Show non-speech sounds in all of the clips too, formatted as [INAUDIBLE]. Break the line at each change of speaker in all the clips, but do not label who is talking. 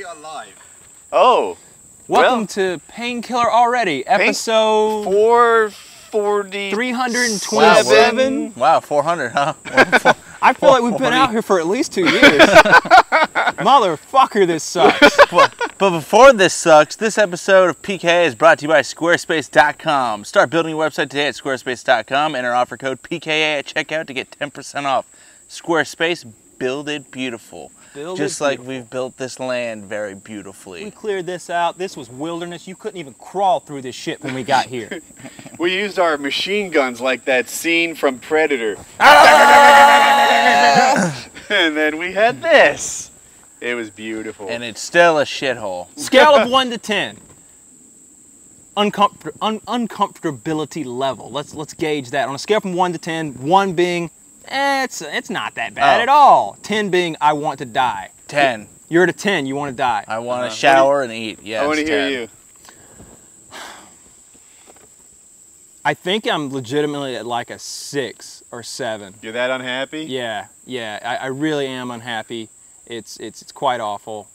We are live.
Oh,
Welcome
Well-
to Painkiller Already, episode
440.
327.
Wow, 400, huh?
I feel like we've been out here for at least two [LAUGHS] years. Motherfucker, this sucks.
but before this sucks, this episode of PK is brought to you by Squarespace.com. Start building your website today at Squarespace.com. Enter offer code PKA at checkout to get 10% off. Squarespace, build it beautiful.
Build
Just
it
like
beautiful.
we've built this land very
We
beautifully.
cleared this out. This was wilderness. You couldn't even crawl through this shit when we got [LAUGHS] here.
We used our machine guns like that scene from Predator. [LAUGHS] and then we had this. It was beautiful.
And it's still a shithole.
Scale of 1 to 10. Uncomfort- un- uncomfortability level. Let's let's gauge that on a scale from 1 to 10. 1 being, eh, it's, it's not that bad
Oh.
at all. 10 being, I want to die.
10.
You're at a 10, you want to die.
I want to shower and eat. Yes,
I want to hear
10.
you.
I think I'm legitimately at like a six or seven.
You're that unhappy?
Yeah, yeah. I, I really am unhappy. It's it's it's quite awful.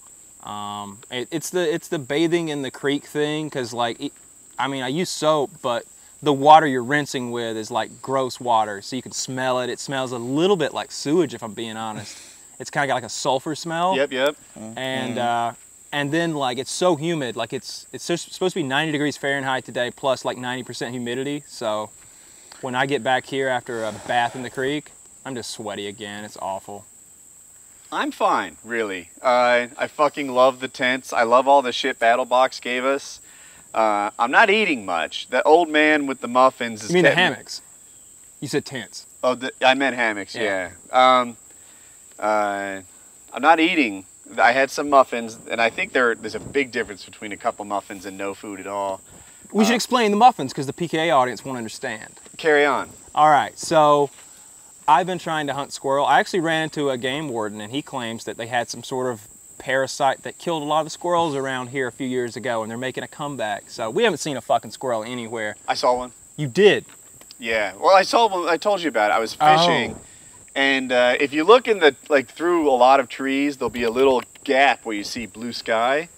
Um, it, it's the it's the bathing in the creek thing because like, it, I mean, I use soap, but the water you're rinsing with is like gross water, so you can smell it. It smells a little bit like sewage, if I'm being honest. It's kind of got like a sulfur smell.
Yep, yep.
and uh, and then like it's so humid like it's it's sus- supposed to be 90 degrees fahrenheit today plus like 90% humidity so when i get back here after a bath in the creek i'm just sweaty again it's awful
I'm fine, really. Uh, I fucking love the tents. I love all the shit Battle Box gave us. Uh, I'm not eating much. That old man with the muffins is
you mean the
getting-
hammocks you said tents
Oh, the, I meant hammocks. Yeah.
Yeah.
Um, uh, I'm not eating. I had some muffins, and I think there there's a big difference between a couple muffins and no food at all.
we should explain the muffins because the pka audience won't understand
Carry on.
All right, so I've been trying to hunt squirrel. I actually ran into a game warden, and he claims that they had some sort of parasite that killed a lot of the squirrels around here a few years ago, and they're making a comeback. So we haven't seen a fucking squirrel anywhere.
I saw one.
You did.
Yeah. Well, I saw one. I told you about it. I was
Oh.
fishing, and uh, if you look in the like through a lot of trees, there'll be a little gap where you see blue sky,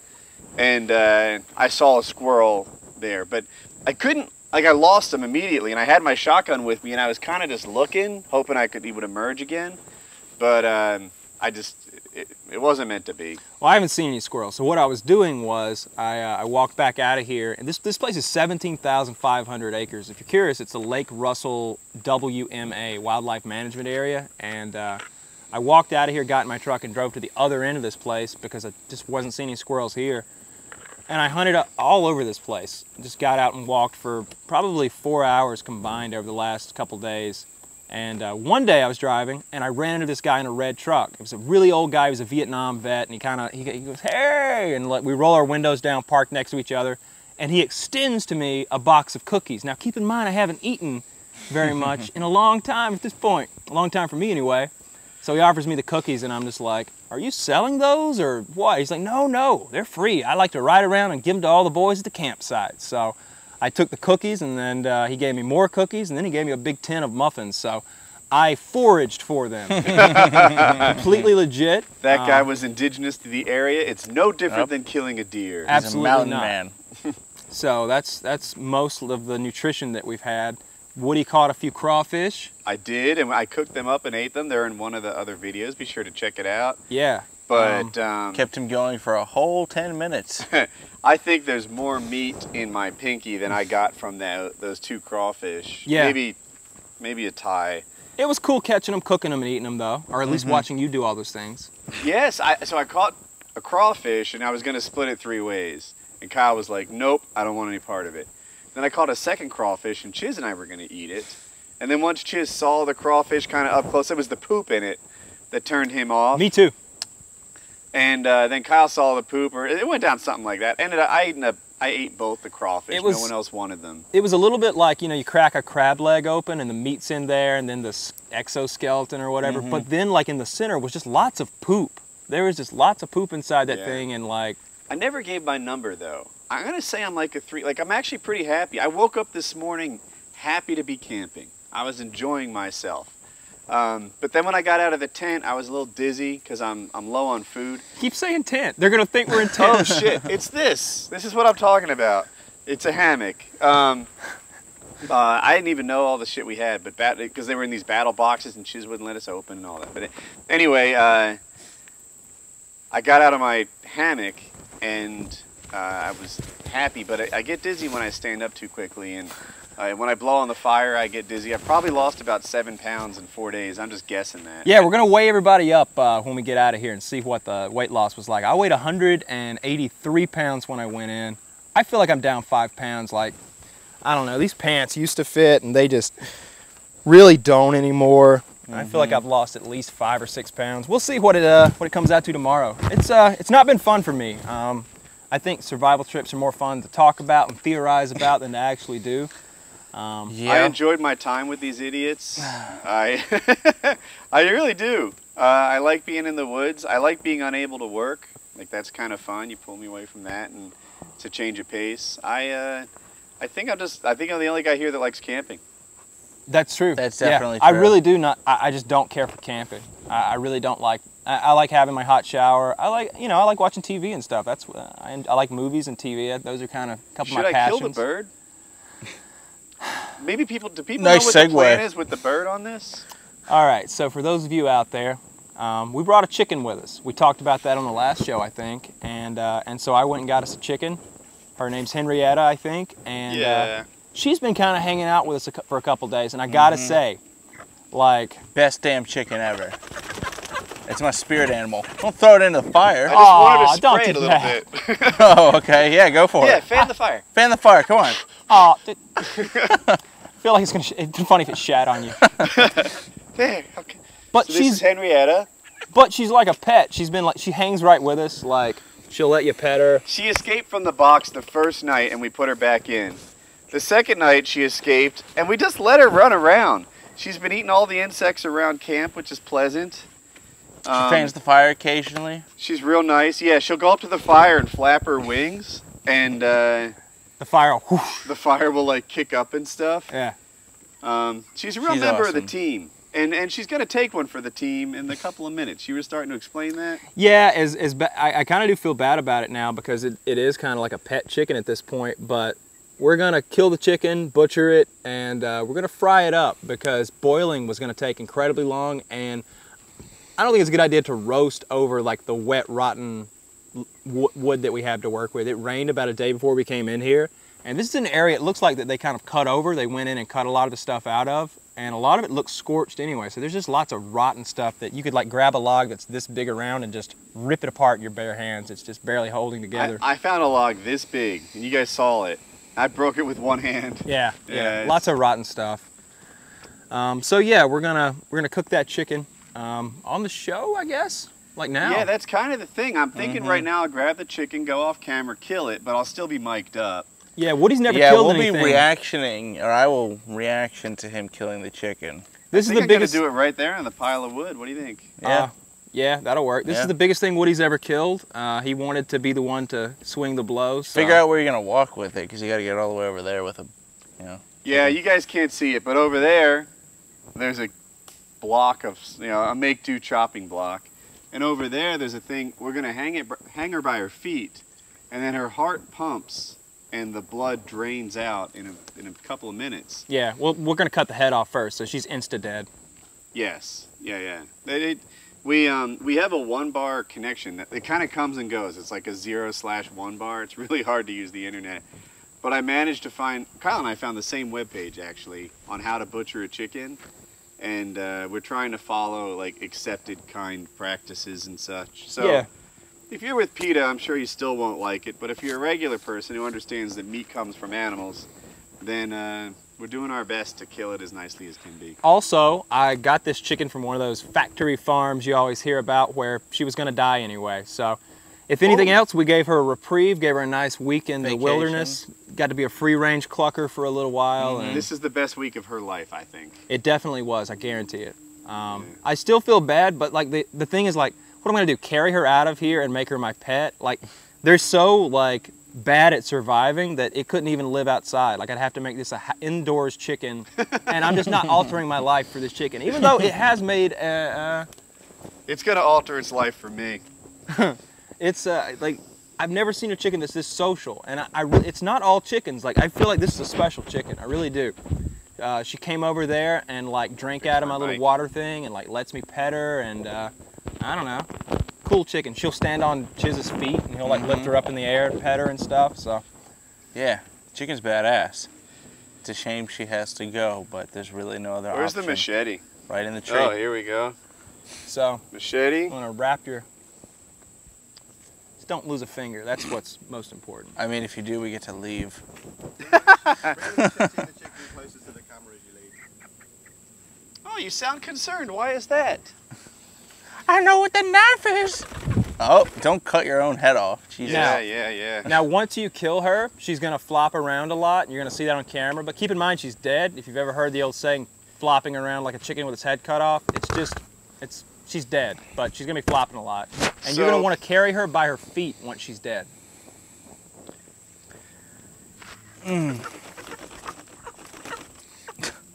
and uh, I saw a squirrel there, but I couldn't. Like I lost him immediately, and I had my shotgun with me, and I was kind of just looking, hoping I could he would emerge again, but um, I just it, it wasn't meant to be.
Well, I haven't seen any squirrels. So what I was doing was I, uh, I walked back out of here, and this this place is 17,500 acres. If you're curious, it's the Lake Russell WMA Wildlife Management Area, and uh, I walked out of here, got in my truck, and drove to the other end of this place because I just wasn't seeing any squirrels here. And I hunted a- all over this place. Just got out and walked for probably four hours combined over the last couple days. And uh, one day I was driving and I ran into this guy in a red truck. It was a really old guy. He was a Vietnam vet, and he kind of he, he goes, "Hey!" And like we roll our windows down, parked next to each other, and he extends to me a box of cookies. Now keep in mind, I haven't eaten
[LAUGHS]
very much in a long time at this point. A long time for me anyway. So he offers me the cookies, and I'm just like, "Are you selling those or what?" He's like, "No, no, they're free. I like to ride around and give them to all the boys at the campsite." So. I took the cookies and then uh, he gave me more cookies and then he gave me a big tin of muffins. So I foraged
[LAUGHS]
for them. Completely legit.
That
Uh,
guy was indigenous to the area. It's no different than killing a deer.
Ab-
He's a
Absolutely
mountain
not.
man.
So that's that's most of the nutrition that we've had. Woody caught a few crawfish.
I did, and I cooked them up and ate them. They're in one of the other videos. Be sure to check it out.
Yeah.
But um,
Kept him going for a whole 10
[LAUGHS]
minutes.
I think there's more meat in my pinky than I got from that, those two crawfish.
Yeah.
Maybe, maybe a tie.
It was cool catching them, cooking them, and eating them though, or at least watching you do all those things.
Yes. I, so I caught a crawfish, and I was going to split it three ways. And Kyle was like, "Nope, I don't want any part of it." Then I caught a second crawfish, and Chiz and I were going to eat it. And then once Chiz saw the crawfish kind of up close, it was the poop in it that turned him off.
Me too.
And uh, then Kyle saw the poop, or it went down something like that. Ended up, I ate, a, I ate both the crawfish.
It was-
no one else wanted them.
It was a little bit like you know you crack a crab leg open and the meat's in there and then the s- exoskeleton or whatever. But then like in the center was just lots of poop. There was just lots of poop inside that
Yeah.
thing and like
I never gave my number though. I'm gonna say I'm like a three. Like I'm actually pretty happy. I woke up this morning happy to be camping. I was enjoying myself. Um, but then when I got out of the tent, I was a little dizzy because I'm I'm low on food.
Keep saying tent. They're gonna
[LAUGHS]
think we're in tent.
Oh shit! It's this. This is what I'm talking about. It's a hammock. Um, uh, I didn't even know all the shit we had, but because they were in these battle boxes and Chiz wouldn't let us open and all that. But anyway, uh, I got out of my hammock and uh, I was happy, but I, I get dizzy when I stand up too quickly and. Uh, when I blow on the fire, I get dizzy. I've probably lost about seven pounds in four days. I'm just guessing that.
Yeah, we're gonna weigh everybody up uh, when we get out of here and see what the weight loss was like. I weighed 183 pounds when I went in. I feel like I'm down five pounds. Like, I don't know. These pants used to fit, and they just really don't anymore. And I feel like I've lost at least five or six pounds. We'll see what it uh, what it comes out to tomorrow. It's uh, it's not been fun for me. Um, I think survival trips are more fun to talk about and theorize about than to actually do. Um,
I enjoyed my time with these
[SIGHS]
idiots. I, [LAUGHS] I really do. Uh, I like being in the woods. I like being unable to work. Like that's kind of fun. You pull me away from that, and it's a change of pace. I, uh, I think I'm just. I think I'm the only guy here that likes camping.
That's true.
That's
Yeah,
definitely
I
true.
really do not. I, I just don't care for camping. I, I really don't like. I, I like having my hot shower. I like you know I like watching TV and stuff. That's uh, I, I like movies and TV. Those are kind of a couple of
Should
my
I
passions.
kill the bird? Maybe people do people
Nice
know what
segue.
the plan is with the bird on this?
All right, so for those of you out there, um, we brought a chicken with us. We talked about that on the last show, I think, and uh, and so I went and got us a chicken. Her name's Henrietta, I think, and uh, she's been kind of hanging out with us a, cou- for a couple days. And I gotta
Mm-hmm.
say, like,
Best damn chicken ever. It's my spirit animal. Don't throw it into the
I
fire. [LAUGHS]
just wanted
uh, Aw,
to
don't
spray it
do
a little
that.
bit.
Oh, okay. Yeah, go for
yeah,
it.
fan the fire.
Fan the fire. Come on.
oh, dude. I [LAUGHS] feel like it's gonna. Sh- it'd be funny if it shat [LAUGHS] on you.
There. Okay.
But
So this
she's
is Henrietta.
but she's like a pet. She's been like she hangs right with us. Like she'll let you pet her.
She escaped from the box the first night and we put her back in. The second night she escaped and we just let her run around. She's been eating all the insects around camp, which is pleasant.
She
Um,
fans the fire occasionally.
she's real nice. Yeah, she'll go up to the fire and flap her wings and uh,
The fire. will whoosh.
the fire will like kick up and stuff.
Yeah.
Um, she's a real
She's
member of
awesome.
the team. And, and she's going to take one for the team in a couple of minutes. You were starting to explain that?
Yeah. As as ba- I, I kind of do feel bad about it now because it, it is kind of like a pet chicken at this point. But we're gonna kill the chicken, butcher it, and uh, we're gonna fry it up because boiling was gonna take incredibly long, and I don't think it's a good idea to roast over like the wet, rotten w- wood that we have to work with. It rained about a day before we came in here, and this is an area it looks like that they kind of cut over. They went in and cut a lot of the stuff out of, and a lot of it looks scorched anyway. So there's just lots of rotten stuff that you could like grab a log that's this big around and just rip it apart in your bare hands. It's just barely holding together.
I, I found a log this big, and you guys saw it. I broke it with one hand.
Yeah,
Yeah,
yeah,
it's-
lots of rotten stuff. Um, so yeah, we're gonna we're gonna cook that chicken um, on the show, I guess. Like now. Mm-hmm.
Yeah, that's kind of the thing. I'm thinking right now I'll grab the chicken, go off camera, kill it, but I'll still be mic'd up.
yeah. Woody's never
yeah,
killed
we'll
anything.
be reactioning, or I will reaction to him killing the chicken.
I
this is
think
the
I'm
biggest.
gonna do it right there on the pile of wood. What do you think?
Yeah.
uh, yeah, that'll work. This
Yeah.
is the biggest thing Woody's ever killed. Uh, he wanted to be the one to swing the blows. So.
Figure out where you're gonna walk with it, 'cause you gotta get all the way over there with him.
Yeah, you guys can't see it, but over there, there's a block of you know a make-do chopping block, and over there there's a thing we're gonna hang it hang her by her feet, and then her heart pumps and the blood drains out in a, in a couple of minutes.
Yeah, well, we're gonna cut the head off first, so she's insta dead.
Yes. Yeah, yeah. They, they, we um we have a one bar connection that it kind of comes and goes. It's like a zero slash one bar. It's really [LAUGHS] hard to use the internet. But I managed to find Kyle and I found the same webpage actually on how to butcher a chicken, and uh, we're trying to follow like accepted kind practices and such. So.
Yeah.
If you're with PETA, I'm sure you still won't like it, but if you're a regular person who understands that meat comes from animals, then uh, we're doing our best to kill it as nicely as can be.
Also, I got this chicken from one of those factory farms you always hear about where she was going to die anyway. So, if anything
Oh.
else, we gave her a reprieve, gave her a nice week in
Vacation.
the wilderness, got to be a free range clucker for a little while.
Mm.
And
This is the best week of her life, I think.
it definitely was, I guarantee it. Um,
Yeah.
I still feel bad, but like the, the thing is, like, what am I going to do? Carry her out of here and make her my pet? Like, they're so like bad at surviving that it couldn't even live outside. Like I'd have to make this a h- indoors chicken, and I'm just not altering my life for this chicken, even though it has made. Uh, uh,
It's gonna alter its life for me.
it's uh, like I've never seen a chicken that's this social, and I, I re- it's not all chickens. Like I feel like this is a special chicken. I really do. Uh, she came over there and like drank
Fix
out of
my
my little
mic.
water thing and like lets me pet her and uh, I don't know. Cool chicken. She'll stand on Chiz's feet and he'll like lift her up in the air and pet her and stuff. So
Yeah, chicken's badass. It's a shame she has to go, but there's really no other
Where's the
option.
machete?
Right in the tree.
Oh, here we go.
so
Machete.
you want to wrap your. Just don't lose a finger. That's what's most important.
I mean, if you do, we get to leave.
Oh, you sound concerned. Why is that?
I know what the knife is. Oh, don't cut your own head off. Jesus.
Yeah, yeah, yeah.
Now, once you kill her, she's gonna flop around a lot, and you're gonna see that on camera. But keep in mind, she's dead. If you've ever heard the old saying, flopping around like a chicken with its head cut off, it's just, it's she's dead. But she's gonna be flopping a lot, and you're
So-
gonna want to carry her by her feet once she's dead.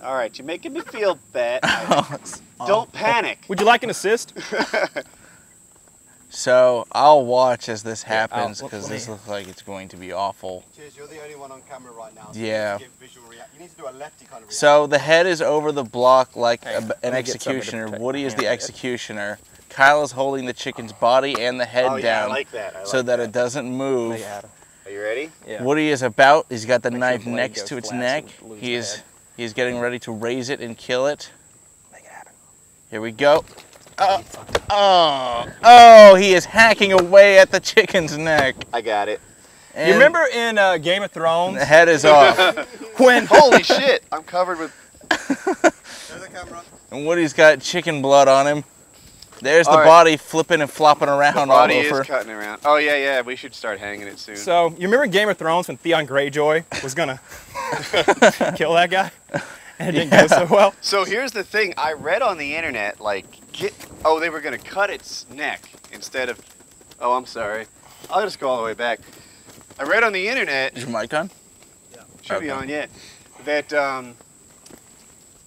All right, you're making me feel bad.
[LAUGHS]
Don't
panic.
Would you like an assist?
So I'll watch as this
Yeah, I'll-
happens
let-
because
let
this
me-
looks like it's going to be awful.
Cheers, you're the only one on camera right now. So
Yeah.
You, need to give visual rea- you need to do a lefty kind of reaction.
So the head is over the block like
Hey,
a-
let
an
me get something to
executioner.
protect
Woody
my
is the
hand with.
executioner. Kyle is holding the chicken's body and the head
oh, yeah, I
down
like that. I like
so that, it doesn't move.
Are you ready?
Oh, Yeah.
Woody is about. He's got the
Make sure
knife
the blade
next
goes
to its
flat so
neck.
it doesn't lose
he
the
is
head.
he is getting ready to raise it and kill it.
Make it happen.
Here we go. Oh, oh, oh, he is hacking away at the chicken's neck.
I got it.
And
you remember in uh, Game of Thrones
The head is off.
[LAUGHS]
when?
[LAUGHS] Holy shit! I'm covered
[LAUGHS]
with.
Show the camera.
and Woody's got chicken blood on him. There's the
All right.
body flipping and flopping around all
Body is
over.
cutting around. Oh yeah, yeah. We should start hanging it soon.
So you remember in Game of Thrones when Theon Greyjoy
[LAUGHS]
was gonna kill that guy, and it didn't go so well.
So here's the thing. I read on the internet like, get, oh, they were gonna cut its neck instead of. Oh, I'm sorry. I'll just go all the way back. I read on the internet
Is your mic on?
should be
Okay.
on yet. That um,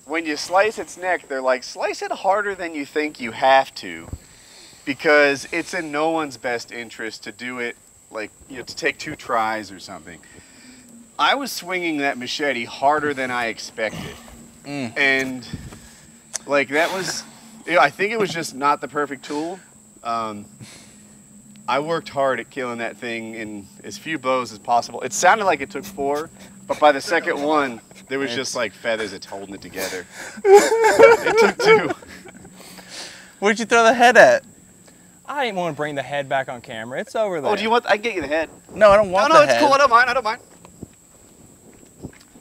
when you slice its neck, they're like slice it harder than you think you have to, because it's in no one's best interest to do it like you know to take two tries or something. I was swinging that machete harder than I expected,
Mm.
and like that was, you know, I think it was just not the perfect tool. Um, I worked hard at killing that thing in as few bows as possible. It sounded like it took four, but by the second one, there was just like feathers that's holding it
[LAUGHS]
together. it took two.
Where'd you throw the head at?
I didn't want to bring the head back on camera. It's over there.
Oh, do you want? I can get you the head.
No, I don't want
no, no,
the
it's
head.
cool. I don't mind. I don't mind.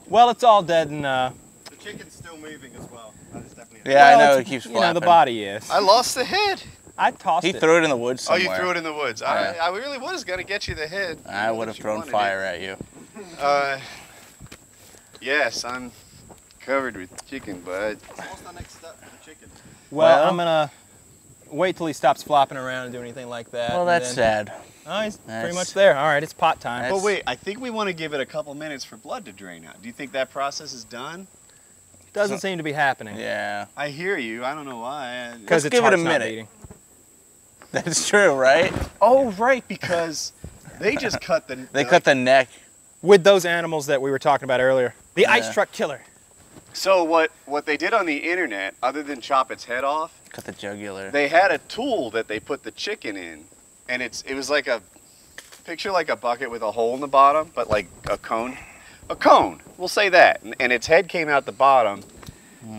well, it's all dead and uh,
The chicken's still moving as well. That is definitely.
Yeah,
well,
I know it
it's-
keeps
you
flopping.
know, the body is.
I
I,
lost the head.
tossed
He
it.
threw it in the woods somewhere.
Oh, you threw it in the woods. I,
Yeah.
I really was gonna get you the head.
I would have
You
thrown
wanted it.
fire at you.
Uh, yes, I'm covered with chicken, but
So what's the next step for the chicken?
well,
well-
I'm gonna wait till he stops flopping around and do anything like that.
Well,
and
that's
then-
sad.
Oh, he's
That's-
pretty much there. All right, it's pot time.
That's-
But wait, I think we want to give it a couple minutes for blood to drain out. Do you think that process is done?
doesn't seem to be happening.
Yeah, [LAUGHS]
I hear you. I don't know why. I-
Let's
Because it's
give it a
heart's not
minute.
beating.
that's true, right?
oh, right, because they
[LAUGHS]
just cut the.
They cut the neck.
With those animals that we were talking about earlier, the
Yeah.
ice truck killer.
So what? What they did on the internet, other than chop its head off,
Cut the jugular.
they had a tool that they put the chicken in, and it's it was like a picture like a bucket with a hole in the bottom, but like a cone, a cone. We'll say that, and, and its head came out the bottom,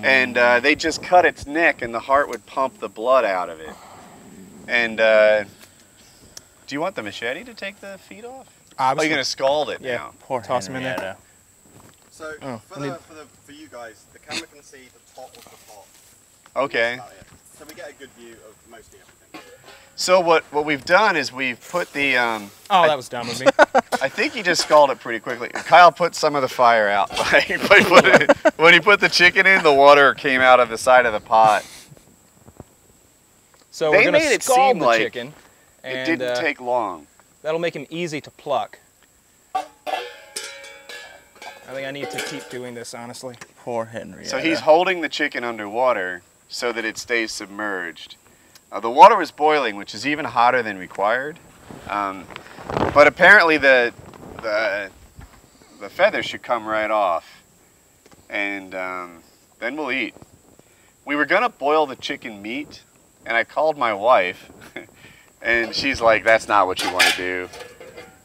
and uh, they just cut its neck, and the heart would pump the blood out of it. And uh, do you want the machete to take the feet off? Oh,
Obviously.
you're gonna scald it
Yeah.
now.
Poor
Toss 'em in there.
Henrietta.
So
Oh,
for,
I
the,
need-
for the for you guys, the camera can see the top of the pot.
Okay.
That's about it. So we get a good view of mostly everything.
So what what we've done is we've put the um,
Oh, that was dumb
[LAUGHS]
of me.
I think he just scalded it pretty quickly. Kyle put some of the fire out. [LAUGHS] Like, but when, it- when he put the chicken in, the water came out of the side of the pot.
So
They
we're gonna
made it
scald
seem
the
like
chicken, and
it didn't
uh,
take long.
that'll make him easy to pluck. I think I need to keep doing this, honestly.
Poor Henry.
So he's holding the chicken underwater so that it stays submerged. Uh, the water was boiling, which is even hotter than required. Um, but apparently the, the the feathers should come right off, and um, then we'll eat. We were gonna boil the chicken meat, and I called my wife, [LAUGHS] and she's like, "That's not what you want to do."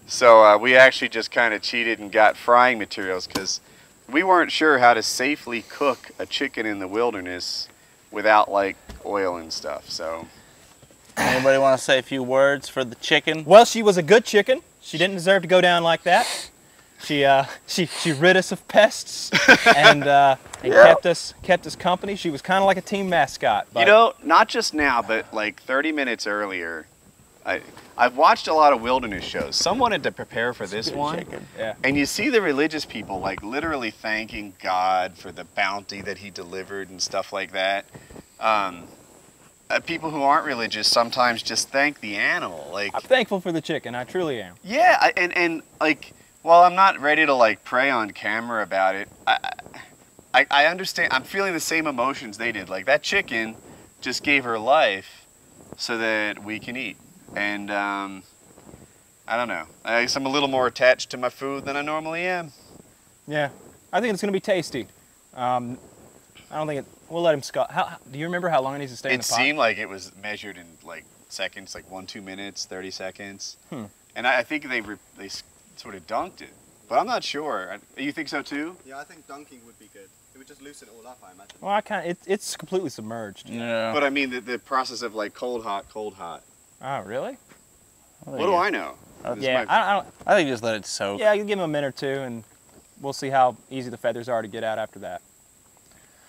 So uh, we actually just kind of cheated and got frying materials because we weren't sure how to safely cook a chicken in the wilderness without like oil and stuff. So
Anybody want to say a few words for the chicken?
Well, she was a good chicken. She didn't deserve to go down like that. She uh, [LAUGHS] she she rid us of pests and, uh, and kept us kept us company. She was kind of like a team mascot. But
you know, not just now, but like 30 minutes earlier, I I've watched a lot of wilderness shows. Some wanted to prepare for this one.
Chicken.
yeah,
And you see the religious people like literally thanking God for the bounty that He delivered and stuff like that. Um, uh, people who aren't religious sometimes just thank the animal. Like,
I'm thankful for the chicken. I truly am.
yeah, I, and and like, while I'm not ready to like pray on camera about it, I, I I understand. I'm feeling the same emotions they did. Like that chicken just gave her life so that we can eat. And um, I don't know. I guess I'm a little more attached to my food than I normally am.
Yeah, I think it's gonna be tasty. Um, I don't think it. We'll let him scout. How do you remember how long it needs to stay in
It
the pot?
seemed like it was measured in like seconds, like one, two minutes, thirty seconds.
Hmm.
And I, I think they re- they s- sort of dunked it, but I'm not sure. I, you think so too?
Yeah, I think dunking would be good. It would just loosen it all up, I imagine.
well, I kind it, it's completely submerged.
No.
But I mean, the, the process of like cold hot, cold hot.
Oh, really?
What do I know? This
Uh, Oh, yeah,
might-
I, I don't.
I think just let it soak.
Yeah, you give him a minute or two, and we'll see how easy the feathers are to get out after that.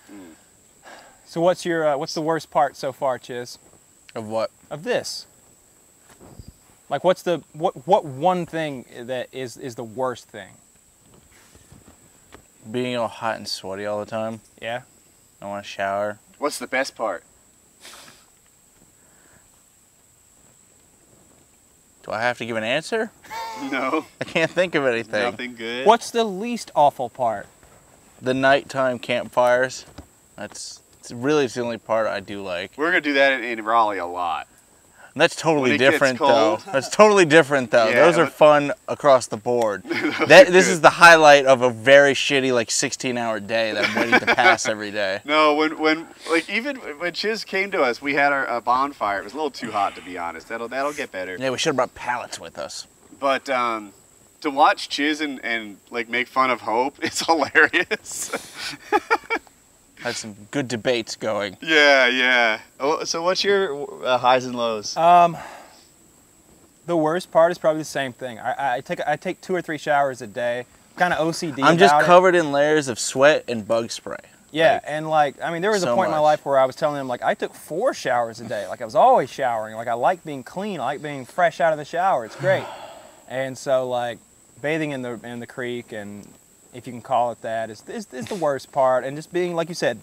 Hmm.
So, what's your uh, what's the worst part so far, Chiz,
Of what?
of this? Like, what's the what what one thing that is is the worst thing?
Being all hot and sweaty all the time.
Yeah.
I want to shower.
What's the best part?
Do I have to give an answer? [LAUGHS]
No,
I can't think of anything.
nothing good.
What's the least awful part?
The nighttime campfires. That's it's really the only part I do like.
We're gonna do that in, in Raleigh a lot.
And that's
When
totally
it gets
different though.
cold.
[LAUGHS] That's totally different though.
Yeah,
Those are
but-
fun across the board.
[LAUGHS] Those
That
are
this
good.
is the highlight of a very shitty like 16 hour day that I'm waiting to pass
[LAUGHS]
every day.
No, when when like even when Chiz came to us, we had our a bonfire. It was a little too hot to be honest. That'll that'll get better.
Yeah, we should have brought pallets with us.
But um, to watch Chiz and, and like make fun of Hope, it's [LAUGHS] hilarious.
Had some good debates going.
yeah, yeah. Oh, so what's your uh, highs and lows?
Um, the worst part is probably the same thing. I, I take I take two or three showers a day. Kind of OCD.
I'm just
about it.
covered in layers of sweat and bug spray.
Yeah, and like I mean, there was a
so
point in my
much.
life where I was telling them like I took four showers a day. Like I was always showering. Like I like being clean. I like being fresh out of the shower. It's
[SIGHS]
great. and so like bathing in the in the creek and if you can call it that is is, is the worst part. And just being like you said.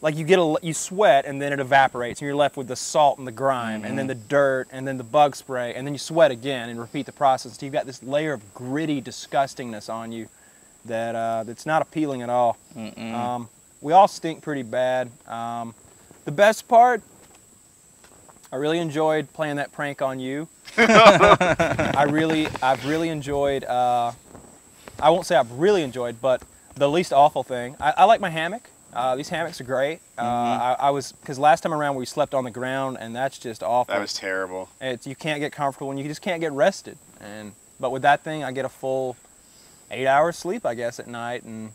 Like you get a you sweat and then it evaporates and you're left with the salt and the grime and
Mm-hmm.
then the dirt and then the bug spray and then you sweat again and repeat the process. So you've got this layer of gritty disgustingness on you that uh, that's not appealing at all.
Mm.
Um, we all stink pretty bad. Um, the best part, I really enjoyed playing that prank
[LAUGHS]
on you. I really, I've really enjoyed. Uh, I won't say I've really enjoyed, but the least awful thing. I, I like my hammock. Uh, these hammocks are great. Uh,
Mm-hmm.
I, I was because last time around we slept on the ground, and that's just awful.
That was terrible.
It's you can't get comfortable and you just can't get rested. And but with that thing, I get a full eight hours sleep, I guess, at night. And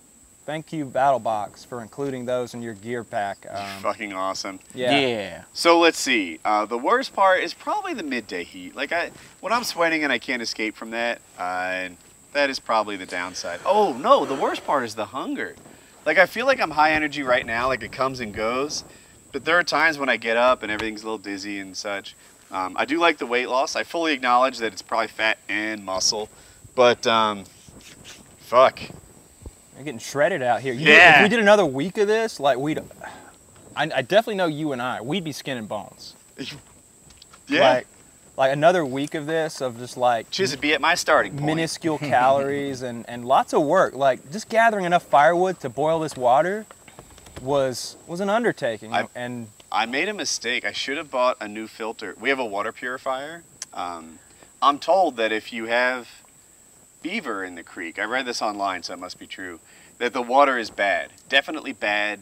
thank you, Battle Box, for including those in your gear pack. Um,
Fucking awesome.
yeah.
So let's see. Uh, the worst part is probably the midday heat. Like I, when I'm sweating and I can't escape from that, uh, that is probably the downside. Oh no, the worst part is the hunger. Like I feel like I'm high energy right now. Like it comes and goes, but there are times when I get up and everything's a little dizzy and such. Um, I do like the weight loss. I fully acknowledge that it's probably fat and muscle, but um, fuck.
You're getting shredded out here. You-
Yeah.
If we did another week of this, like we'd, I, I definitely know you and I, we'd be skin and bones.
Yeah.
Like, like another week of this of just like
Just to be at my starting [LAUGHS] point.
minuscule calories and, and lots of work. Like just gathering enough firewood to boil this water was was an undertaking.
I-
and
I made a mistake. I should have bought a new filter. We have a water purifier. Um, I'm told that if you have beaver in the creek, I read this online, so it must be true, that the water is bad. Definitely bad.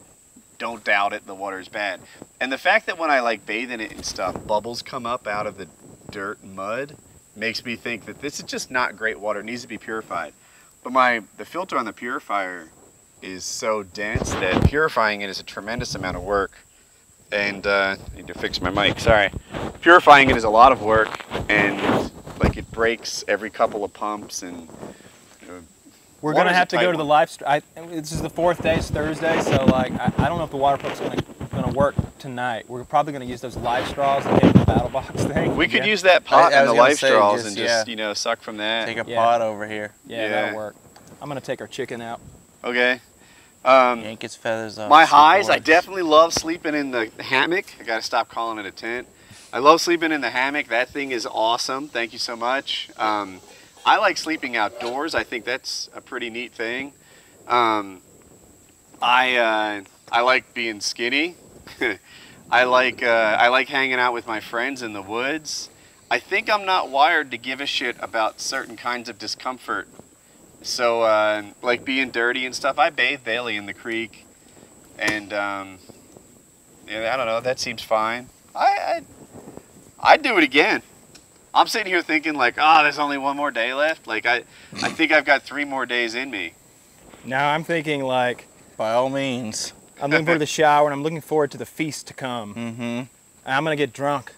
Don't doubt it. The water is bad. And the fact that when I like bathe in it and stuff, bubbles come up out of the dirt and mud makes me think that this is just not great water. It needs to be purified. But my the filter on the purifier is so dense that purifying it is a tremendous amount of work and uh, I need to fix my mic. Sorry. Purifying it is a lot of work, and like it breaks every couple of pumps, and you know,
we're
Water's
gonna
a
have to
tight
go to the
one.
live. St- I, this is the fourth day, it's Thursday, so like I, I don't know if the water pump's gonna gonna work tonight. We're probably gonna use those live straws that came in the battle box [LAUGHS] thing.
we could
Yeah.
use that pot
I- I
and
was
the
gonna
life
say,
straws
just-
and just
yeah.
you know suck from that.
Take a
Yeah.
pot over here.
Yeah,
yeah.
that'll work. I'm gonna take our chicken out.
okay. Um,
Yank his feathers off.
my
see if it
highs, I
works.
definitely love sleeping in the hammock. I gotta stop calling it a tent. I love sleeping in the hammock. That thing is awesome. Thank you so much. Um, I like sleeping outdoors. I think that's a pretty neat thing. Um, I uh, I like being skinny. [LAUGHS] I like uh, I like hanging out with my friends in the woods. I think I'm not wired to give a shit about certain kinds of discomfort. So uh, like being dirty and stuff. I bathe daily in the creek and um, yeah, I don't know. That seems fine. I, I I'd do it again. I'm sitting here thinking like, ah, there's only one more day left. Like I, I think I've got three more days in me. [LAUGHS]
Now I'm thinking like
By all means.
I'm looking
[LAUGHS]
forward to the shower and I'm looking forward to the feast to come.
[LAUGHS] Mm-hmm.
And I'm gonna get drunk.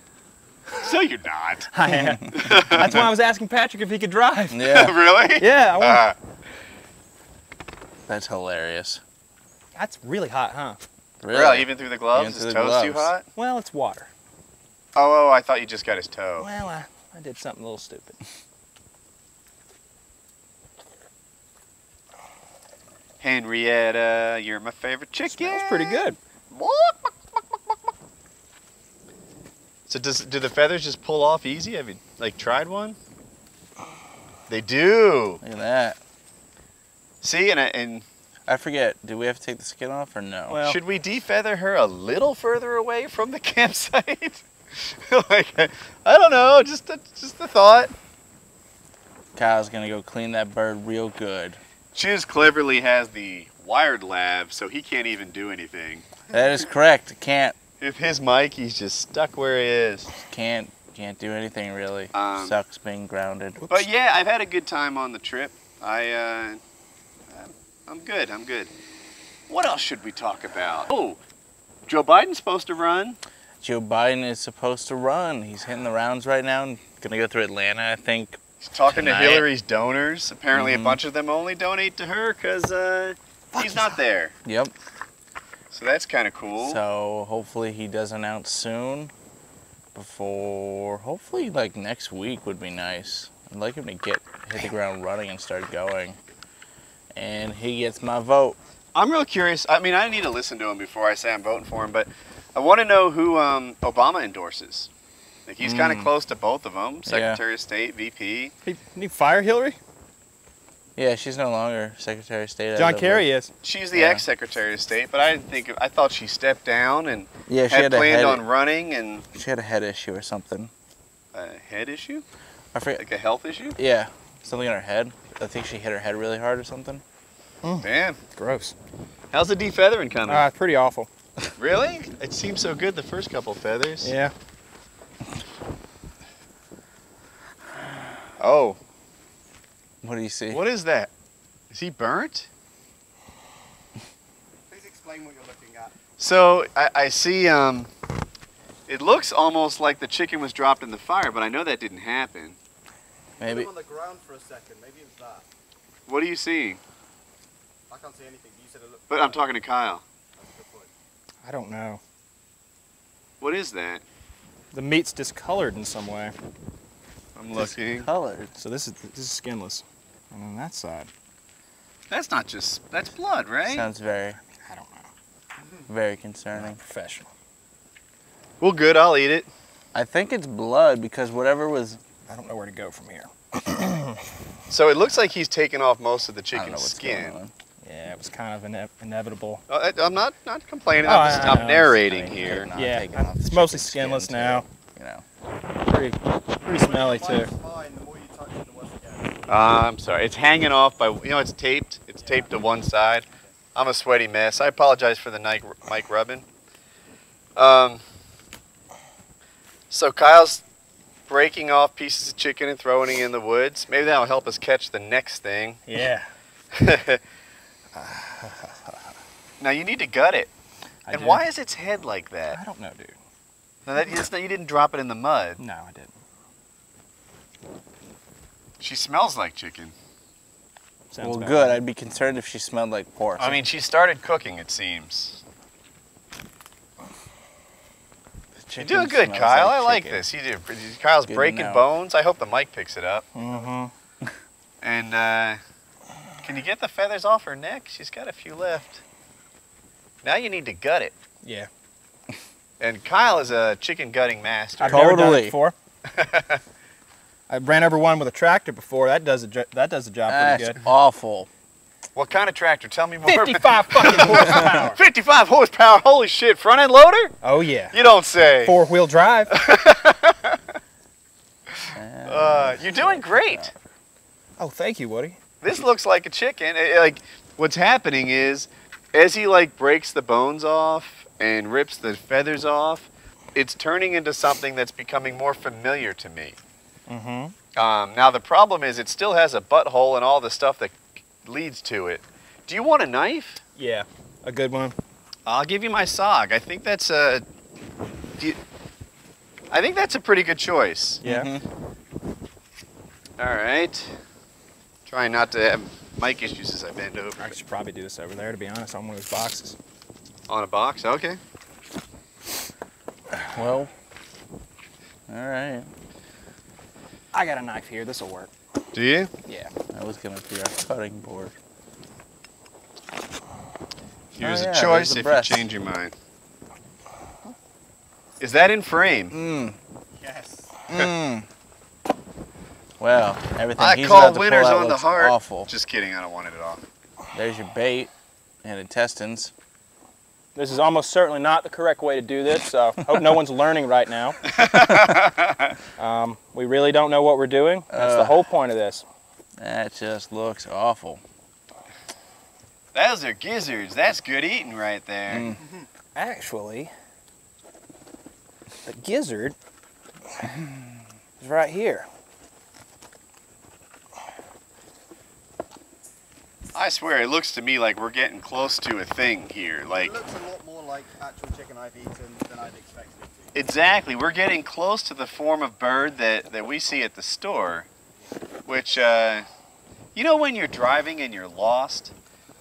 [LAUGHS]
So you're not [LAUGHS]
I am. That's why I was asking Patrick if he could drive.
Yeah.
really.
Yeah, I want
Ah,
That's hilarious.
Ah.
That's really hot, huh?
really? Even through the gloves?
Even
Is
through
toes
the
too
gloves.
hot?
Well, it's water.
Oh, oh, I thought you just got his toe.
Well, I, I did something a little stupid.
Henrietta, you're my favorite chicken.
Smells pretty good.
So does do the feathers just pull off easy? Have you like tried one? They do.
Look at that.
See, and I, and
I forget. Do we have to take the skin off or no?
Well-
Should we defeather her a little further away from the [LAUGHS] campsite? [LAUGHS] like, I don't know, just a, just the thought.
Kyle's gonna go clean that bird real good.
Chiz cleverly has the wired lab, so he can't even do anything.
That is correct. It Can't
If his mic, he's just stuck where he is.
can't can't do anything really.
Um,
Sucks being grounded.
But yeah, I've had a good time on the trip. I, uh, I'm good. I'm good. What else should we talk about? Oh, Joe Biden's supposed to run.
Joe Biden is supposed to run. He's hitting the rounds right now and gonna go through Atlanta, I think.
He's talking
Tonight.
to Hillary's donors. Apparently,
Mhm.
a bunch of them only donate to her because uh, he's not there.
Yep.
So that's kind of cool.
So hopefully he does announce soon. Before hopefully like next week would be nice. I'd like him to get hit the ground running and start going. And he gets my vote.
I'm real curious. I mean, I need to listen to him before I say I'm voting for him, but I want to know who um, Obama endorses. Like he's kind of
Mm.
close to both of them, Secretary of State, VP.
He, he fire Hillary?
Yeah, she's no longer Secretary of State. as
John
of-
Kerry is.
She's the
Yeah.
ex-Secretary of State, but I didn't think I thought she stepped down and
Yeah, she
had
had, a
planned
head,
on running and
she had a head issue or something.
a head issue,
I forget.
like a health issue.
Yeah, something on her head. I think she hit her head really hard or something.
Damn.
Gross.
How's the defeathering coming?
Ah, pretty awful.
really? Uh, It seems so good the first couple feathers.
Yeah.
Oh,
What do you see?
what is that? Is he burnt?
Please explain what you're looking at.
So I, I see. Um, it looks almost like the chicken was dropped in the fire, but I know that didn't happen.
Put
Maybe.
them on the ground for a second. Maybe it's that.
What are you seeing?
I can't see anything. You said it looked.
But I'm talking to Kyle.
That's a good point.
I don't know.
What is that?
The meat's discolored in some way.
I'm looking.
Colored.
So this is this is skinless. And on that side,
That's not just. That's blood, right?
Sounds very,
I don't know.
very
I'm not
concerning.
professional.
well, good. I'll eat it.
I think it's blood because whatever was.
I don't know where to go from here.
So it looks like he's taken off most of the
I don't know
chicken
what's
skin.
going on.
Yeah, it was kind of ine- inevitable.
Uh, I, am not not complaining.
Oh,
I'm,
I-
just,
I
I'm
know.
narrating
I mean,
here.
Not
yeah,
taking off
it's
the
mostly
chicken
skinless
skin, too.
now.
You know.
Pretty, pretty smelly too.
Mine's fine, the more you touch it, the worse it gets.
Ah, I'm sorry. It's hanging off by you know it's taped. It's taped to one side. I'm a sweaty mess. I apologize for the Nike, mic rubbing. Um. So Kyle's breaking off pieces of chicken and throwing it in the woods. Maybe that'll help us catch the next thing.
Yeah.
now you need to gut it.
I
and
do.
why is its head like that?
I don't know, dude.
Now that it's not- you didn't drop it in the mud.
No, I didn't.
She smells like chicken.
Sounds
well,
about
good.
right.
I'd be concerned if she smelled like pork.
I mean, she started cooking. It seems. You're doing good, Kyle. I like this. You do. Kyle's
Good to
breaking
know.
bones. I hope the mic picks it up.
Mm-hmm.
And uh, can you get the feathers off her neck? She's got a few left. Now you need to gut it.
Yeah.
[LAUGHS] And Kyle is a chicken gutting master.
I've never done it
Totally.
before. [LAUGHS] I ran over one with a tractor before. That does a jo- that does the job pretty
That's
good.
awful.
What kind of tractor? Tell me more. [LAUGHS]
55 fucking horsepower.
55 horsepower. Holy shit. Front end loader?
[LAUGHS] Oh yeah.
You don't say.
Four wheel drive.
Uh, you're doing great.
Oh, thank you, Woody.
this looks like a chicken. It- like what's happening is, as he like breaks the bones off and rips the feathers off, it's turning into something that's becoming more familiar to me.
Mm-hmm.
Um, now the problem is it still has a butthole and all the stuff that leads to it. Do you want a knife?
Yeah. A good one.
I'll give you my SOG. I think that's a. do you- I think that's a pretty good choice.
Yeah.
Mhm.
All right. Trying not to have mic issues as I bend over.
I should probably do this over there, to be honest, on one of those boxes.
On a box, okay.
Well.
Mm-hmm.
All right.
I got a knife here. This will work.
Do you?
Yeah.
That was gonna be our cutting board.
Here's a
Oh, yeah, there's
choice
the
if
breast.
you change your mind. Is that in frame?
Mm.
Yes.
Mm. [LAUGHS] Well, everything
I
he's
call
about to pull
winners
out
on the
looks
heart.
awful.
Just kidding, I don't want it at all.
There's your bait and intestines.
This is almost certainly not the correct way to do this, so hope [LAUGHS] no one's learning right [LAUGHS] now. Um, we really don't know what we're doing. That's the
Uh.
whole point of this.
That just looks awful.
Those are gizzards. That's good eating right there.
Mm.
Actually, the gizzard is right here.
I swear, it looks to me like we're getting close to a thing here. Like,
It looks a lot more like actual chicken I've eaten than I'd expected it to.
exactly, we're getting close to the form of bird that, that we see at the store. Which, uh, you know, when you're driving and you're lost,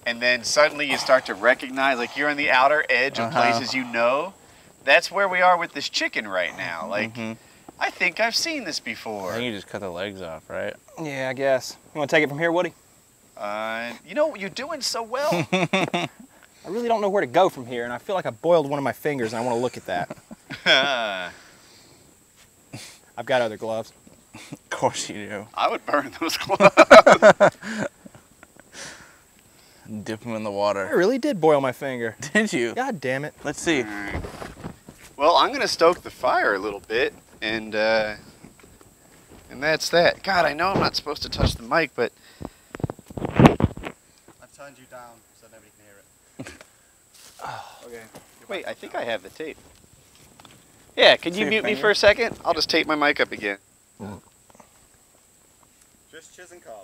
and then suddenly you start to recognize, like, you're on the outer edge of
Uh-huh.
places you know? That's where we are with this chicken right now. Like,
Mhm.
I think I've seen this
I
before.
think you just cut the legs off, right?
Yeah, I guess. You want to take it from here, Woody?
Uh, you know, you're doing so well. [LAUGHS]
I really don't know where to go from here, and I feel like I boiled one of my fingers, and I want to look at [LAUGHS] that.
I
I've got other gloves.
Of course you
would burn those gloves. [LAUGHS]
do. Dip them in the
I
water. [LAUGHS]
really did boil my finger.
Did you?
God damn it.
Let's see.
well, I'm gonna stoke the fire a little bit, and uh, and that's that. God, I know I'm not supposed to touch the mic, but
I've turned you down so nobody can hear it.
okay. Wait, I think I have the tape. Yeah, can
See
you
your
mute me
finger?
for a second? I'll just tape my mic up again.
Just chiz and carve.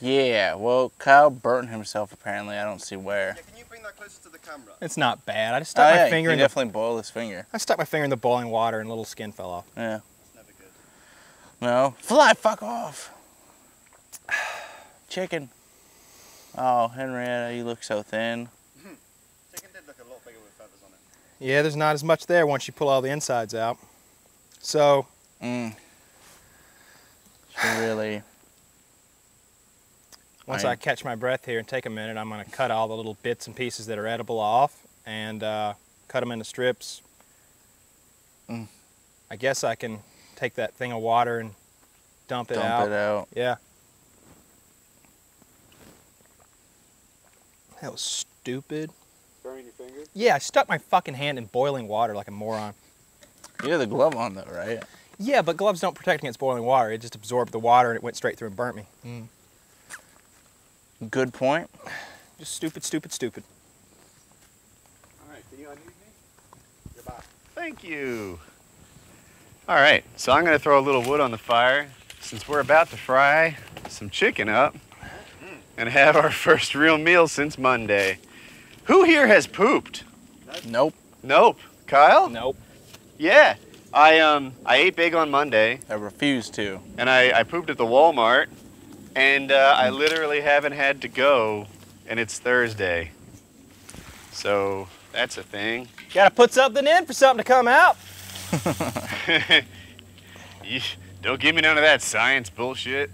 Yeah, well, Kyle burnt himself apparently. I don't see where.
Yeah, can you bring that closer to the camera?
It's not bad. I just stuck
Oh,
my
yeah,
finger
he
in the,
definitely boiled his finger.
I stuck my finger in the boiling water, and a little skin fell off.
Yeah.
That's never good.
No. Fly, fuck off. [SIGHS] Chicken. Oh, Henrietta, you look so thin.
Chicken did look a lot bigger with feathers on it.
Yeah, there's not as much there once you pull all the insides out. So
Mm. She
[SIGHS]
really.
once
Right.
I catch my breath here and take a minute, I'm going to cut all the little bits and pieces that are edible off and uh, cut them into strips.
Mm.
I guess I can take that thing of water and dump it
Dump
out.
it out.
Yeah. That was stupid.
Burning your fingers?
Yeah, I stuck my fucking hand in boiling water like a moron.
You had the glove on though, right?
Yeah, but gloves don't protect against boiling water. It just absorbed the water and it went straight through and burnt me. Mm.
Good point.
Just stupid, stupid, stupid.
All right, can you unmute me? You're [LAUGHS] back.
Thank you. All right, so I'm going to throw a little wood on the fire since we're about to fry some chicken up and have our [LAUGHS] first real meal since Monday. Who here has pooped?
Nope.
Nope. Kyle?
Nope.
Yeah. I um I ate big on Monday
I refuse to.
and I, I pooped at the Walmart and uh, I literally haven't had to go and it's Thursday. So that's a thing.
Gotta put something in for something to come out.
You- don't give me none of that science bullshit.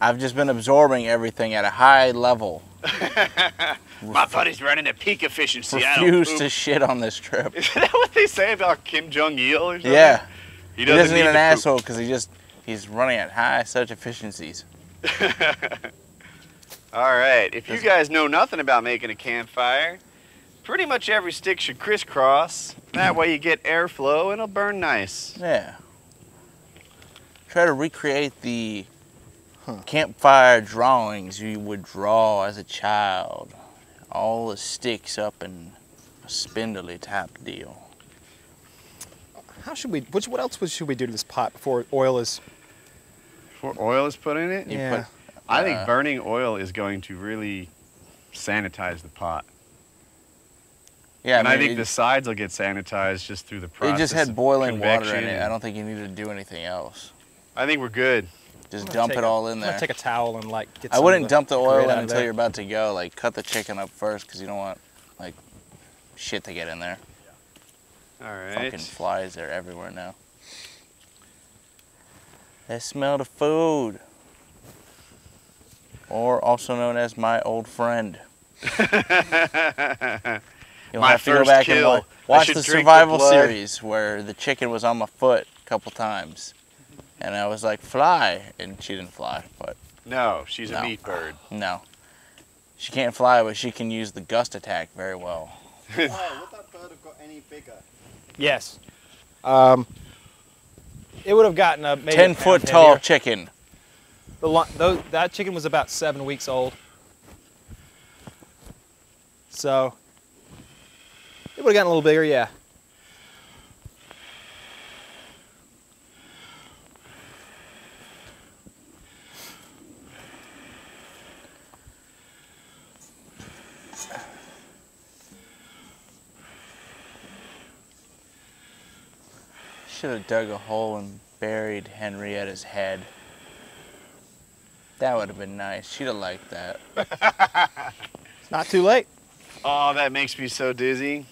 I've just been absorbing everything at a
[LAUGHS]
high level.
My body's running at peak efficiency. I don't
refuse
poop. [LAUGHS]
to shit on this trip.
Is that what they say about Kim Jong Il or something?
Yeah.
He
He doesn't
need
need an
to poop.
asshole because he just he's running at high such efficiencies.
[LAUGHS] All right. If you guys know nothing about making a campfire, pretty much every stick should crisscross. That way you get airflow and it'll burn nice.
Yeah. Try to recreate the campfire drawings you would draw as a child. All the sticks up in a spindly type deal.
How should we? Which, what else should we do to this pot before oil is?
Before oil is put in it,
You
Yeah.
I think
Yeah.
burning oil is going to really sanitize the pot.
Yeah,
and I,
mean,
think
it,
the sides will get sanitized just through the
it
process.
just had
of
boiling water in
convection.
it. I don't think you needed to do anything else.
I think we're good.
Just
I'm gonna
dump
take
it
a-
all in
I'm gonna
there.
take a towel and like get.
I
some of
wouldn't dump the oil
grit
in
out of
until
there.
you're about to go. Like cut the chicken up first because you don't want like shit to get in there.
All right.
Fucking flies are everywhere now. They smell the food. Or also known as my old friend. You'll
My
have to go
first
back and
kill.
wa-
I
watch
should
the
drink the
survival
blood.
series where the chicken was on my foot a couple times. And I was like, fly. And she didn't fly, but
[LAUGHS] No, she's
No.
a meat bird.
no. She can't fly, but she can use the gust attack very well.
oh, would that bird have got any bigger?
Yes. Um. It would have gotten a maybe a
10
pound
foot
heavier.
tall chicken.
The lo- tho- that chicken was about seven weeks old. So it would have gotten a little bigger, yeah.
Should have dug a hole and buried Henrietta's head. That would have been nice. She'd have liked that.
It's [LAUGHS] not too late.
Oh, that makes me so dizzy.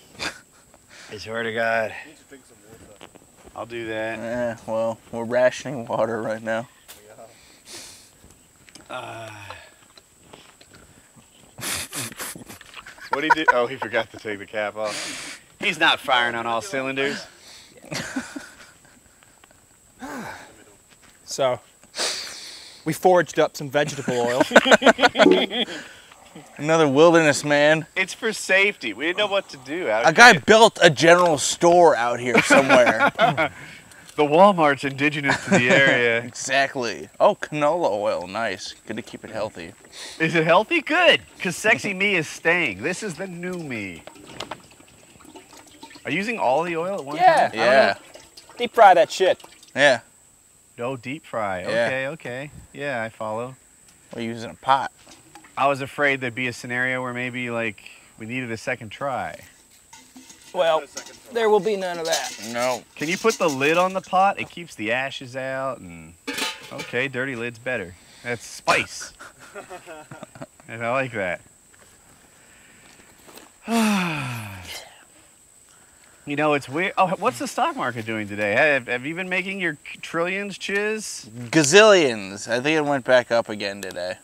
I swear to God.
You need to drink some water.
I'll do that.
Eh, well, we're rationing water right now.
We are.
What he do? Oh, he forgot to take the cap off. He's not firing on all cylinders.
So we foraged up some vegetable oil.
Another wilderness man.
It's for safety. We didn't know what to do.
A guy built a general store out
[LAUGHS]
here somewhere.
The Walmart's indigenous to the area.
exactly. Oh, canola oil. Nice. Good to keep it healthy.
is it healthy? Good, because sexy me is staying. This is the new me. Are you using all the oil at one
Yeah.
time?
Yeah.
[LAUGHS] Deep fry that shit.
Yeah.
No deep fry.
Yeah.
Okay, okay. Yeah, I follow.
We're using a pot.
I was afraid there'd be a scenario where maybe like we needed a second try.
Well,
No second thought.
there will be none of that.
No.
Can you put the lid on the pot? It keeps the ashes out and okay, dirty lid's better. That's spice. and I like that. [SIGHS] you know, it's weird. Oh, what's the stock market doing today? Have, have you been making your trillions, Chiz?
Gazillions. I think it went back up again today.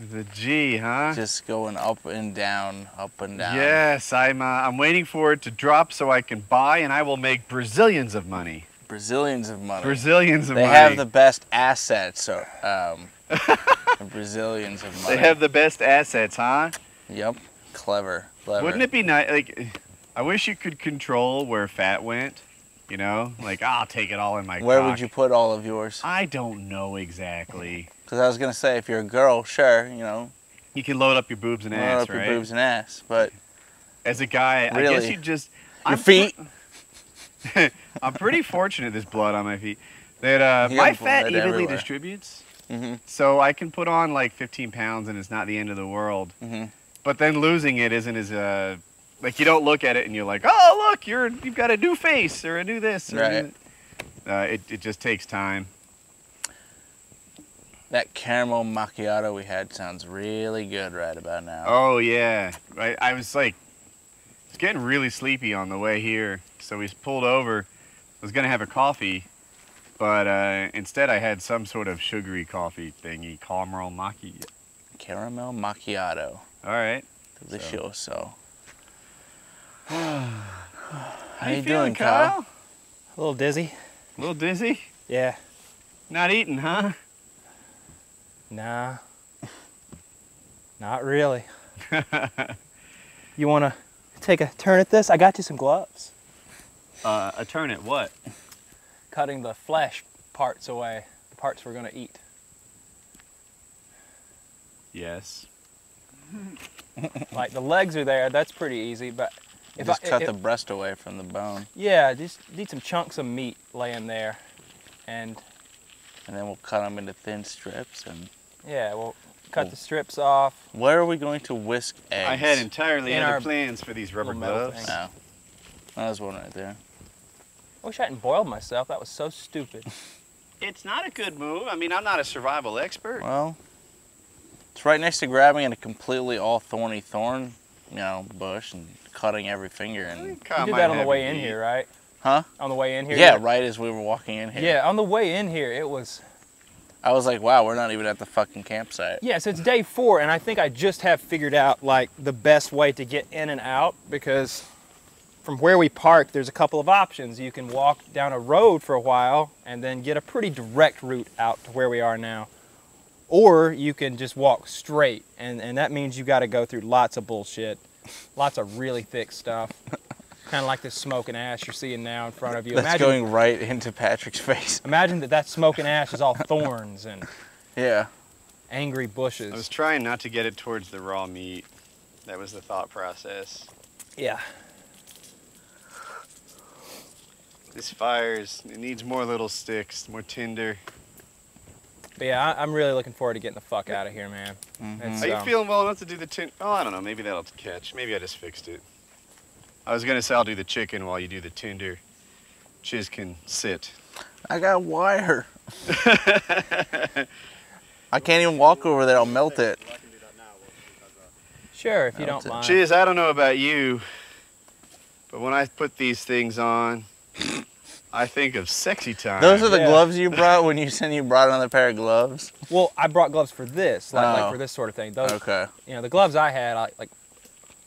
The G, huh?
Just going up and down, up and down.
Yes, I'm. Uh, I'm waiting for it to drop so I can buy, and I will make Brazilians of money.
Brazilians of money.
Brazilians of
they
money.
have the best assets. So,
[LAUGHS]
um, the Brazilians of money.
They have the best assets, huh?
Yep. Clever. Clever.
Wouldn't it be nice? Like, I wish you could control where fat went. You know, like "Ah, I'll take it all in my.
Where
cock.
would you put all of yours?
I don't know exactly.
Because I was gonna say, if you're a girl, sure, you know,
You can load up your boobs and
load
ass,
up your
right?
boobs and ass, but
As a guy, I guess
Really?
you just
your
I'm
feet.
I'm pretty fortunate there's blood on my feet. That uh,
You
my
have
fat
blood
evenly
everywhere.
distributes,
hmm
so I can put on like 15 pounds and it's not the end of the world.
hmm
But then losing it isn't as uh, like you don't look at it and you're like, oh look, you're you've got a new face or a new this. Or a
Right.
new that." Uh, it it just takes time.
That caramel macchiato we had sounds really good right about now.
Oh yeah, I, I was like, it's getting really sleepy on the way here, so we pulled over. I was gonna have a coffee, but uh, instead I had some sort of sugary coffee thingy, caramel macchiato.
Caramel macchiato.
All right.
Delicioso.
[SIGHS] How
you doing, Kyle?
A little dizzy.
A little dizzy?
Yeah.
Not eating, huh?
Nah. Not [LAUGHS] really. you want to take a turn at this? I got you some gloves.
Uh, a turn at what?
Cutting the flesh parts away, the parts we're going to eat.
Yes.
Like the legs are there, that's pretty easy, but if
Just
I
cut
if-
the breast away from the bone,
Yeah, just need some chunks of meat laying there. And
and then we'll cut them into thin strips. And
yeah, we'll cut
Oh.
the strips off.
where are we going to whisk eggs?
I had entirely
In
other
our
plans for these rubber
little metal
gloves.
thing.
Oh, that was one right there.
Wish I hadn't boiled myself. That was
[LAUGHS]
so stupid.
It's not a good move. I mean, I'm not a survival expert.
Well, it's right next to grabbing in a completely all thorny thorn, you know, bush and cutting every finger and
Kyle
you did
might
that on the
have
way
me
in
beat.
here, right?
huh?
On the way in here.
Yeah, right as we were walking in here.
Yeah, on the way in here, it was.
I was like, wow, we're not even at the fucking campsite.
Yeah, so it's day four, and I think I just have figured out like the best way to get in and out because from where we parked, there's a couple of options. You can walk down a road for a while and then get a pretty direct route out to where we are now, or you can just walk straight, and and that means you got to go through lots of bullshit, lots of really thick stuff, kind of like this smoke and ash you're seeing now in front of you.
That's going right into Patrick's [LAUGHS] face.
imagine that that smoke and ash is all thorns and
Yeah.
angry bushes.
I was trying not to get it towards the raw meat. That was the thought process.
yeah.
This fire's it needs more little sticks, more tinder.
But yeah, I, I'm really looking forward to getting the fuck out of here, man.
Mm-hmm.
It's,
Are you
um,
feeling well enough to do the tin? Oh, I don't know. Maybe that'll catch. Maybe I just fixed it. I was gonna say I'll do the chicken while you do the tinder. Chiz can sit.
I
[LAUGHS]
got wire. I can't even walk over there. I'll melt it.
Well, I can do that now. Well, because, uh,
Sure, if you
That's
don't
it.
mind.
Chiz, I don't know about you, but when I put these things on, I think of sexy time.
Those are the
Yeah.
gloves you brought when you said you brought another pair of gloves.
Well, I brought gloves for this, like, like
Oh.
for this sort of thing. Those,
Okay.
you know, the gloves I had, I, like,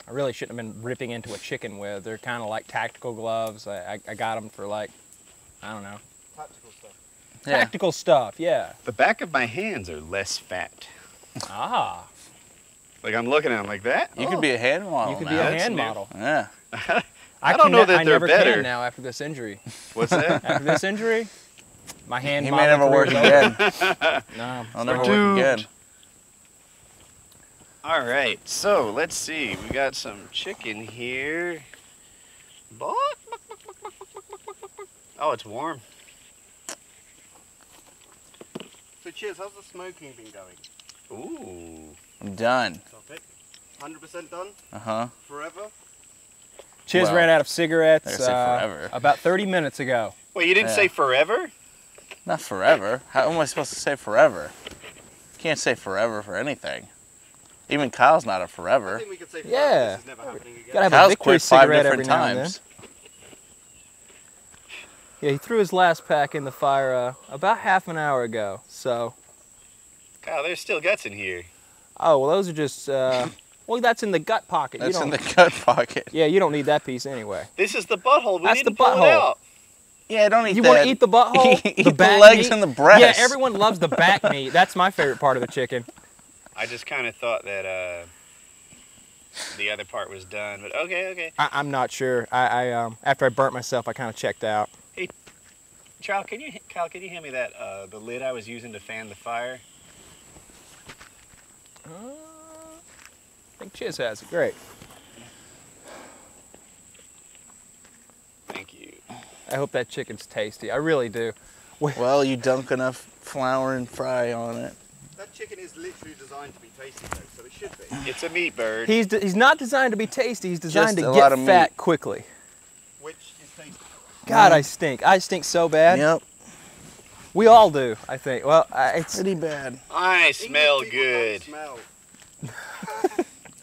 I really shouldn't have been ripping into a chicken with. They're kind of like tactical gloves. I, I, I got them for like, I don't know,
Tactical stuff.
Yeah.
tactical stuff. Yeah.
the back of my hands are less fat.
ah,
Like I'm looking at them like that.
You
Oh,
could be a hand model
you could be
now.
a
that's
hand
new.
model.
yeah.
I don't know
ne-
that
I
they're
never
better.
Can now after this injury.
Oh, What's
[LAUGHS]
that?
After this injury, my hand.
He may
modeling
never work
career is over. [LAUGHS]
again.
No.
I'll never
Dude.
work again.
All right, so let's see. We got some chicken here. Bawk, bawk, bawk, bawk, bawk, bawk, bawk, bawk, bawk, bawk. Oh, it's warm.
So cheers. How's the smoking been going?
Ooh.
I'm done.
Perfect. 100% done.
Uh huh.
Forever.
Chiz
Well,
ran out of cigarettes
they're gonna say
uh,
forever.
about 30 minutes ago.
Wait, you didn't
Yeah.
say forever?
Not forever. How am I supposed to say forever? Can't say forever for anything. Even Kyle's not a
I
forever.
think we could say forever.
Yeah.
This is never happening again.
Gotta have a
Kyle's
victory
quit five
cigarette every
different
now and then.
times.
Yeah, he threw his last pack in the fire uh, about half an hour ago. So
God, there's still guts in here.
Oh well, those are just. Uh, well, that's in the gut pocket. you
That's in
don't,
the gut pocket.
[LAUGHS] Yeah, you don't need that piece anyway.
This is the butthole. We
That's
didn't
the
pull it
butthole.
out.
Yeah, don't eat
You
that.
want to [LAUGHS]
[LAUGHS]
eat the butthole,
Eat
the
the
back
legs
meat?
and the breasts.
Yeah, everyone loves the back meat. That's my favorite part of the chicken.
I just kind of thought that uh, the other part was done, but okay, okay.
I, I'm not sure. I, I um, after I burnt myself, I kind of checked out.
Kyle, can you Kyle, can you hand me that uh, the lid I was using to fan the fire?
Uh, I think Chiz has it. Great.
Thank you.
I hope that chicken's tasty. I really do.
Well, you dunk enough flour and fry on it.
That chicken is literally designed to be tasty though, so it should be.
It's a meat bird.
He's de- he's not designed to be tasty. He's designed
Just
to
a
get
lot of meat.
fat quickly.
Which is tasty.
God, I stink. I stink so bad.
Yep,
We all do, I think. Well, I, it's
pretty bad.
I
Even
smell
if people don't
good.
Smell.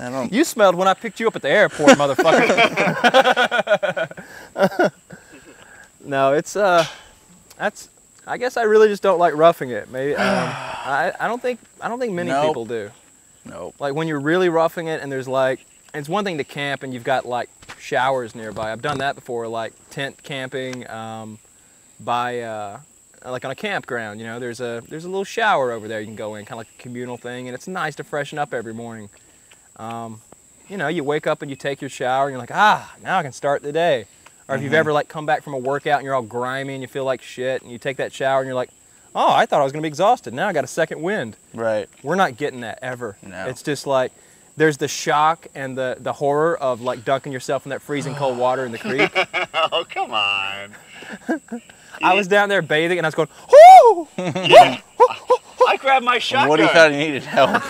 I don't.
you smelled when I picked you up at the airport, motherfucker. [LAUGHS] no, it's uh, that's. I guess I really just don't like roughing it. Maybe um, [SIGHS] I, I don't think I don't think many
Nope.
people do.
Nope.
Like when you're really roughing it and there's like it's one thing to camp and you've got like showers nearby. I've done that before, like tent camping um, by uh, like on a campground. You know, there's a there's a little shower over there you can go in, kind of like a communal thing, and it's nice to freshen up every morning. Um, you know, you wake up and you take your shower and you're like, ah, now I can start the day. Or if you've ever like come back from a workout and you're all grimy and you feel like shit, and you take that shower and you're like, oh, I thought I was gonna be exhausted. Now I got a second wind.
Right.
We're not getting that ever.
No.
It's just like there's the shock and the the horror of like dunking yourself in that freezing cold water in the creek.
Oh come
[LAUGHS]
on!
I was down there bathing and I was going, whoo!
I grabbed my shotgun.
What do you thought he needed help?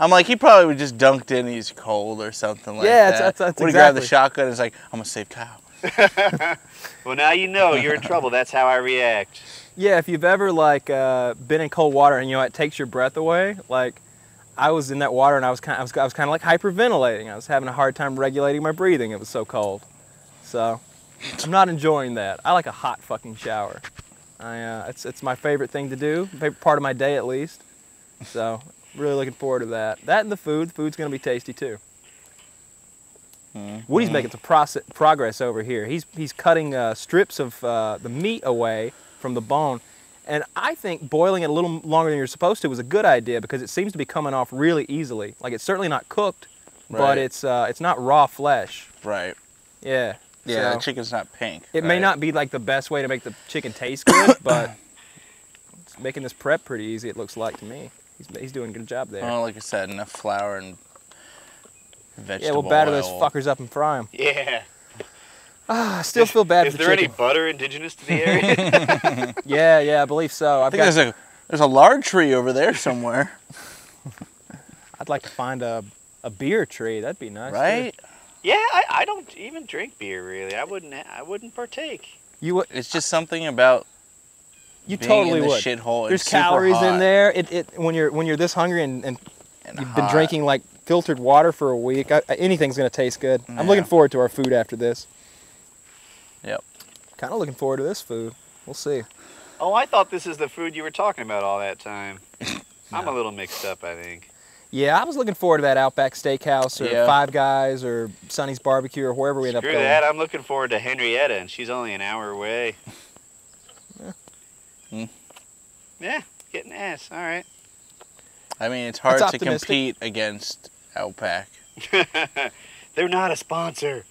[LAUGHS] I'm like, he probably would just dunked in. He's cold or something like
Yeah,
that.
that's- that's- that's
Would he grabbed the
exactly.
shotgun. and It's like, I'm gonna save Kyle.
Well, now you know you're in trouble. That's how I react.
Yeah, if you've ever like uh, been in cold water and you know it takes your breath away, like I was in that water and I was kind I was I was kind of like hyperventilating. I was having a hard time regulating my breathing. It was so cold. So I'm not enjoying that. I like a hot fucking shower. I uh, it's it's my favorite thing to do, favorite part of my day at least. So really looking forward to that. That and the food. The food's gonna be tasty too. Woody's making some proce- progress over here. He's he's cutting uh, strips of uh, the meat away from the bone, and I think boiling it a little longer than you're supposed to was a good idea because it seems to be coming off really easily. Like it's certainly not cooked,
Right.
but it's uh, it's not raw flesh.
Right.
Yeah.
Yeah.
So
the chicken's not pink.
it may
right?
not be like the best way to make the chicken taste good, [COUGHS] but it's making this prep pretty easy. It looks like to me. He's he's doing a good job there.
Well, like I said, enough flour and
yeah,
vegetable
we'll batter
oil.
those fuckers up and fry them.
Yeah.
I still feel bad
Is
for the
there any
chicken.
butter indigenous to the
[LAUGHS]
area?
Yeah, yeah, I believe so.
[LAUGHS] I
I've
think
got
there's a there's a large tree over
[LAUGHS]
there somewhere,
I'd like to find a a beer tree. That'd be nice. too.
right?
yeah, I, I don't even drink beer really. I wouldn't. I wouldn't partake.
You would.
It's just something about
You
being
totally
in the
would.
shithole.
There's
It's super
calories in
hot
there. It, it when you're when you're this hungry and, and
and
you've been
hot.
drinking like filtered water for a week, I, I- anything's gonna taste good. I'm looking
Yeah.
forward to our food after this.
Yep.
Kind of looking forward to this food. We'll see.
Oh, I thought this is the food you were talking about all that time. I'm a little mixed up. I think.
Yeah, I was looking forward to that Outback Steakhouse or
Yeah.
Five Guys or Sonny's Barbecue or wherever we end
Screw
up going.
that. I'm looking forward to Henrietta, and she's only an hour away.
Hmm.
yeah, getting ass. All right.
I mean, it's
That's
hard to
optimistic.
compete against Outback.
They're not a sponsor.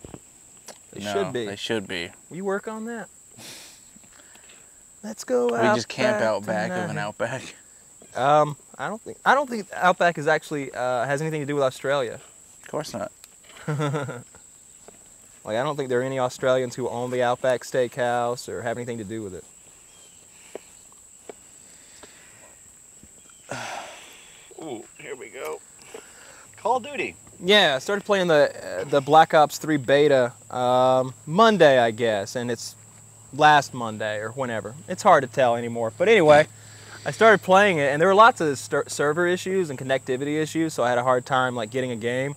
It
No,
should be.
They should be.
We work on that. Let's go.
We just camp out back of
tonight.
an Outback.
Um, I don't think I don't think Outback is actually uh, has anything to do with Australia.
Of course not.
Like I don't think there are any Australians who own the Outback Steakhouse or have anything to do with it.
Ooh, here we go. Call of Duty.
Yeah, I started playing the uh, the Black Ops 3 beta um, Monday, I guess, and it's last Monday or whenever. It's hard to tell anymore. But anyway, I started playing it, and there were lots of ster- server issues and connectivity issues, so I had a hard time like getting a game.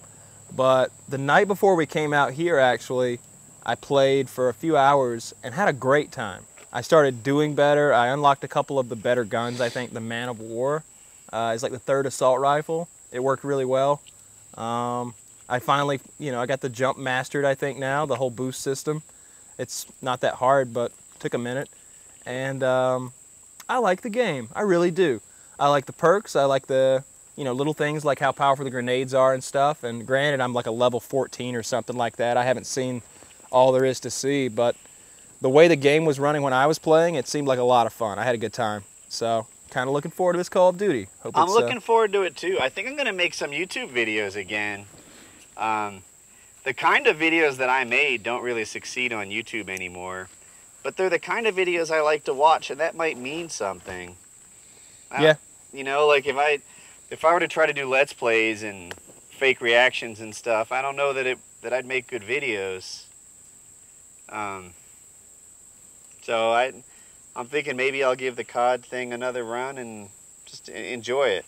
But the night before we came out here, actually, I played for a few hours and had a great time. I started doing better. I unlocked a couple of the better guns. I think the Man of War uh, is like the third assault rifle It worked really well. Um, I finally, you know, I got the jump mastered. I think now the whole boost system. It's not that hard, but took a minute, and um, I like the game. I really do. I like the perks. I like the you know little things like how powerful the grenades are and stuff. And granted, I'm like a level 14 or something like that. I haven't seen all there is to see, but the way the game was running when I was playing, it seemed like a lot of fun. I had a good time. So kind of looking forward to this Call of Duty. Hope
I'm
it's, uh,
looking forward to it too. I think I'm gonna make some YouTube videos again. Um, the kind of videos that I made don't really succeed on YouTube anymore, but they're the kind of videos I like to watch, and that might mean something. I-
Yeah.
You know, like if I if I were to try to do let's plays and fake reactions and stuff, I don't know that it that I'd make good videos. Um. So I, I'm thinking maybe I'll give the COD thing another run and just e- enjoy it.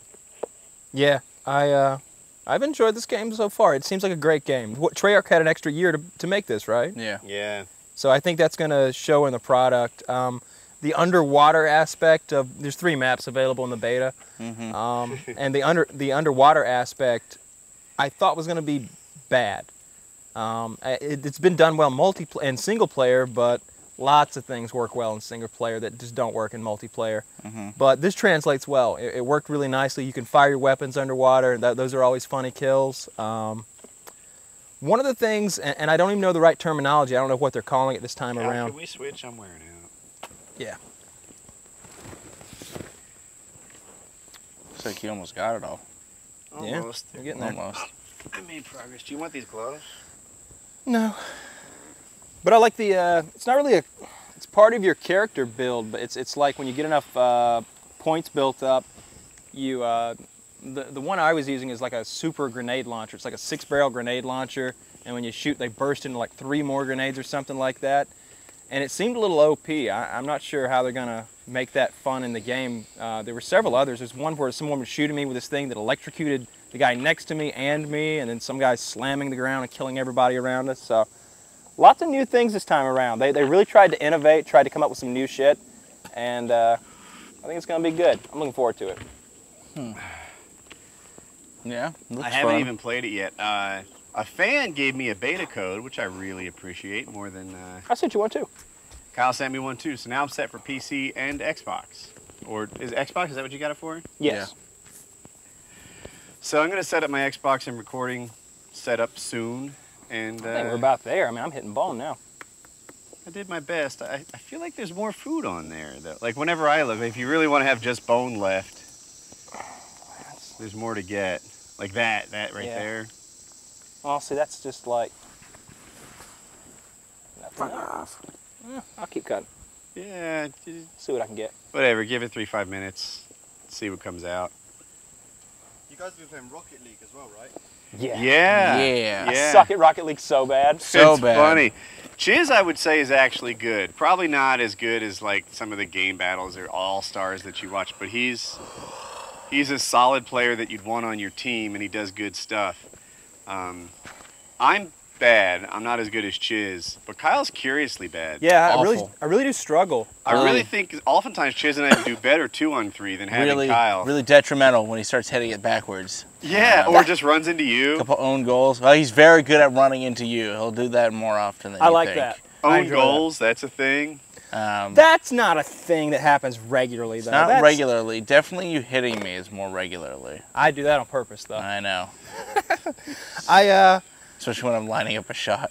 Yeah, I uh, I've enjoyed this game so far. It seems like a great game. What Treyarch had an extra year to, to make this, right?
Yeah.
Yeah.
So I think that's going to show in the product. Um, the underwater aspect of there's three maps available in the beta,
Mm-hmm.
um, and the under the underwater aspect, I thought was going to be bad. Um, I- it, it's been done well multi and single player, but lots of things work well in single player that just don't work in multiplayer.
Mhm.
But this translates well. It, it worked really nicely. You can fire your weapons underwater. That, those are always funny kills. Um, one of the things, and, and I don't even know the right terminology. I don't know what they're calling it this time
Al,
around.
Can we switch? I'm wearing out.
Looks like you almost got it all.
Yeah,
Almost.
We're getting there.
Almost.
I made progress. Do you want these gloves?
No. But I like the. Uh, it's not really a. It's part of your character build, but it's it's like when you get enough uh, points built up, you. Uh, the the one I was using is like a super grenade launcher. It's like a six barrel grenade launcher, and when you shoot, they burst into like three more grenades or something like that. And it seemed a little OP. I, I'm not sure how they're gonna make that fun in the game. Uh, there were several others. There's one where someone was shooting me with this thing that electrocuted the guy next to me and me, and then some guy slamming the ground and killing everybody around us. So lots of new things this time around. They, they really tried to innovate, tried to come up with some new shit, and uh, I think it's gonna be good. I'm looking forward to it.
Yeah. looks
I haven't
fun.
even played it yet. Uh, a fan gave me a beta code, which I really appreciate more than uh,
I said you want to.
Kyle sent me one too. So now I'm set for PC and Xbox. Or is it Xbox? Is that what you got it for?
Yes.
So I'm gonna set up my Xbox and recording setup soon. And uh,
I think we're about there. I mean, I'm hitting bone now.
I did my best. I, I feel like there's more food on there though. Like whenever I look, if you really want to have just bone left, there's more to get. Like that, that right
Yeah.
there.
Well, see, that's just like. Nothing else. Yeah, I'll keep cutting.
Yeah, just-
See what I can get.
whatever. Give it three, five minutes. See what comes out.
You guys have been playing Rocket League as well, right?
Yeah.
Yeah.
Yeah.
I suck at Rocket League so bad.
So
it's
bad.
funny. Chiz, I would say, is actually good. Probably not as good as like some of the game battles or all stars that you watch, but he's he's a solid player that you'd want on your team, and he does good stuff. Um, I'm bad. I'm not as good as Chiz, but Kyle's curiously bad.
Yeah, I
Awful.
really, I really do struggle.
I
Really?
really think oftentimes Chiz and I do better two on three than having
Really,
Kyle.
really detrimental when he starts heading it backwards.
Yeah, or just runs into you.
couple own goals. Well, he's very good at running into you. He'll do that more often than
I
you
like
think.
that. I
Own
enjoy
goals, that's a thing.
that. Um,
That's not a thing that happens regularly,
it's
though.
not
That's-
regularly. Definitely, you hitting me is more regularly.
I do that on purpose, though.
I know,
I uh,
especially when I'm lining up a shot.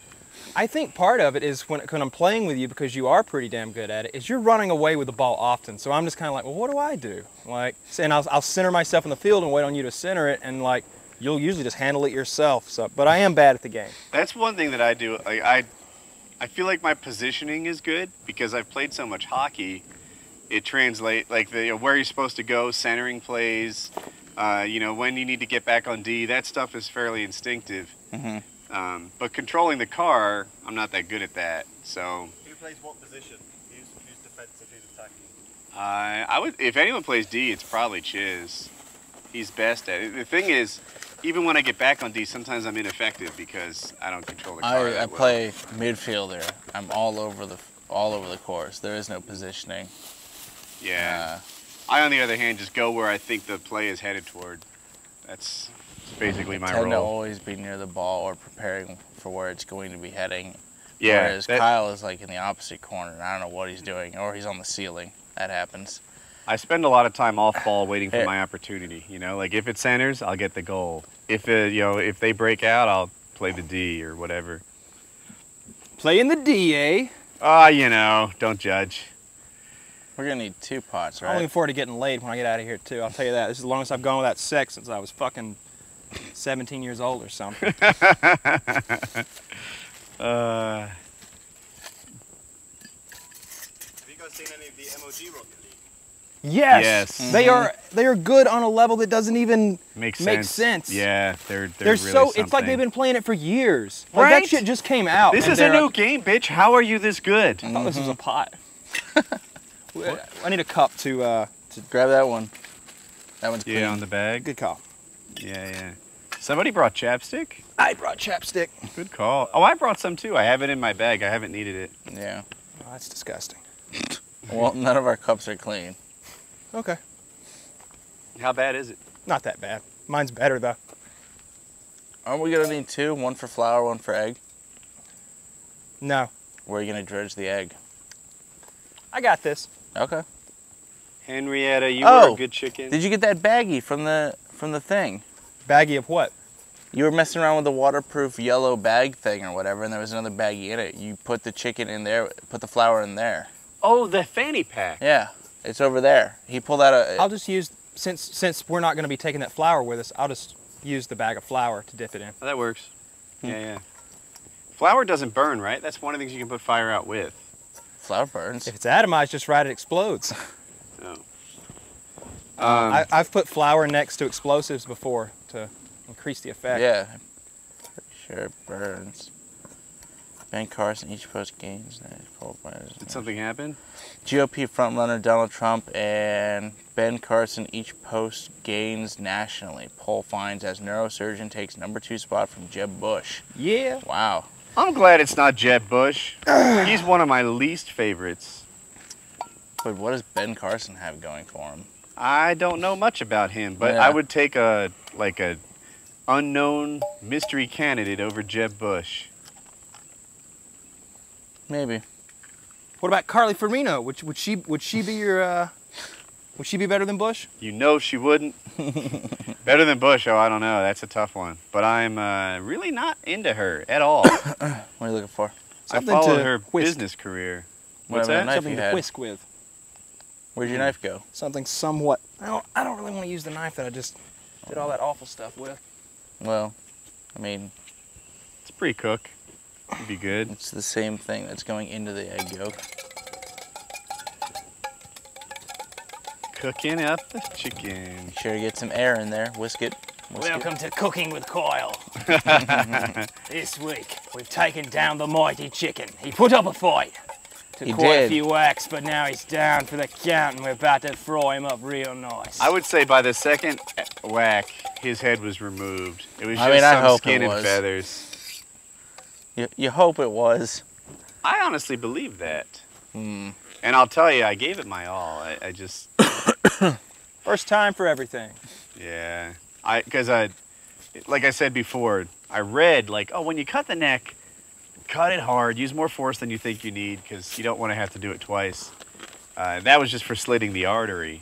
I think part of it is when, when I'm playing with you because you are pretty damn good at it. Is you're running away with the ball often, so I'm just kind of like, well, what do I do? Like, and I'll, I'll center myself in the field and wait on you to center it, and like, you'll usually just handle it yourself. So, but I am bad at the game.
That's one thing that I do. Like I, I feel like my positioning is good because I've played so much hockey. It translate like the where you're supposed to go, centering plays. Uh, you know when you need to get back on D. That stuff is fairly instinctive.
hmm
Um, but controlling the car, I'm not that good at that. So
Who plays what position? Who's, who's defensive? Who's attacking?
I I would if anyone plays D, it's probably Chiz. He's best at it. The thing is, even when I get back on D, sometimes I'm ineffective because I don't control the car.
I, I
that well.
play midfielder. I'm all over the all over the course. There is no positioning.
Yeah.
Uh,
I, on the other hand, just go where I think the play is headed toward. That's basically my
tend to
role.
always be near the ball or preparing for where it's going to be heading.
Yeah,
Whereas
that-
Kyle is like in the opposite corner. and I don't know what he's doing, or he's on the ceiling. That happens.
I spend a lot of time off ball waiting for
Yeah.
my opportunity. You know, like if it centers, I'll get the goal. If it, you know, if they break out, I'll play the D or whatever.
Playing the DA.
Ah, you know, don't judge.
We're gonna need two pots,
I'm looking
right?
forward to getting laid when I get out of here too. I'll tell you that. This is the longest I've gone without sex since I was fucking 17 years old or
[LAUGHS]
something.
Uh,
Have you guys seen any of the MOG Rocket League?
Yes.
Yes.
Mm-hmm.
They are they are good on a level that doesn't even
makes sense.
Makes sense.
Yeah, they're
they're,
they're, really
so it's like
something.
they've been playing it for years. Like
Right?
that shit just came out.
This
and
is a
they're-
new game, bitch. How are you this good?
I thought this was a pot. [LAUGHS] I need a cup to uh
Mm-hmm. Grab that one. That one's clean.
Yeah, on the bag.
good call.
Yeah, yeah. Somebody brought chapstick.
I brought chapstick.
Good call. Oh, I brought some too. I have it in my bag. I haven't needed it.
Yeah.
Oh, that's disgusting.
Well, [LAUGHS] none of our cups are clean.
Okay.
How bad is it?
Not that bad. Mine's better though.
Aren't we gonna need two? One for flour, one for egg.
No.
Where are you gonna dredge the egg?
I got this.
Okay.
Henrietta, you
Oh.
were a good chicken.
Did you get that baggie from the from the thing?
Baggie of what?
You were messing around with the waterproof yellow bag thing or whatever, and there was another baggie in it. You put the chicken in there, put the flour in there.
Oh, the fanny pack.
Yeah, it's over there. He pulled out a.
I'll just use since since we're not going to be taking that flour with us. I'll just use the bag of flour to dip it in.
Oh, that works. Yeah, yeah. Flour doesn't burn, right? That's one of the things you can put fire out with.
flour burns.
If it's atomized just right, it explodes.
[LAUGHS] Oh. Um,
I, I've put flour next to explosives before to increase the effect.
Yeah, sure burns. Ben Carson each post gains that poll minus-
did something happen?
GOP frontrunner Donald Trump and Ben Carson each post gains nationally. Poll finds as neurosurgeon takes number two spot from Jeb Bush.
Yeah.
Wow.
I'm glad it's not Jeb [SIGHS] Bush. He's one of my least favorites.
But what does Ben Carson have going for him?
I don't know much about him, but
Yeah.
I would take a like a unknown mystery candidate over Jeb Bush.
Maybe. [LAUGHS]
What about Carly Farino? Would would she would she be your uh, would she be better than Bush?
You know she wouldn't. Better than Bush, oh I don't know. That's a tough one. But I'm uh, really not into her at
[COUGHS]
all.
What are you looking for?
I
Something
followed
to
her
whisk.
business career.
Whatever
What's
the
that?
knife
Something
you
to Hmm.
had.
whisk with.
Where'd your knife go?
Something somewhat. I don't, I don't really want to use the knife that I just did all that awful stuff with.
Well, I mean,
It's pretty cook. It'd be good.
it's the same thing that's going into the egg yolk.
Cooking up the chicken. [LAUGHS]
Make sure to get some air in there. Whisk it. Whisk it.
Welcome to Cooking with Coil. this week, we've taken down the mighty chicken. He put up a fight. Took
He
quite a
did.
few whacks, but now he's down for the count, and we're about to fry him up real nice.
I would say by the second whack, his head was removed. It was
I
just
mean, I
some
hope
skin
it
and
was.
feathers.
You, you hope it was.
I honestly believe that.
Hmm.
And I'll tell you, I gave it my all. I, I just,
First time for everything.
yeah. I Because I, like I said before, I read, like, oh, when you cut the neck, cut it hard, use more force than you think you need because you don't want to have to do it twice. Uh, that was just for slitting the artery.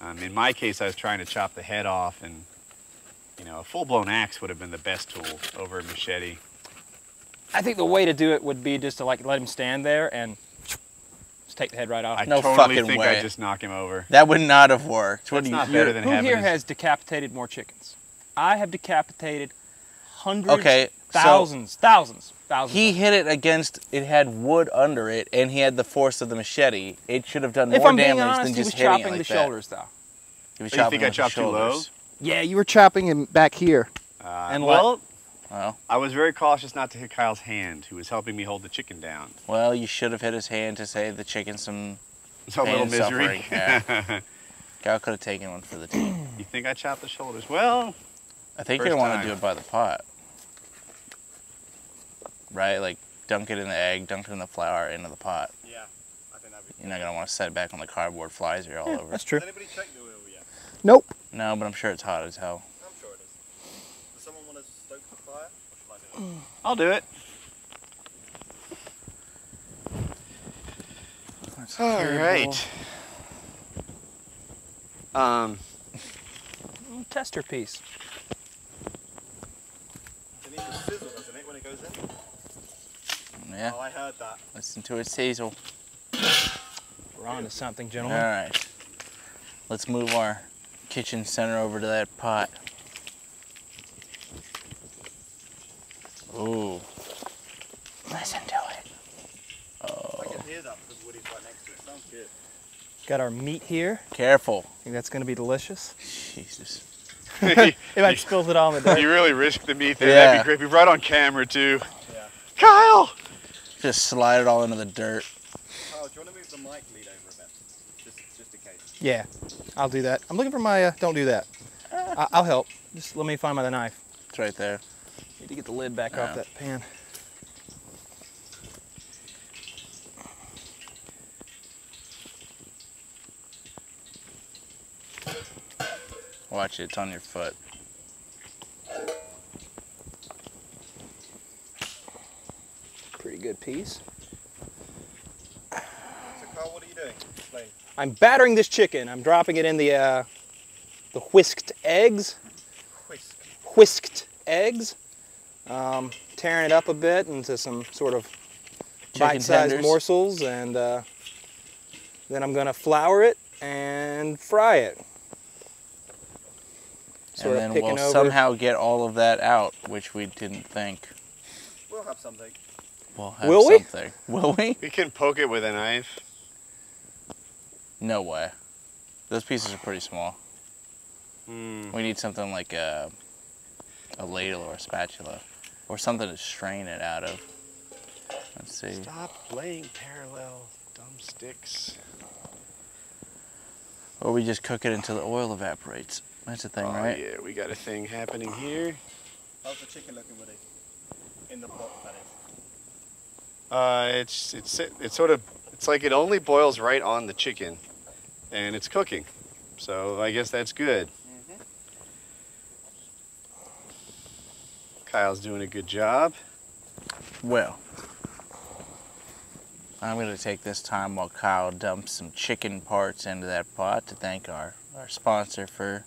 Um, in my case, I was trying to chop the head off, and, you know, a full blown axe would have been the best tool over a machete.
I think the way to do it would be just to like let him stand there and just take the head right off.
I
No
totally
fucking
think
way.
I just knock him over.
That would not have worked. What
That's
do you?
not
you're-
better than
Who
having
here
his-
has decapitated more chickens? I have decapitated hundreds,
Okay, so-
thousands, thousands, thousands.
He hit it against. It had wood under it, and he had the force of the machete. It should have done
if
more
I'm being
damage
honest,
than
he was
just hitting
chopping
it
the
like that.
shoulders though.
He was
Oh, you
chopping
think I
with the
chopped too low?
shoulders.
Yeah, you were chopping him back here.
Uh,
And
well,
Well,
I was very cautious not to hit Kyle's hand, who was helping me hold the chicken down.
well, you should have hit his hand to save the chicken some.
So a
Pain
little
and
misery.
suffering, yeah. Gal could have taken one for the team.
[LAUGHS] you think I chopped the shoulders? Well,
I think
First
you want
time.
to do it by the pot, right? Like dunk it in the egg, dunk it in the flour, into the pot.
Yeah, I think that'd be.
You're not gonna want to set it back on the cardboard. Flies are all over.
That's true.
Has anybody checked the oil yet?
Nope.
No, but I'm sure it's hot as hell.
I'm sure it
I'll do it. All right. [LAUGHS]
[LAUGHS]
Um,
Mm, Tester piece.
It needs to sizzle, doesn't it, when it goes in?
Yeah,
Oh, I heard that.
listen to it sizzle.
We're on to something,
All
gentlemen.
right. Let's move our kitchen center over to that pot. Ooh. Listen to it.
I can hear that because Woody's right next to it. Sounds good.
Got our meat here.
Careful.
I think that's going to be delicious.
Jesus.
you
If I spilled it all in the dirt.
really risked the meat there.
Yeah.
That'd be great. Be right on camera too. Kyle.
Just slide it all into the dirt.
Kyle, do you want to move the mic lead over a bit? Just, just in case.
[LAUGHS] Yeah, I'll do that. I'm looking for my. Uh, don't do
[LAUGHS]
that. I- I'll help. Just let me find my knife.
It's right there.
Need to get the lid back off
Yeah.
that pan.
Watch it. It's on your foot.
Pretty good piece.
So, Kyle, what are you doing? Explain.
I'm battering this chicken. I'm dropping it in the uh, the whisked eggs.
Whisk.
Whisked eggs. Um, tearing it up a bit into some sort of
Chicken
bite-sized
tenders.
morsels, and uh, then I'm gonna flour it and fry it. Sort
and
of
then
picking
we'll
over.
somehow get all of that out, which we didn't think.
We'll have something.
We'll have
Will we?
something. Will we?
We can poke it with a knife.
No way. Those pieces are pretty small.
Hmm.
We need something like a, a ladle or a spatula, or something to strain it out of. Let's see.
Stop playing parallel, dumb sticks.
Or we just cook it until the oil evaporates. That's a thing,
oh
right?
yeah, we got a thing happening here.
How's the chicken looking, Woody? In the pot, that is.
Uh, it's it's it's sort of it's like it only boils right on the chicken, and it's cooking. So I guess that's good.
Mm-hmm.
Kyle's doing a good job.
Well, I'm going to take this time while Kyle dumps some chicken parts into that pot to thank our, our sponsor for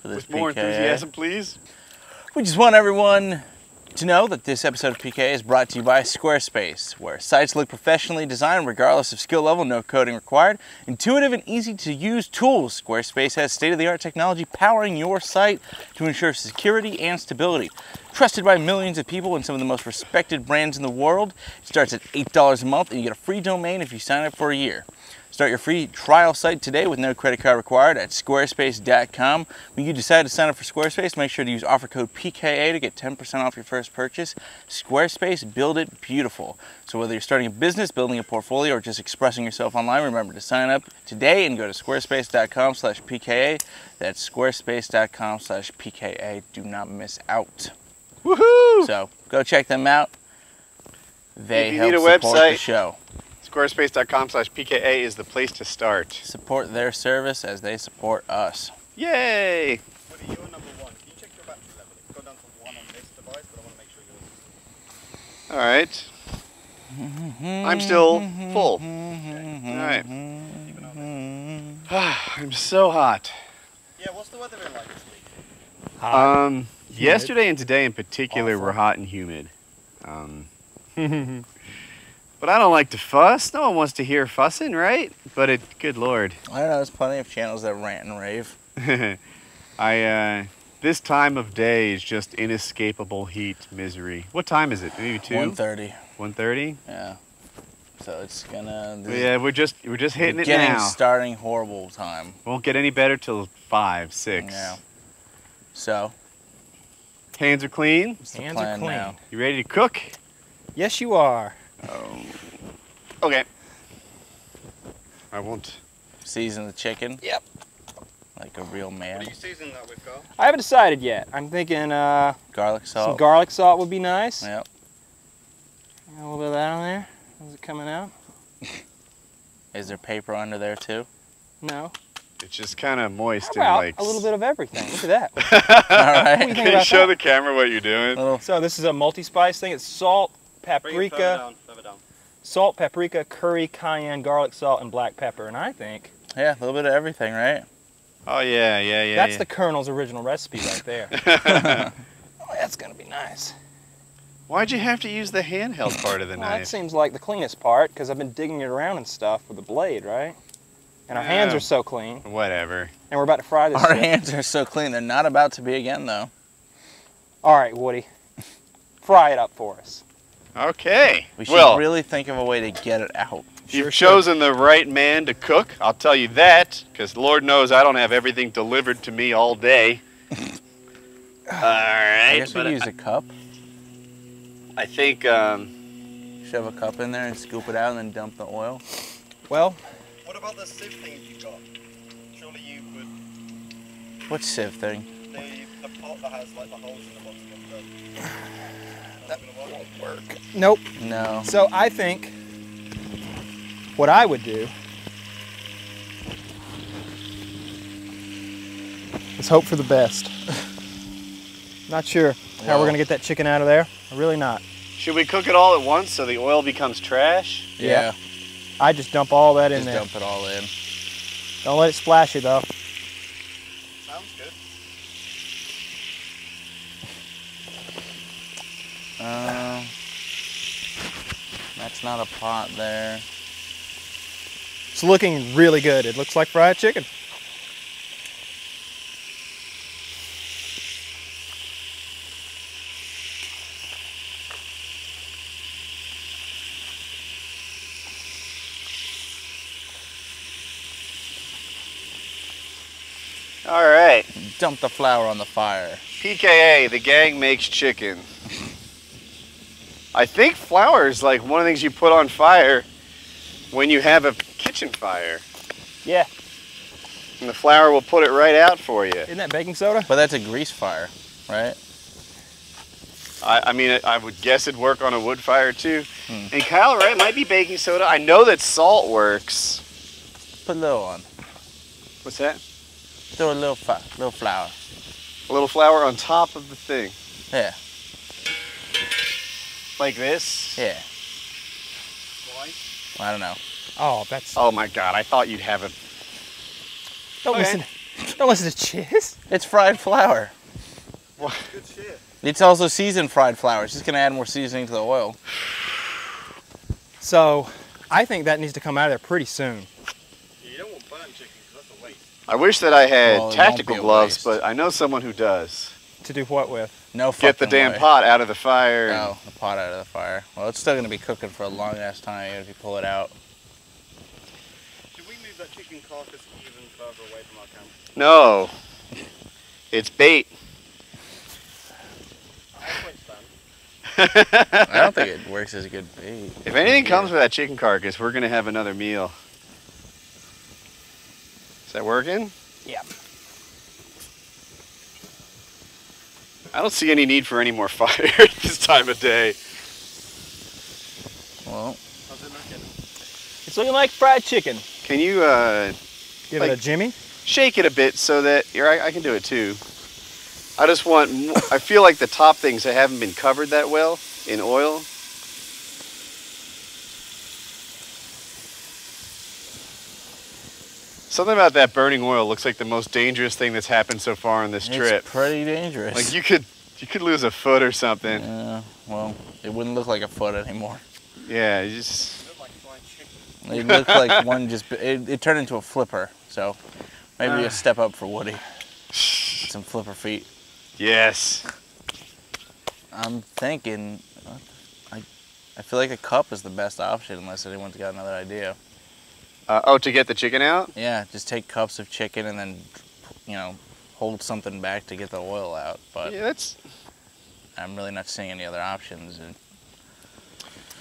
for this
With more
PKA.
enthusiasm, please.
We just want everyone to know that this episode of PK is brought to you by Squarespace, where sites look professionally designed regardless of skill level, no coding required, intuitive and easy to use tools. Squarespace has state of the art technology powering your site to ensure security and stability. Trusted by millions of people and some of the most respected brands in the world, it starts at $8 a month and you get a free domain if you sign up for a year. Start your free trial site today with no credit card required at squarespace.com. When you decide to sign up for Squarespace, make sure to use offer code PKA to get 10% off your first purchase. Squarespace, build it beautiful. So whether you're starting a business, building a portfolio, or just expressing yourself online, remember to sign up today and go to squarespace.com slash PKA. That's squarespace.com slash PKA. Do not miss out.
Woohoo!
So go check them out. They
If you
help
need a
support the
website-
show.
Squarespace.com/pka is the place to start.
Support their service as they support us.
Yay!
Woody, you're number one. Can you check your battery level? It's gone down to one on this device, but I want to make sure yours is
All right. I'm still full.
Mm-hmm.
All right. [SIGHS]
even on this.
I'm so hot.
Yeah, what's the weather been like this week?
Um, yesterday and today in particular were hot and humid. Um, but I don't like to fuss. No one wants to hear fussing, right? But it, good lord, [LAUGHS]
I know there's plenty of channels that rant and rave.
I uh, this time of day is just inescapable heat misery. What time is it? Maybe two,
130.
one thirty.
Yeah. So it's gonna. this is
Yeah, we're just we're just hitting it
beginning,
now.
starting horrible time.
Won't get any better till five, six.
Yeah. So
Hands are clean.
it's the
Hands are
plan
clean.
now.
You ready to cook?
Yes, you are. Oh.
Okay. I won't.
Season the chicken.
Yep.
Like a real
What
man.
are you seasoning that with, Kyle?
I haven't decided yet. I'm thinking uh,
Garlic
some
salt.
garlic salt would be nice.
Yep.
A little bit of that on there. Is it coming out?
[LAUGHS]
Is there paper under there too?
No.
It's just kind of moist
How about
and like.
a little bit of everything? Look at that.
All right.
What do you think
Can you [LAUGHS]
about
show
that? Oh.
the camera what you're doing?
Little-
So this is a multi-spice thing. It's salt,
Bring it
paprika,
further down, further down.
salt, paprika, curry, cayenne, garlic salt, and black pepper. And I think
yeah, a little bit of everything, right?
Oh yeah, yeah, yeah.
that's the Colonel's original
[LAUGHS]
recipe right there. Oh, that's gonna be nice.
Why'd you have to use the
[COUGHS]
handheld part of the
Well, that
knife?
seems like the cleanest part because I've been digging it around and stuff with the blade, right? And our hands
Yeah.
are so clean,
Whatever.
and we're about to fry this.
Our
shit.
hands are so clean. They're not about to be again, though.
All right, Woody, [LAUGHS] fry it up for us.
Okay.
We should
well,
really think of a way to get it out.
you've chosen the right man to cook. I'll tell you that, because Lord knows I don't have everything delivered to me all
[COUGHS]
day. all
I
right.
guess we
But
use a cup.
I, I think. Um,
Shove a cup in there and scoop it out and then dump the oil.
Well,
What about the sieve thing you got? Surely you would
What sieve thing?
the the pot that has like the holes in the bottom of the. That's gonna work.
nope.
No.
So I think what I would do is hope for the best. [LAUGHS] not sure how
Wow.
we're gonna get that chicken out of there. Really not.
should we cook it all at once so the oil becomes trash?
Yeah. I just dump all that in
Just
there.
dump it all in.
Don't let it splash you though.
Sounds good.
Uh, that's not a pot there.
It's looking really good. It looks like fried chicken.
All right.
Dump the flour on the fire.
PKA, the gang makes chicken. I think flour is like one of the things you put on fire when you have a kitchen fire.
Yeah.
And the flour will put it right out for you.
Isn't that baking soda?
But that's a grease fire, right?
I, I mean, I would guess it'd work on a wood fire too.
Hmm.
And Kyle Wright might be baking soda. I know that salt works.
Put a little on.
What's that?
Throw a little, fi- little flour.
A little flour on top of the thing.
Yeah,
Like this?
yeah.
Why?
I don't know.
Oh, that's
Oh my god, I thought you'd have it.
don't
okay.
listen. Don't listen to Chiz.
It's fried flour.
Good shit.
It's also seasoned fried flour. It's just gonna add more seasoning to the oil.
So, I think that needs to come out of there pretty soon.
You don't want burnt chicken because that's a waste.
I wish that I had
Well, it won't
tactical
be a
gloves,
waste.
but I know someone who does.
To do what with?
No fucking
Get the damn
way.
pot out of the fire. and-
No, the pot out of the fire. Well, it's still gonna be cooking for a long ass time even if you pull it out.
Should we move that chicken carcass even further away from our camera?
No. It's bait.
I'll point stand.
I don't think it works as a good bait.
If anything comes with that chicken carcass, we're gonna have another meal. Is that working?
Yep.
I don't see any need for any more [LAUGHS] fire at this time of day.
Well,
How's it looking?
It's looking like fried chicken.
Can you uh,
Give it
Like-
a Jimmy.
shake it a bit so that here I, I can do it too. I just want. mo- I feel like the top things that haven't been covered that well in oil. Something about that burning oil looks like the most dangerous thing that's happened so far on this
it's
trip.
pretty dangerous.
Like you could, you could lose a foot or something.
Yeah, well, it wouldn't look like a foot anymore.
Yeah, you just
It looked like fried chicken.
It looked like one just. It, it turned into a flipper. So maybe a step up for Woody. Some flipper feet.
yes.
I'm thinking. I, I feel like a cup is the best option unless anyone's got another idea.
Uh, oh, to get the chicken out.
Yeah, just take cups of chicken and then, you know, hold something back to get the oil out. But
Yeah, that's
I'm really not seeing any other options, and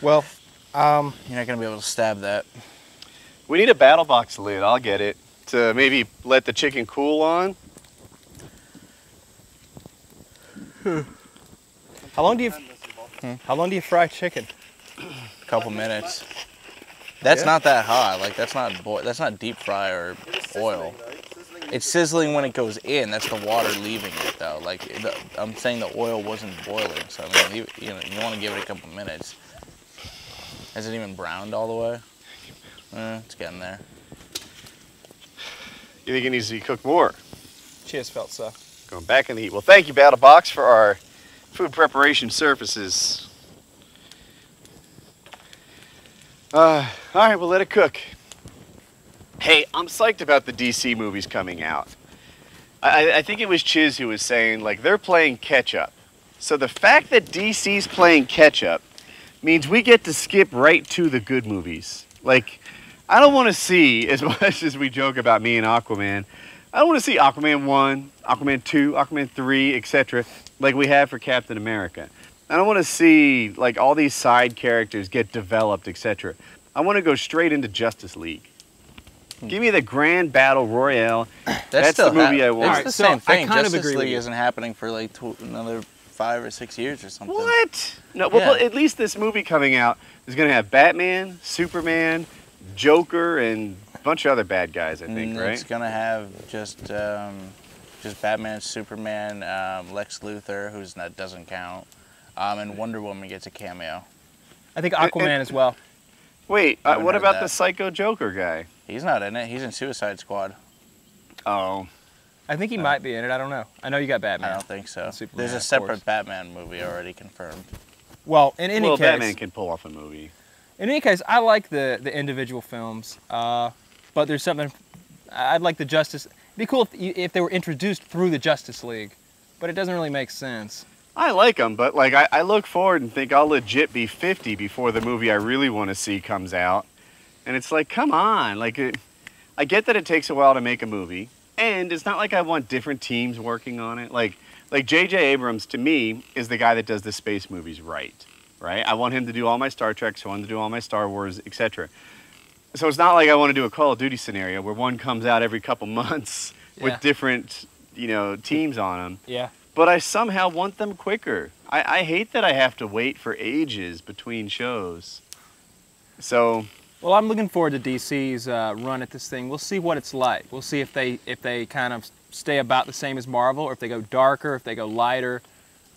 Well, um,
you're not gonna be able to stab that.
We need a battle box lid. I'll get it to maybe let the chicken cool on.
how long do you Hmm.
And there's some bottles.
how long do you fry chicken?
A couple minutes. That's
Yeah.
not that hot. Like that's not boi- that's not deep fry or
It was sizzling
oil.
though, so
It's sizzling when it goes in. That's the water leaving it, though. Like the, I'm saying, the oil wasn't boiling, so I mean, leave, you know, you want to give it a couple minutes. Has it even browned all the way? Eh, it's getting there.
You think it needs to be cooked more?
Cheers, felt so.
Going back in the heat. Well, thank you, Battle Box, for our food preparation services. Uh, all right, we'll let it cook. Hey, I'm psyched about the DC movies coming out. I, I- I think it was Chiz who was saying, like, they're playing catch up. So the fact that DC's playing catch up means we get to skip right to the good movies. Like, I don't want to see, as [LAUGHS] much as we joke about me and Aquaman, I want to see Aquaman 1, Aquaman 2, Aquaman 3, etc., like we have for Captain America. I don't want to see like all these side characters get developed, etc. I want to go straight into Justice League.
Hmm.
Give me the grand battle royale.
That's,
That's
still
the movie
hap-
I want.
It's the
Alright, so
same
I
thing.
kind of
Justice
agree with
League
you.
isn't happening for like tw- another five or six years or something.
What? No, well,
Yeah.
but at least this movie coming out is going to have Batman, Superman, Joker, and a bunch of other bad guys. I think,
Mm, It's
right?
gonna have just um, just Batman, Superman, um, Lex Luthor, who's not doesn't count, um, and Wonder Woman gets a cameo.
I think
And-
Aquaman as well.
Wait,
I
uh,
haven't
what
heard
about
that.
the Psycho Joker guy?
He's not in it. He's in Suicide Squad.
Oh,
I think he
Uh,
might be in it. I don't know. I know you got
I
Batman.
don't think so.
And Superman,
There's a
of
separate
course.
Batman movie already confirmed.
Well, in any
well,
case,
Batman can pull off a movie.
in any case, I like the the individual films, uh, but there's something I'd like the Justice. It'd be cool if, you, if they were introduced through the Justice League, but it doesn't really make sense.
I like them, but like I, I look forward and think I'll legit be 50 before the movie I really want to see comes out. And it's like, come on, like it, I get that it takes a while to make a movie, and it's not like I want different teams working on it. Like like J.J. Abrams to me is the guy that does the space movies right, right? I want him to do all my Star Treks, I want him to do all my Star Wars, etc. So it's not like I want to do a Call of Duty scenario where one comes out every couple [LAUGHS] months
Yeah.
with different, you know, teams on them
Yeah.
but I somehow want them quicker. I, I hate that I have to wait for ages between shows. So
Well, I'm looking forward to DC's uh, run at this thing. We'll see what it's like. We'll see if they if they kind of stay about the same as Marvel, or if they go darker, if they go lighter,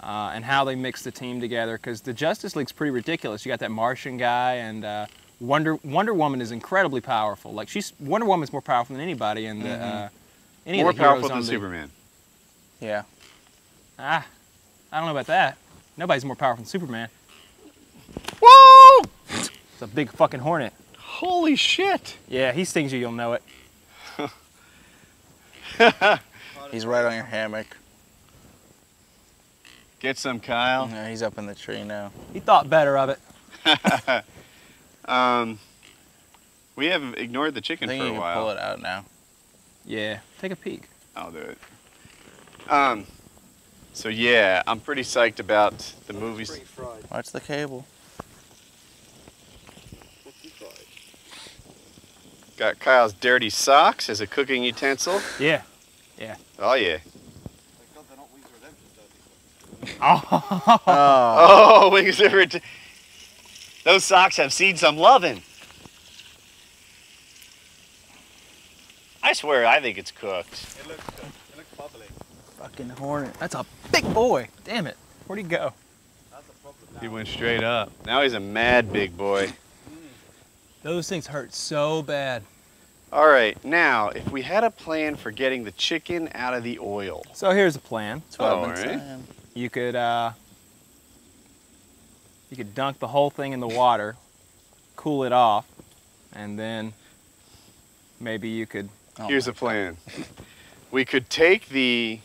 uh, and how they mix the team together. Because the Justice League's pretty ridiculous. You got that Martian guy, and uh, Wonder Wonder Woman is incredibly powerful. Like she's Wonder Woman's more powerful than anybody, and uh, any
Mm-hmm. more
of the heroes
powerful
on
than
the-
Superman.
Yeah.
Ah, I don't know about that. Nobody's more powerful than Superman.
Whoa!
It's a big fucking hornet.
Holy shit!
Yeah, he stings you. You'll know it.
He's right on your hammock.
Get some, Kyle.
No, he's up in the tree now.
He thought better of it.
Um, we have ignored the
I
chicken
think
for
you
a
can
while.
pull it out now.
Yeah, take a peek.
I'll do it. Um, so yeah, I'm pretty psyched about the movies.
Pretty fried.
Watch the cable.
Pretty fried.
Got Kyle's dirty socks as a cooking utensil.
Yeah.
Oh yeah.
Thank God they're not Wings of Redemption,
[LAUGHS]
dirty.
Oh.
Oh, [LAUGHS] wings of ret- Those socks have seeds I'm loving. I swear, I think it's cooked.
It looks good. It looks bubbly.
Oh.
Fucking hornet. That's a big boy. Damn it. Where'd he go?
That's a problem
He
now.
went straight up. Now he's a mad big boy.
Those things hurt so bad.
All right, now, if we had a plan for getting the chicken out of the oil.
So here's a plan.
That's what I've
all
been
right.
saying.
You could uh you could dunk the whole thing in the water, cool it off, and then maybe you could
Oh
Here's a plan. [LAUGHS] We could take the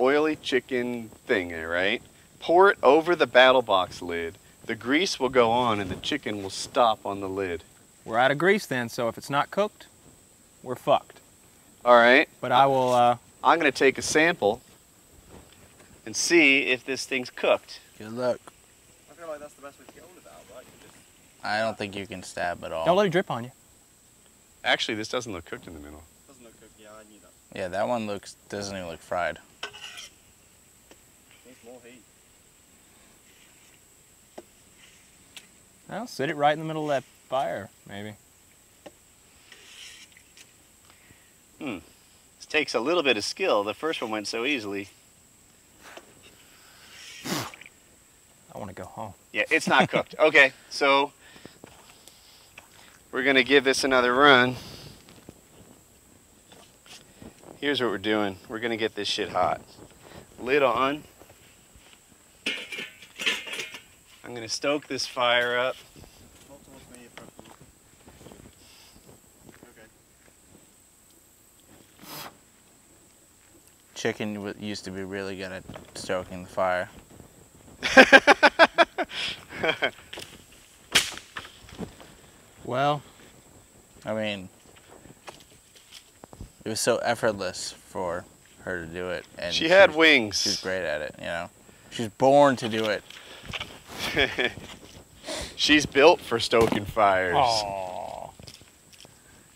oily chicken thing there, right? Pour it over the battle box lid. The grease will go on and the chicken will stop on the lid.
we're out of grease then, so if it's not cooked, we're fucked.
All right.
But I will uh
I'm gonna take a sample and see if this thing's cooked.
Good luck.
I feel like that's the best way to get all of that out, right? You just
I don't think you can stab at all.
don't let it drip on you.
Actually, this doesn't look cooked in the middle.
doesn't look good. Yeah, I knew that.
yeah, that one looks doesn't even look fried.
Needs more heat.
Well, sit it right in the middle of that fire, maybe.
It's takes a little bit of skill. The first one went so easily.
I want to go home.
Yeah, it's not cooked. [LAUGHS] Okay, so we're gonna give this another run. Here's what we're doing. We're gonna get this shit hot. Lid on. I'm gonna stoke this fire up. [LAUGHS]
Not towards me, if I- Okay.
Chicken w- used to be really good at stoking the fire.
Well,
I mean, it was so effortless for her to do it, and
she had
was-
wings.
She's great at it, you know. She's born to do it.
She's built for stoking fires.
Aww.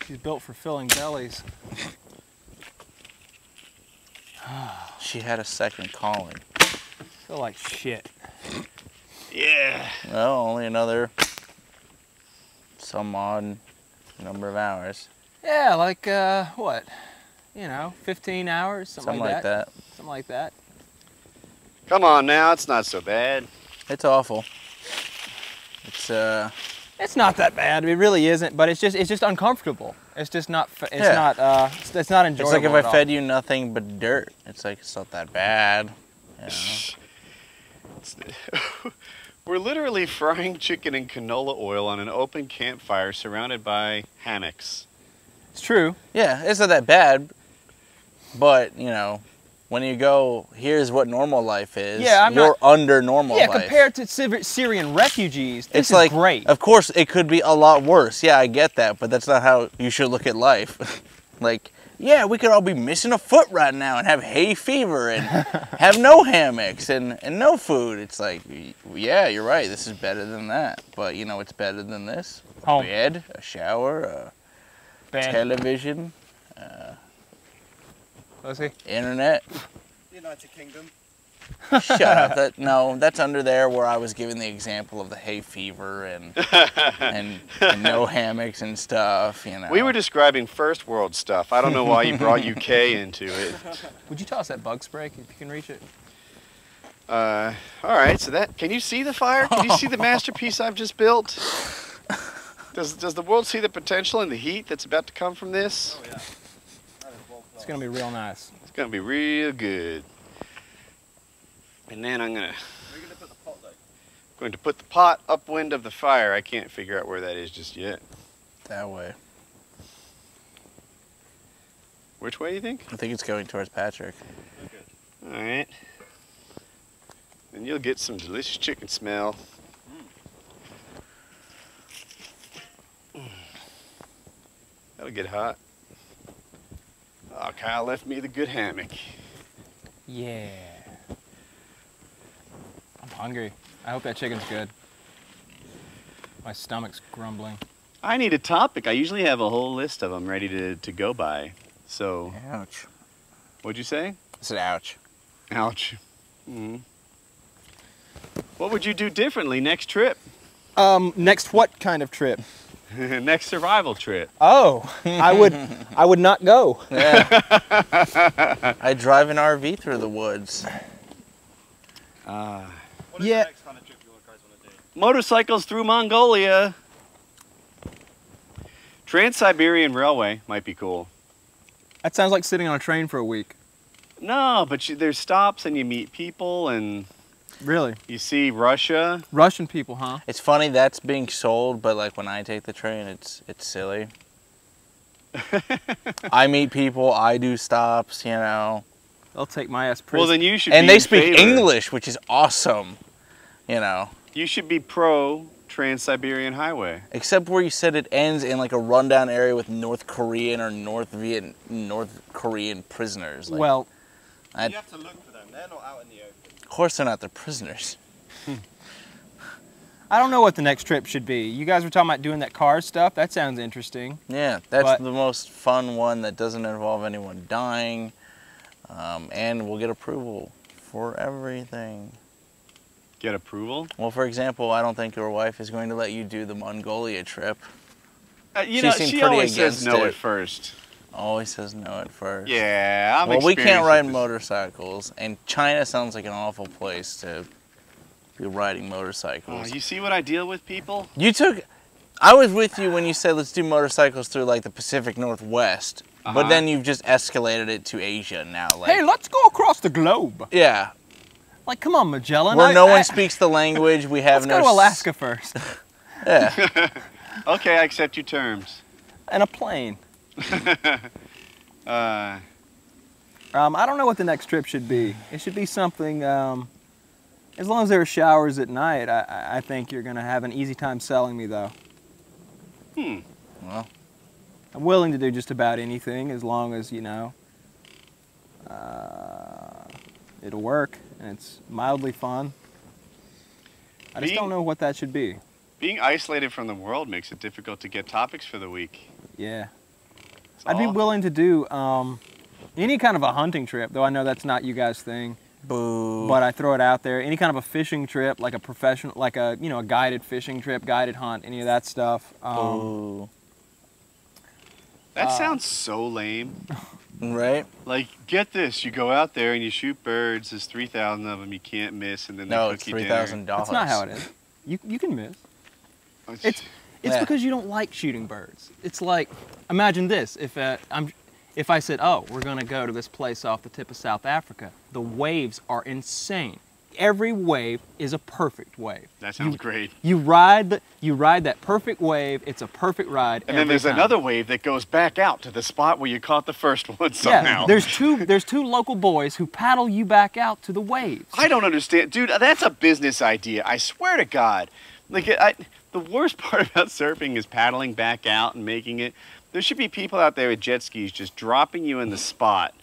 she's built for filling bellies.
She had a second calling.
Ah, Feel like shit.
Yeah.
Well, only another some odd number of hours,
Yeah, like uh, what? You know, 15 hours, something,
something like that.
Something like that.
Come on now, it's not so bad.
It's awful. It's uh,
It's not that bad. It really isn't, but it's just it's just uncomfortable. It's just not. f- It's
Yeah.
not. Uh, it's, it's not
it's
enjoyable.
like if I
at all.
fed you nothing but dirt. It's like it's not that bad. you know?
We're literally frying [LAUGHS] chicken in canola oil on an open campfire surrounded by hammocks.
It's true.
Yeah, it's not that bad, but you know, when you go, here's what normal life is.
Yeah, I'm
you're under normal
yeah,
life.
compared to Syri- Syrian refugees, this
it's
is
like
great.
Of course, it could be a lot worse. Yeah, I get that, but that's not how you should look at life. [LAUGHS] like, yeah, we could all be missing a foot right now and have hay
[LAUGHS]
fever and have no hammocks and and no food. It's like, y- yeah, you're right. This is better than that, but you know, it's better than this.
Home.
Bed, a shower, a
Bed.
television,
Let's see.
[LAUGHS]
internet.
United Kingdom.
Shut up. That, no, that's under there where I was giving the example of the hay
[LAUGHS]
fever and and, and no hammocks and stuff. You know.
We were describing first world stuff. I don't know why you brought UK into it.
Would you toss that bug spray if you can reach it?
Uh, all right, so that can you see the fire? Can you see the masterpiece I've just built? Does does the world see the potential in the heat that's about to come from this?
Oh, yeah. That is well
It's
played.
gonna be real nice.
It's gonna be real good. And then I'm gonna
We're going to put the pot, though.
going to put the pot upwind of the fire. I can't figure out where that is just yet.
that way.
Which way do you think?
I think it's going towards Patrick.
All right. And you'll get some delicious chicken smell. That'll get hot. Oh, Kyle left me the good hammock.
Yeah. I'm hungry. I hope that chicken's good. My stomach's grumbling.
I need a topic. I usually have a whole list of them ready to, to go by. So,
Ouch.
what'd you say?
It's an ouch.
Ouch. Mm. What would you do differently next trip? [LAUGHS]
Um, next what kind of trip?
next survival trip?
Oh, I would, I would not go.
[LAUGHS]
Yeah. I drive an RV through the woods.
Ah.
What is
Yeah.
the next kind of trip you guys want to do?
Motorcycles through Mongolia. Trans Siberian Railway might be cool.
That sounds like sitting on a train for a week.
No, but you, there's stops and you meet people and
Really?
you see Russia.
Russian people, huh?
It's funny that's being sold, but like when I take the train, it's
[LAUGHS]
it's silly. I meet people. I do stops. You know.
They'll take my ass prison.
Well, then you should.
and
be
they
in
speak
favor.
English, which is awesome. You know,
You should be pro Trans Siberian Highway.
except where you said it ends in like a rundown area with North Korean or North Viet North Korean prisoners. Like,
well,
I-
You have to look for them. They're not out in the open.
of course they're not. They're prisoners.
I don't know what the next trip should be. You guys were talking about doing that car stuff. That sounds interesting.
Yeah, that's
But-
the most fun one that doesn't involve anyone dying, um, and we'll get approval for everything.
Get approval.
Well, for example, I don't think your wife is going to let you do the Mongolia trip.
Uh, you
She
know,
seemed
she
pretty
always says
against
no
it.
at first.
Always says no at first.
Yeah, I'm
well, we can't
experienced
ride
with this.
motorcycles, and China sounds like an awful place to be riding
Oh,
motorcycles.
you see what I deal with, people?
You took. I was with you when you said let's do motorcycles through like the Pacific Northwest,
Uh-huh.
but then you've just escalated it to Asia now. Like,
Hey, let's go across the globe.
yeah,
Like, come on, Magellan.
where
I-
no
I-
one speaks the language. We have
Let's
no.
go to
s-
Alaska first, [LAUGHS]
Yeah,
Okay, I accept your terms.
and a plane.
Uh,
Um, I don't know what the next trip should be. It should be something. Um, as long as there are showers at night, I- I, I think you're gonna have an easy time selling me, though.
hmm.
well,
I'm willing to do just about anything as long as you know uh, it'll work and it's mildly fun. I just
Being-
don't know what that should be.
Being isolated from the world makes it difficult to get topics for the week.
Yeah,
It's
I'd be
all-
willing to do um, any kind of a hunting trip, though I know that's not you guys' thing.
boo.
But I throw it out there. Any kind of a fishing trip, like a professional, like a you know a guided fishing trip, guided hunt, any of that stuff. Um,
boo.
That
uh,
sounds so lame.
Right?
Like, get this: you go out there and you shoot birds. There's three thousand of them. You can't miss, and then
No,
they
it's
cook you dinner.
three thousand dollars.
that's not how it is. You you can miss. It's It's
Yeah.
because you don't like shooting birds. It's like, imagine this: if uh, I'm, if I said, "Oh, we're gonna go to this place off the tip of South Africa," the waves are insane. Every wave is a perfect wave.
that sounds great.
You ride the, you ride that perfect wave. It's a perfect ride.
And then
every
there's
time.
another wave that goes back out to the spot where you caught the first [LAUGHS] one somehow.
Yeah, there's two. There's two local boys who paddle you back out to the waves.
I don't understand, dude. That's a business idea. I swear to God. Like, I, the worst [LAUGHS] part about surfing is paddling back out and making it. There should be people out there with jet skis just dropping you in the spot,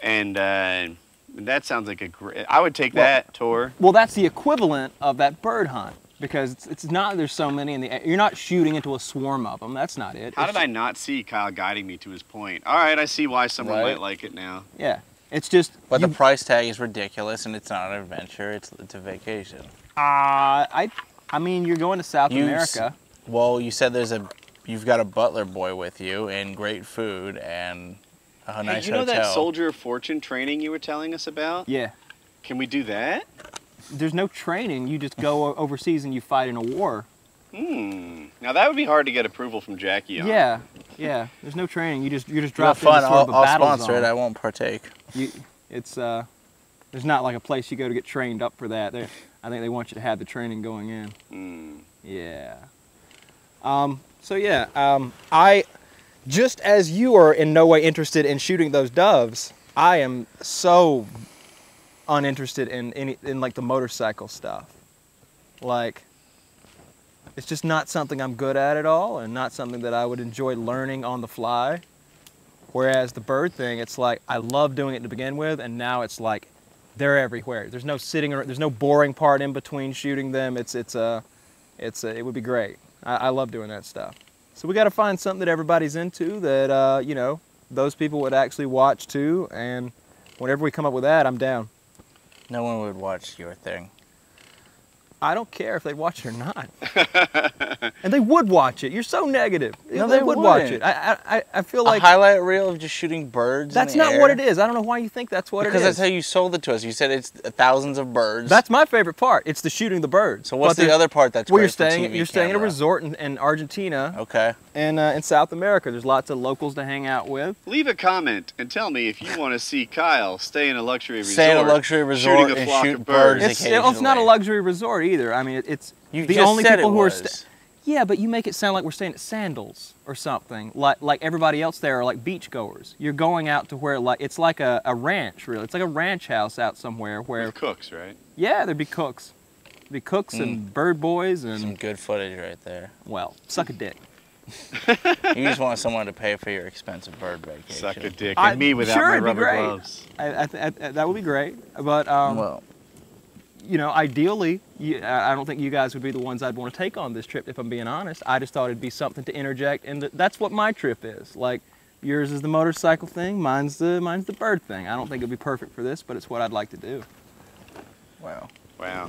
and uh, that sounds like a great. I would take
Well-
that tour.
Well, that's the equivalent of that bird hunt because it's, it's not. There's so many in the. You're not shooting into a swarm of them. That's not it.
How
It's
did I not see Kyle guiding me to his point? All right, I see why someone
Right.
might like it now.
Yeah, it's just.
But
you-
the price tag is ridiculous, and it's not an adventure. It's it's a vacation.
Uh, I, I mean, you're going to South
You s-
America.
Well, you said there's a you've got a butler boy with you and great food and a nice
hey, you know
hotel.
that soldier of fortune training you were telling us about?
Yeah.
Can we do that?
There's no training. You just go o- overseas and you fight in a war.
Hmm. Now that would be hard to get approval from Jackie on.
Yeah. Yeah. There's no training. You just you're just
You
dropped
have fun.
into sort of
I'll,
a
I'll
battle
sponsor
zone.
it. I won't partake.
You, it's uh, there's not like a place you go to get trained up for that. They, I think they want you to have the training going in.
Hmm.
Yeah. Um, so yeah, um, I just as you are in no way interested in shooting those doves, I am so uninterested in any in like the motorcycle stuff. Like it's just not something I'm good at at all and not something that I would enjoy learning on the fly. Whereas the bird thing, it's like I love doing it to begin with and now it's like they're everywhere. There's no sitting around, there's no boring part in between shooting them. It's it's a it's uh, it would be great. I, I love doing that stuff. So we got to find something that everybody's into that uh, you know those people would actually watch too. And whenever we come up with that, I'm down.
No one would watch your thing.
I don't care if they watch it or not.
[LAUGHS]
and they would watch it. You're so negative.
No,
they,
they
would watch it.
wouldn't.
I I, I- I feel like
Like, a highlight reel of just shooting birds. in
that's
the
not
air?
what it is. I don't know why you think that's what
because
it is.
that's how you sold it to us. You said it's thousands of birds.
that's my favorite part. It's the shooting the birds.
so. What's
But
the
there's-
other part that's
Well,
great
you're
for
staying.
TV
You're staying at a
camera? Oh.
resort in, in Argentina
Okay.
and uh, in South America. There's lots of locals to hang out with.
Leave a comment and tell me if you want to see Kyle stay in a luxury resort.
Stay in a luxury resort
shooting a
and
flock
shoot
of birds.
birds.
It's, well, it's not a
occasionally.
luxury resort either. I mean, it, it's
You
the
just
only
said
people
it
who
was.
are. Sta- yeah, but you make it sound like we're staying at Sandals or something. Like like everybody else there are like beachgoers. You're going out to where like it's like a, a ranch really. It's like a ranch house out somewhere where
With cooks, right?
yeah, there'd be cooks, there'd be cooks and bird boys
Mm. Some
and
good footage right there.
well, suck a dick.
You just want someone to pay for your expensive bird vacation.
Suck a dick.
I-
and me without
sure,
my
it'd be
rubber
great.
gloves.
I, I, th- I, that would be great, but um,
Well,
you know, ideally, you, I I don't think you guys would be the ones I'd want to take on this trip. If I'm being honest, I just thought it'd be something to interject, and th- that's what my trip is. Like, yours is the motorcycle thing, mine's the mine's the bird thing. I don't think it'd be perfect for this, but it's what I'd like to do.
wow.
Wow.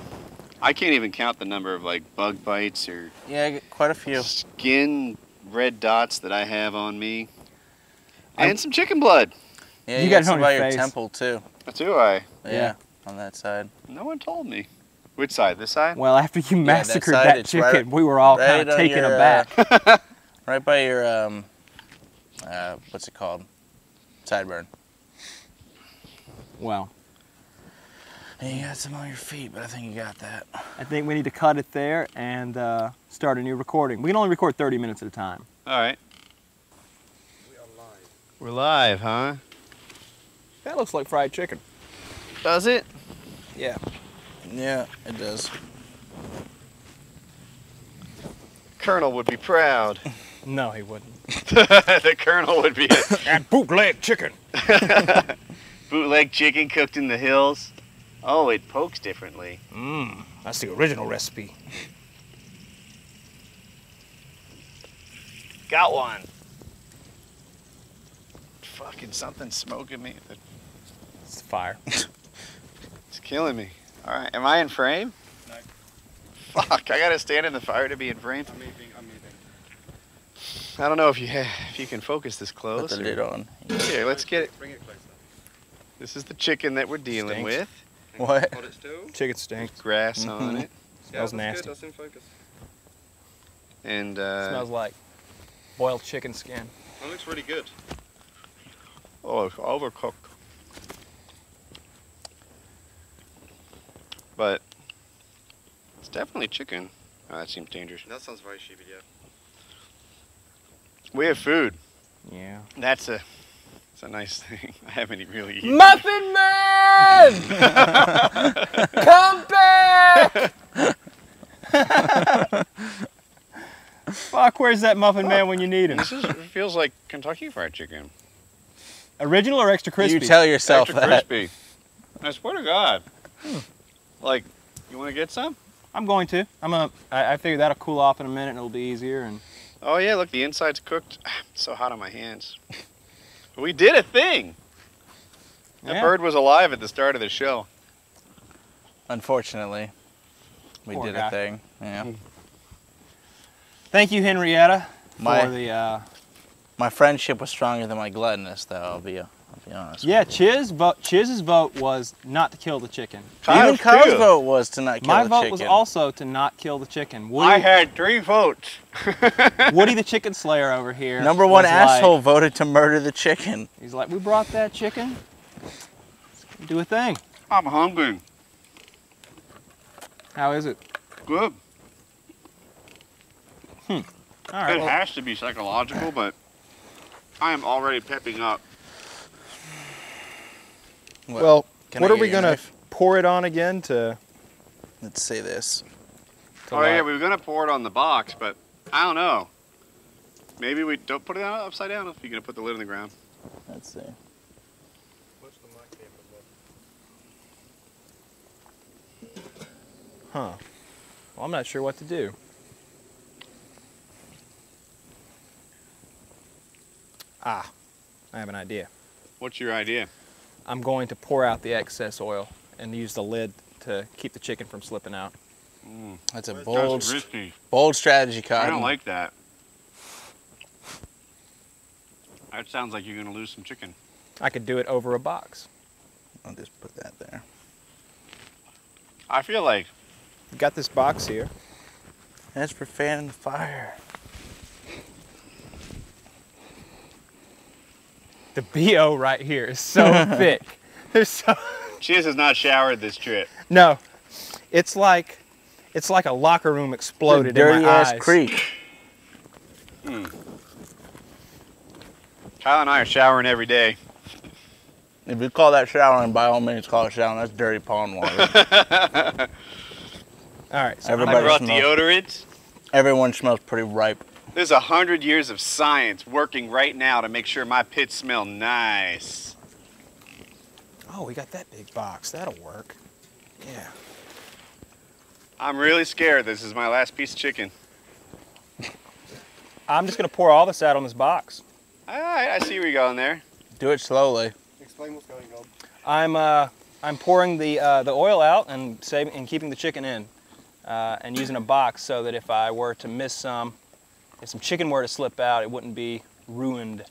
I can't even count the number of like bug bites or
Yeah, I get quite a few.
skin red dots that I have on me. and some chicken blood.
Yeah,
You
you,
got
got,
it on
some by
your
your
face.
temple too.
That's who I.
Yeah,
Yeah.
on that side.
No one told me. Which side? This side?
Well, after you
that
massacred
side,
that
it's right-
chicken, we were all kind
on
of taken
your,
aback.
uh, right by your um, uh, what's it called? Sideburn.
Well,
And you got some on your feet, but I think you got that.
I think we need to cut it there and uh, start a new recording. We can only record 30 minutes at a time.
All right. We're live, huh?
That looks like fried chicken.
Does it?
Yeah.
Yeah, it does.
Colonel would be proud.
No, he wouldn't.
[LAUGHS] the Colonel would be a
That bootleg chicken.
bootleg chicken cooked in the hills. Oh, it pokes differently.
Mmm, that's the original recipe.
Got one. Fucking something smoking me.
It's fire.
It's killing me. All right, am I in frame?
No.
Fuck, I gotta stand in the fire to be in frame.
I'm eating, I'm eating.
I don't know if you if you can focus this
Put
close.
the
or-
lid on.
Here, let's get it.
Bring it closer.
This is the chicken that we're dealing
Stinks.
with.
What?
Hold it still.
Chicken stinks.
Grass on
Mhm.
it,
Smells
Yeah, that's good,
nasty.
That's in focus.
and uh,
Smells like boiled chicken skin.
That looks really good.
oh, it's overcooked. But it's definitely chicken. Oh, that seems dangerous.
That sounds very sheepy, yeah.
We have food.
Yeah.
That's a that's a nice thing. [LAUGHS] I haven't even really
[LAUGHS]
eaten.
Muffin [LAUGHS] Man! Come back! Fuck, where's that Muffin Man when you need him?
This is, it feels like Kentucky Fried Chicken.
Original or extra crispy?
You tell yourself
Extra
that.
crispy. I swear to God.
Hmm.
Like, you want to get some?
I'm going to. I'm gonna. I, I figure that'll cool off in a minute and it'll be easier. And
Oh yeah, look, the inside's cooked. [SIGHS] It's so hot on my
[LAUGHS]
hands. we did a thing. That
Yeah.
bird was alive at the start of the show.
Unfortunately, we
Poor
did
guy. Mm-hmm.
a thing. Yeah.
thank you, Henrietta,
My-
for the. Uh,
My friendship was stronger than my gluttonous, though. I'll be, I'll be honest.
yeah, Chiz vote. Chiz's vote was not to kill the chicken.
Even
Kyle's
Kyle's
too.
vote was to not kill
My
the
vote
chicken.
was also to not kill the chicken. Woody,
I had three votes.
Woody the Chicken Slayer over here.
Number one
was like-
asshole voted to murder the chicken.
he's like, we brought that chicken. Do a thing.
I'm hungry.
How is it?
Good.
All right.
it
well,
has to be psychological, but I am already pepping up.
What, can I get your knife?
pour it on again to?
Let's say this.
oh yeah, we were gonna pour it on the box, but I don't know. Maybe we don't put it out upside down if you're gonna put the lid on the ground.
Let's see.
What's the mic here for?
Huh. Well, I'm not sure what to do. Ah, I have an idea.
What's your idea?
I'm going to pour out the excess oil and use the lid to keep the chicken from slipping out.
That's a
That's
bold,
That's
st-
risky.
bold strategy, Cotton.
I don't like that. That sounds like you're gonna lose some chicken.
I could do it over a box.
I'll just put that there.
I feel like
You got this box here.
That's for fanning the fire.
The BO right here is so
[LAUGHS]
thick. There's so
Chiz has not showered this trip.
No. It's like it's like a locker room exploded
dirty
in my
ass
eyes.
creek.
Kyle and I are showering every day.
If you call that showering, by all means, call it showering. That's dirty
[LAUGHS]
pond water.
All right. So
Everybody-
I brought
smells-
deodorants.
Everyone smells pretty ripe.
There's a hundred years of science working right now to make sure my pits smell nice.
oh, we got that big box. That'll work. Yeah.
I'm really scared. This is my last piece of chicken.
I'm just gonna pour all this out on this box.
All right, I see where you're going there.
Do it slowly.
Explain what's going on.
I'm uh, I'm pouring the uh, the oil out and saving and keeping the chicken in, uh, and using a box so that if I were to miss some, if some chicken were to slip out, it wouldn't be ruined.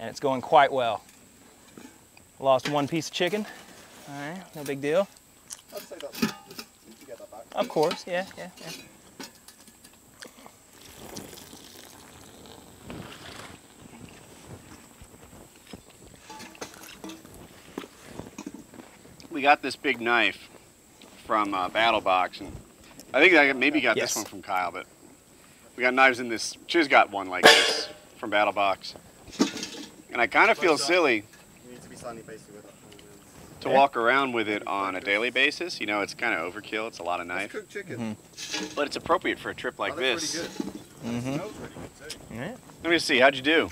and it's going quite well. Lost one piece of chicken. All right, no big deal.
I'd say that's you get that back.
Of course, yeah, yeah, yeah.
We got this big knife from uh, Battle Box, and I think I maybe got
Yes.
this one from Kyle, but we got knives in this. Chiz got one like this from Battle Box, and I kind of feel
What's up?
silly
You need to be slightly basic with it.
to walk around with it on a daily basis. You know, it's kind of overkill. It's a lot of
That's
knife,
cooked chicken.
but it's appropriate for a trip like
Oh, that's
this.
Pretty good.
Mm-hmm.
It smells really good too.
Let me see. How'd you do?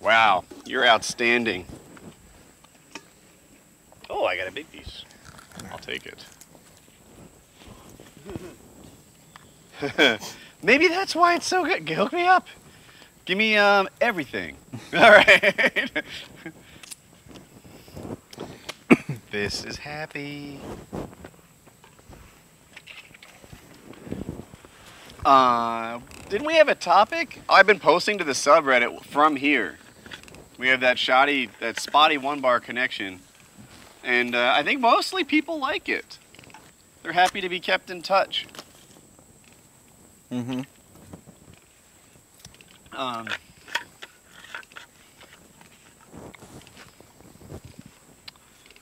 Wow, you're outstanding. Oh, I got a big piece. I'll take it. [LAUGHS] Maybe that's why it's so good. Hook me up. Give me um, everything. [LAUGHS] All right. [COUGHS] this is happy. Uh, didn't we have a topic? Oh, I've been posting to the subreddit from here. We have that shoddy, that spotty one bar connection. And uh, I think mostly people like it. They're happy to be kept in touch.
Mm-hmm. [LAUGHS]
Um,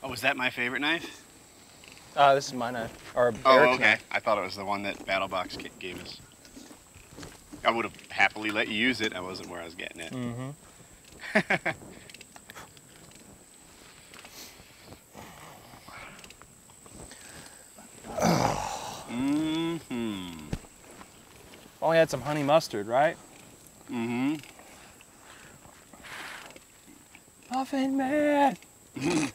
oh, is that my favorite knife?
Uh, this is my knife, or
Oh,
Eric's
okay.
knife.
I thought it was the one that Battlebox g- gave us. I would have happily let you use it. I wasn't where I was getting it.
Mm-hmm.
Mm-hmm.
Only had some honey mustard, right?
Mm-hmm. [LAUGHS]
Muffin man. I think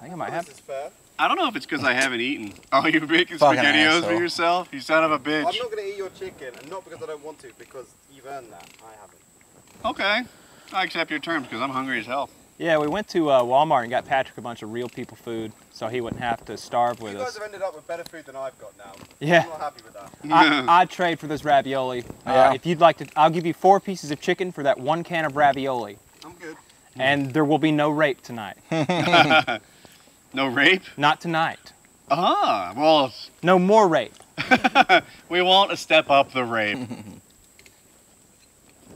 I might have.
This is fair.
I don't know if it's because I haven't eaten. Oh, you're making
[LAUGHS] Fucking
spaghettios for
asshole.
yourself? You son of a
I'm
bitch.
not going to eat your chicken, and not because I don't want to, because you've earned that. I haven't.
Okay. I accept your terms because I'm hungry as hell.
Yeah, we went to uh, Walmart and got Patrick a bunch of real people food, so he wouldn't have to starve with
you
us.
guys have ended up with better food than I've got now.
Yeah.
I'm not happy with that.
[LAUGHS]
I, I'd trade for this ravioli. Uh,
Yeah.
If you'd like to, I'll give you four pieces of chicken for that one can of ravioli.
I'm good.
And there will be no rape
[LAUGHS]
tonight.
no rape?
Not tonight.
Ah, well,
No more rape.
we won't step up the rape.
[LAUGHS]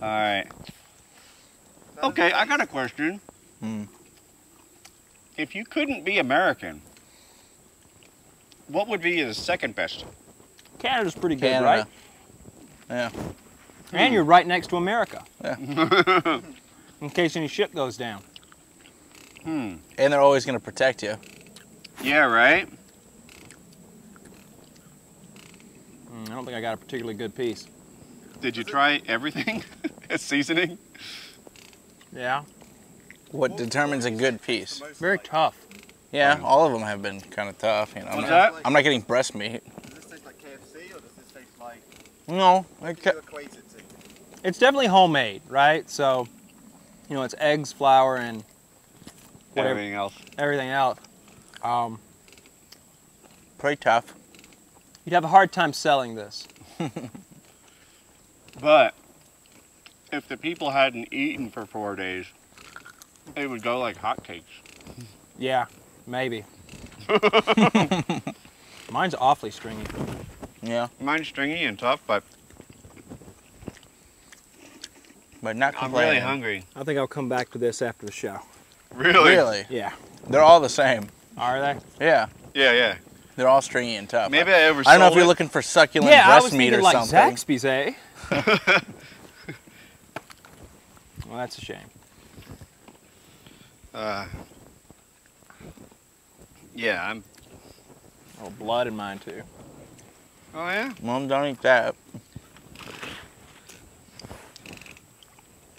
All right. Okay, I got a question.
Hmm.
If you couldn't be American, what would be the second best?
Canada's pretty good,
Canada.
right?
Yeah.
And you're right next to America.
Yeah.
[LAUGHS] In case any ship goes down.
Hmm.
And they're always going to protect you.
Yeah, right?
Mm, I don't think I got a particularly good piece.
Did you try everything [LAUGHS] as seasoning?
Yeah.
What determines a good piece?
Most
Very
like-
tough.
Yeah, all of them have been kind of tough. You know, I'm
What's
not,
that?
I'm not getting breast meat.
Does this taste like KFC, or does this taste like
No, I
you
ca-
equate it to?
It's definitely homemade, right? So, you know, it's eggs, flour, and Whatever.
Everything else.
everything else. Um,
pretty tough.
you'd have a hard time selling this.
But if the people hadn't eaten for four days, it would go like hotcakes.
Yeah,
[LAUGHS]
maybe. Mine's awfully stringy.
Yeah,
Mine's stringy and tough, but
but not
I'm
complaining.
really hungry.
I think I'll come back to this after the show.
Really?
Really?
Yeah.
They're all the same.
Are they?
Yeah,
Yeah, yeah.
they're all stringy and tough.
Maybe
I,
I oversold
I don't know if you're
it.
looking for succulent
yeah, I
breast
was
meat
thinking
or
like
something.
Zaxby's,
[LAUGHS]
eh? well, that's a shame.
Uh, yeah, I'm.
Oh, blood in mine too.
Oh yeah.
Mom, don't eat that.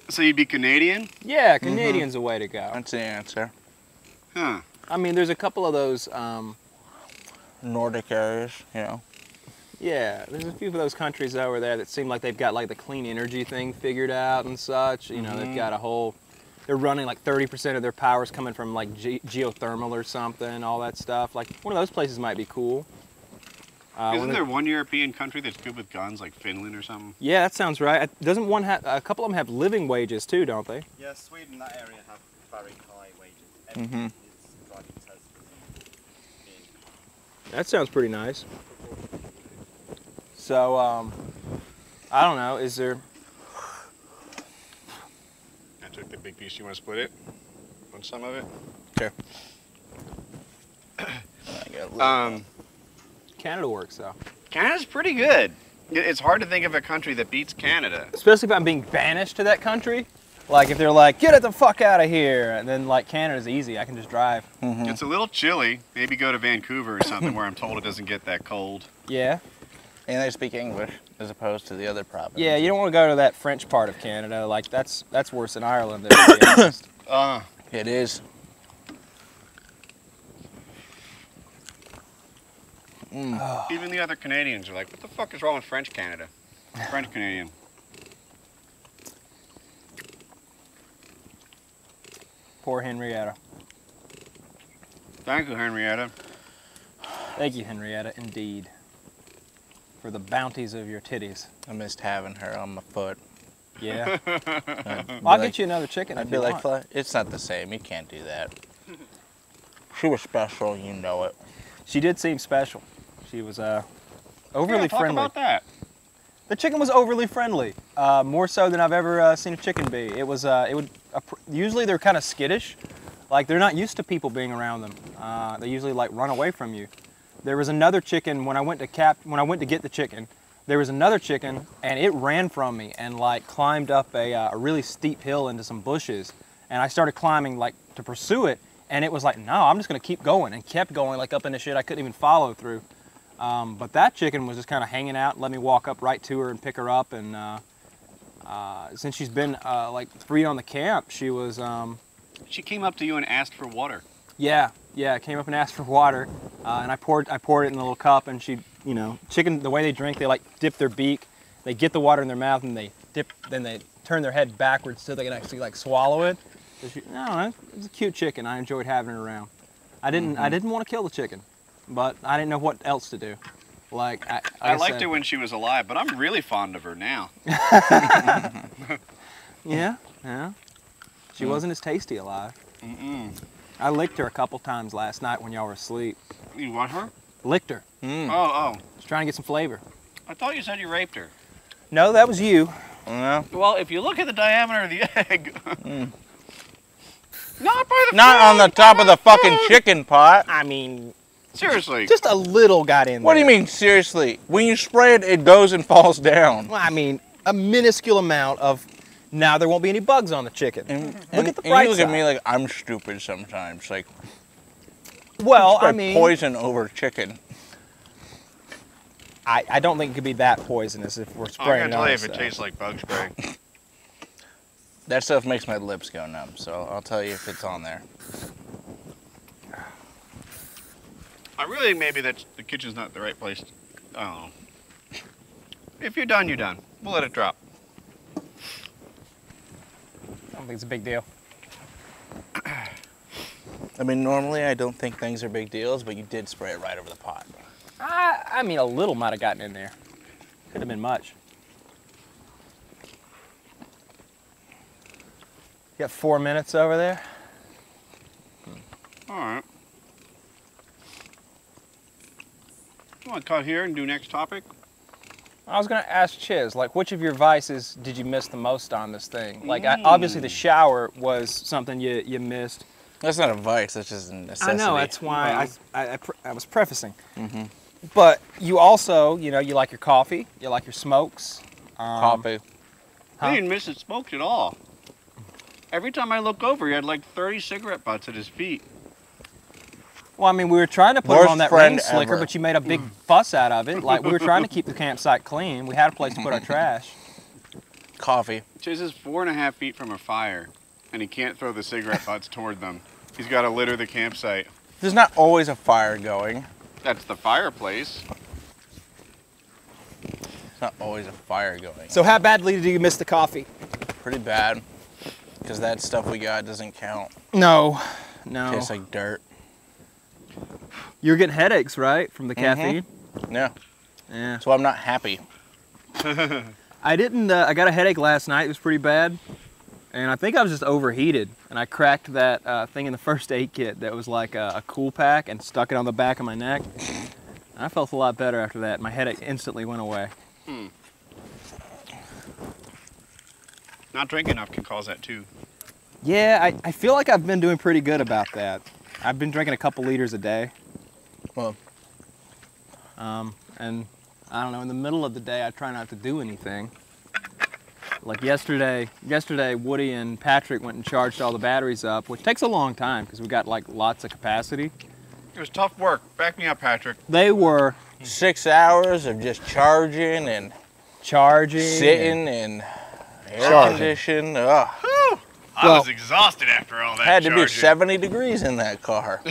So you'd be Canadian?
Yeah, Canadian's
Mm-hmm.
a way to go.
That's the answer.
Huh.
I mean, there's a couple of those. Um,
Nordic areas, you know.
yeah, there's a few of those countries over there that seem like they've got like the clean energy thing figured out and such. You know,
Mm-hmm.
they've got a whole. They're running like 30% of their powers coming from like ge- geothermal or something, all that stuff. Like one of those places might be cool. Uh, when
Isn't
they-
there one European country that's good with guns, like Finland or something?
Yeah, that sounds right. Uh, Doesn't one have a couple of them have living wages too, don't they?
Yeah, Sweden, that area have very high wages. Everything is driving Teslas
That sounds pretty nice. So, um, I don't know. Is there?
I took the big piece. You want to split it? Want some of it? Um,
Canada works though,
Canada's pretty good. It- It's hard to think of a country that beats Canada.
especially if I'm being banished to that country. Like if they're like, get it the fuck out of here, and then like Canada's easy. I can just drive.
Mm-hmm.
It's a little chilly. Maybe go to Vancouver or something where I'm told it doesn't get that cold.
Yeah.
And they speak English as opposed to the other provinces.
Yeah, you don't want to go to that French part of Canada. Like that's that's worse than Ireland. To be honest. [COUGHS]
Uh,
It is.
even the other Canadians are like, what the fuck is wrong with French Canada? French Canadian.
Poor Henrietta.
Thank you, Henrietta.
Thank you, Henrietta, indeed, for the bounties of your titties.
I missed having her on my foot.
[LAUGHS]
Yeah.
I'd be
Mm.
Well, I'll
like-
get you another chicken.
I'd
if
be
you
like,
want.
"Fly- it's not the same. You can't do that. [LAUGHS] She was special. You know it.
She did seem special. She was uh, overly
yeah, talk
friendly.
about that.
The chicken was overly friendly, uh, more so than I've ever uh, seen a chicken be. It was. Uh, it would. appr- Usually they're kind of skittish, like they're not used to people being around them. Uh, they usually like run away from you. There was another chicken when I went to cap when I went to get the chicken. There was another chicken and it ran from me and like climbed up a, uh, a really steep hill into some bushes and I started climbing like to pursue it and it was like no I'm just gonna keep going and kept going like up into shit I couldn't even follow through. Um, but that chicken was just kind of hanging out, let me walk up right to her and pick her up. And uh, uh, since she's been uh, like free on the camp, she was, um,
She came up to you and asked for water.
yeah, yeah, came up and asked for water. Uh, and I poured, I poured it in a little cup, and she, you know, chicken, the way they drink, they like dip their beak, they get the water in their mouth, and they dip, then they turn their head backwards so they can actually like swallow it. So she, no, it was a cute chicken. I enjoyed having her around. I didn't,
Mm-hmm.
I didn't want to kill the chicken, but I didn't know what else to do. Like I, like
I, liked
said-
her when she was alive, but I'm really fond of her now.
Yeah, yeah. She wasn't as tasty alive.
Mm-mm.
I licked her a couple times last night when y'all were asleep.
You want her?
Licked her.
Hmm,
Oh, oh.
Just trying to get some flavor.
I thought you said you raped her.
No, that was you.
No,
Well, if you look at the diameter of the egg. [LAUGHS] Hmm. Not by the
not on the top of the fucking chicken pot.
I mean,
Seriously.
just a little got in
What do
there.
you mean, seriously? When you spray it, it goes and [LAUGHS] falls down.
Well, I mean, a minuscule amount of. Now there won't be any bugs on the chicken.
And,
Look
and-
at the
and
bright
you look
side.
at me like I'm stupid sometimes. Like
well,
spray
Oh, I mean,
poison over chicken.
I, I don't think it could be that poisonous if we're
I'm
spraying
gonna
on
Oh, tell you if it
ourselves.
tastes like bug spray.
That stuff makes my lips go numb. So I'll tell you if it's on there.
I really think maybe that's the kitchen's not the right place. I don't know. If you're done, you're done. We'll let it drop.
I don't think it's a big deal.
I mean, normally I don't think things are big deals, but you did spray it right over the pot.
I, I mean, a little might have gotten in there. Could have been much. You got four minutes over there?
All right. You want to cut here and do next topic?
I was going to ask Chiz, like, which of your vices did you miss the most on this thing? Like, I, obviously, the shower was something you, you missed.
That's not a vice. That's just a necessity.
I know that's why I, I, I, pre- I was prefacing. But you also, you know, you like your coffee, you like your smokes. Um,
coffee.
I
Huh?
didn't miss it smoked at all. Every time I look over, he had like 30 cigarette butts at his feet.
Well, I mean, we were trying to put it
Worst
on that
friend
rain slicker,
ever.
but you made a big fuss out of it. Like we were trying to keep the campsite clean. We had a place to
[LAUGHS]
put our trash.
Coffee.
Chase is four and a half feet from a fire, and he can't throw the cigarette butts toward them. He's got to litter the campsite.
There's not always a fire going.
That's the fireplace.
There's not always a fire going.
So how badly did you miss the coffee?
pretty bad, because that stuff we got doesn't count.
No, no.
Tastes like dirt.
you were getting headaches, right, from the
Mm-hmm. Mhm. caffeine? No,
Yeah.
So I'm not happy.
I didn't. Uh, I got a headache last night. It was pretty bad, and I think I was just overheated. And I cracked that uh, thing in the [LAUGHS] first aid kit that was like a, a cool pack and stuck it on the back of my neck. And I felt a lot better after that. My headache instantly went away.
Not drinking enough can cause that too.
Yeah, I, I feel like I've been doing pretty good about that. I've been drinking a couple liters a day.
Well.
Um, and I don't know, in the middle of the day, I try not to do anything. Like yesterday, yesterday Woody and Patrick went and charged all the batteries up, which takes a long time because we got like lots of capacity.
It was tough work. Back me up, Patrick.
They were
Six hours of just charging and
charging, and-
sitting and air
Charging.
conditioning. Ugh.
I
Well-
was exhausted after all that.
Had to be
charging.
70 degrees in that car.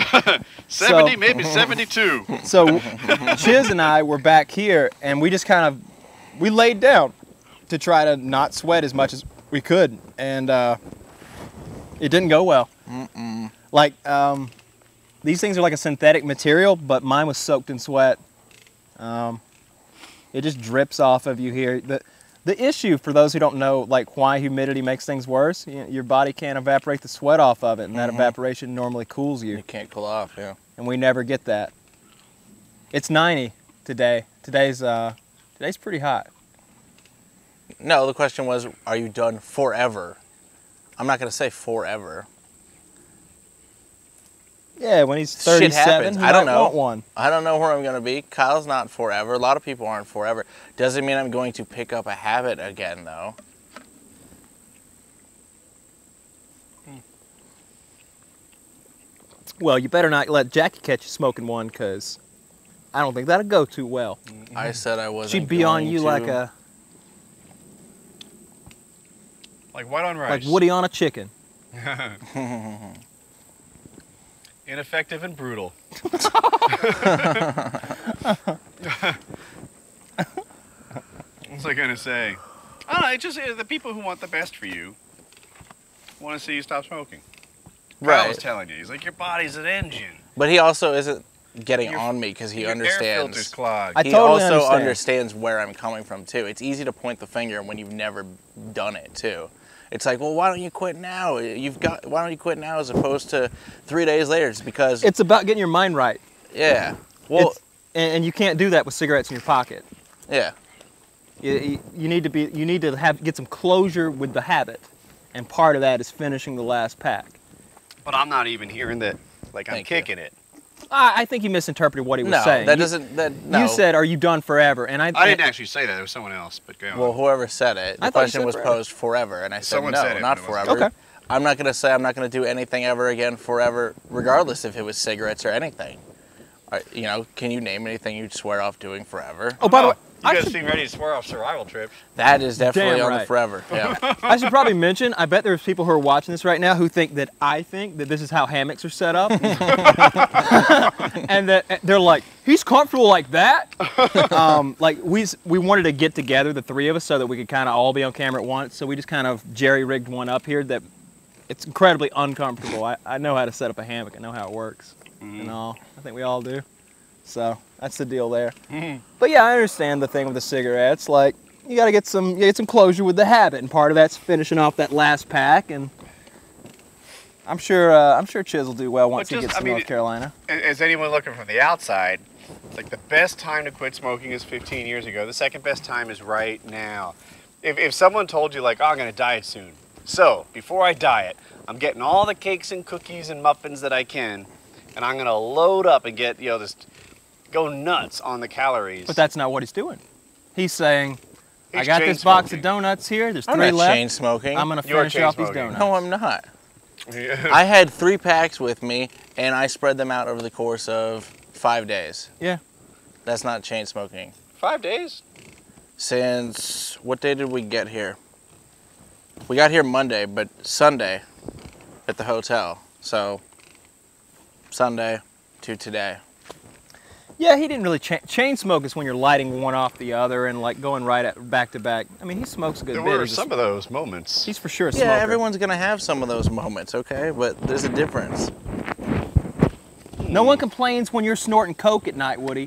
70,
So-
maybe 72.
[LAUGHS] So Chiz and I were back here, and we just kind of we laid down to try to not sweat as much as we could, and uh, it didn't go well. Like um, these things are like a synthetic material, but mine was soaked in sweat. Um, it just drips off of you here. The the issue for those who don't know, like why humidity makes things worse, y your body can't evaporate the sweat off of it, and that evaporation normally cools you
You can't cool off, yeah.
and we never get that. It's 90 today. Today's uh, today's pretty hot.
No, the question was, are you done forever? I'm not going to say forever.
Yeah, when he's 37,
Shit happens.
he
I don't
might
know.
want one.
I don't know where I'm going to be. Kyle's not forever. A lot of people aren't forever. Doesn't mean I'm going to pick up a habit again, though.
Well, you better not let Jackie catch you smoking one, cause I don't think that'll go too well.
I said I wasn't.
Mm-hmm. She'd be on
going
you
to.
like a
[LAUGHS] Like white on rice.
like Woody on a chicken.
Ineffective and brutal. What's I gonna say? I don't know. It just uh, the people who want the best for you want to see you stop smoking. Kyle was
Right.
telling you, he's like, your body's an engine.
But he also isn't getting
Your-
on me because he
your Air filter's
understands.
clogged.
I
he
totally
also
understand.
understands where I'm coming from too. It's easy to point the finger when you've never done it too. It's like, well, why don't you quit now? You've got. Why don't you quit now as opposed to three days later? It's because.
It's about getting your mind right,
yeah. Well.
It's- and, and you can't do that with cigarettes in your pocket.
yeah.
You, you, you need to be you need to have get some closure with the habit, and part of that is finishing the last pack.
But I'm not even hearing that. Like I'm
Thank you.
kicking it.
I, I think you misinterpreted what he was
No,
saying.
that
You-
doesn't. That no.
You said, "Are you done forever?" And I,
I didn't actually say that. It was someone else. But go on.
Well, whoever said it, the
I thought you
question
said
was
forever.
posed forever, and I said
Someone
no,
said it,
not
but it wasn't.
forever.
Okay.
I'm not gonna say I'm not gonna do anything ever again forever, regardless if it was cigarettes or anything. Are- You know, can you name anything you'd swear off doing forever?
Oh,
[LAUGHS]
by the way,
you
I
guys
should,
seem ready to swear off survival trips.
That is definitely
Damn
on the
right.
forever.
[LAUGHS]
Yeah.
I should probably mention. I bet there's people who are watching this right now who think that I think that this is how hammocks are set up, and that they're like, "He's comfortable like that." [LAUGHS] um, like we s- we wanted to get together, the three of us, so that we could kind of all be on camera at once. So we just kind of jerry rigged one up here that it's incredibly uncomfortable. I, I know how to set up a hammock. I know how it works,
Mm-hmm.
and all. I think we all do. So that's the deal there.
Mm-hmm.
But yeah, I understand the thing with the cigarettes. Like you gotta get some you get some closure with the habit, and part of that's finishing off that last pack. And I'm sure uh, I'm sure Chiz will do well once
just-
he gets
I
to
mean,
North Carolina.
A- As anyone looking from the outside, it's like the best time to quit smoking is 15 years ago. The second best time is right now. If, if someone told you, like, oh, I'm going to diet soon. So, before I diet, I'm getting all the cakes and cookies and muffins that I can, and I'm going to load up and get, you know, just go nuts on the calories.
But that's not what he's doing. He's saying,
He's
I got
chain
this box
smoking.
of donuts here. There's
I'm
three
not
left.
chain smoking.
I'm gonna
You are
finish off these
chain-smoking.
donuts.
no, I'm not. I had three packs with me, and I spread them out over the course of five days.
Yeah.
That's not chain smoking.
[LAUGHS] Five days?
since what day did we get here? We got here Monday, but Sunday at the hotel. So Sunday to today.
Yeah, he didn't really cha- chain smoke is when you're lighting one off the other and like going right at back to back. I mean, he smokes a good
There
bit.
were
He's a-
some of those moments.
he's for sure a
Yeah,
smoker.
everyone's gonna have some of those moments, okay? But there's a difference.
No one complains when you're snorting coke at night, Woody.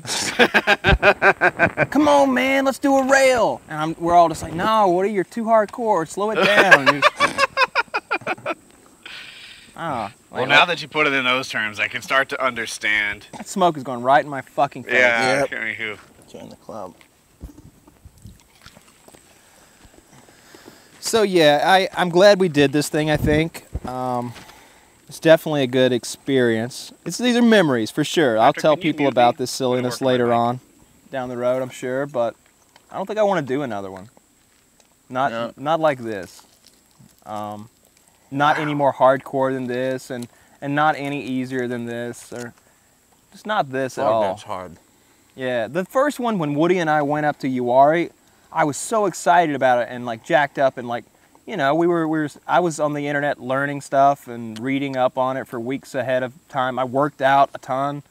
Come on, man, let's do a rail. And I'm, we're all just like, no, Woody, you're too hardcore. Slow it down.
[LAUGHS]
And you're- Ah,
Well,
like,
now that you put it in those terms, I can start to understand.
that smoke is going right in my fucking face.
Yeah.
Yep.
I mean, who-
Join the club.
So yeah, I I'm glad we did this thing. I think um, it's definitely a good experience. It's these are memories for sure. I'll
Patrick,
tell
can you
people
mute
about
me?
this
gonna work
silliness
on my
later
mic.
on, down the road, I'm sure. But I don't think I want to do another one. Not
No.
not like this. Um, not any more hardcore than this, and and not any easier than this, or just not this at all.
that's hard.
Yeah, the first one when Woody and I went up to Uwari, I was so excited about it and like jacked up and like, you know, we were we were I was on the internet learning stuff and reading up on it for weeks ahead of time. I worked out a ton,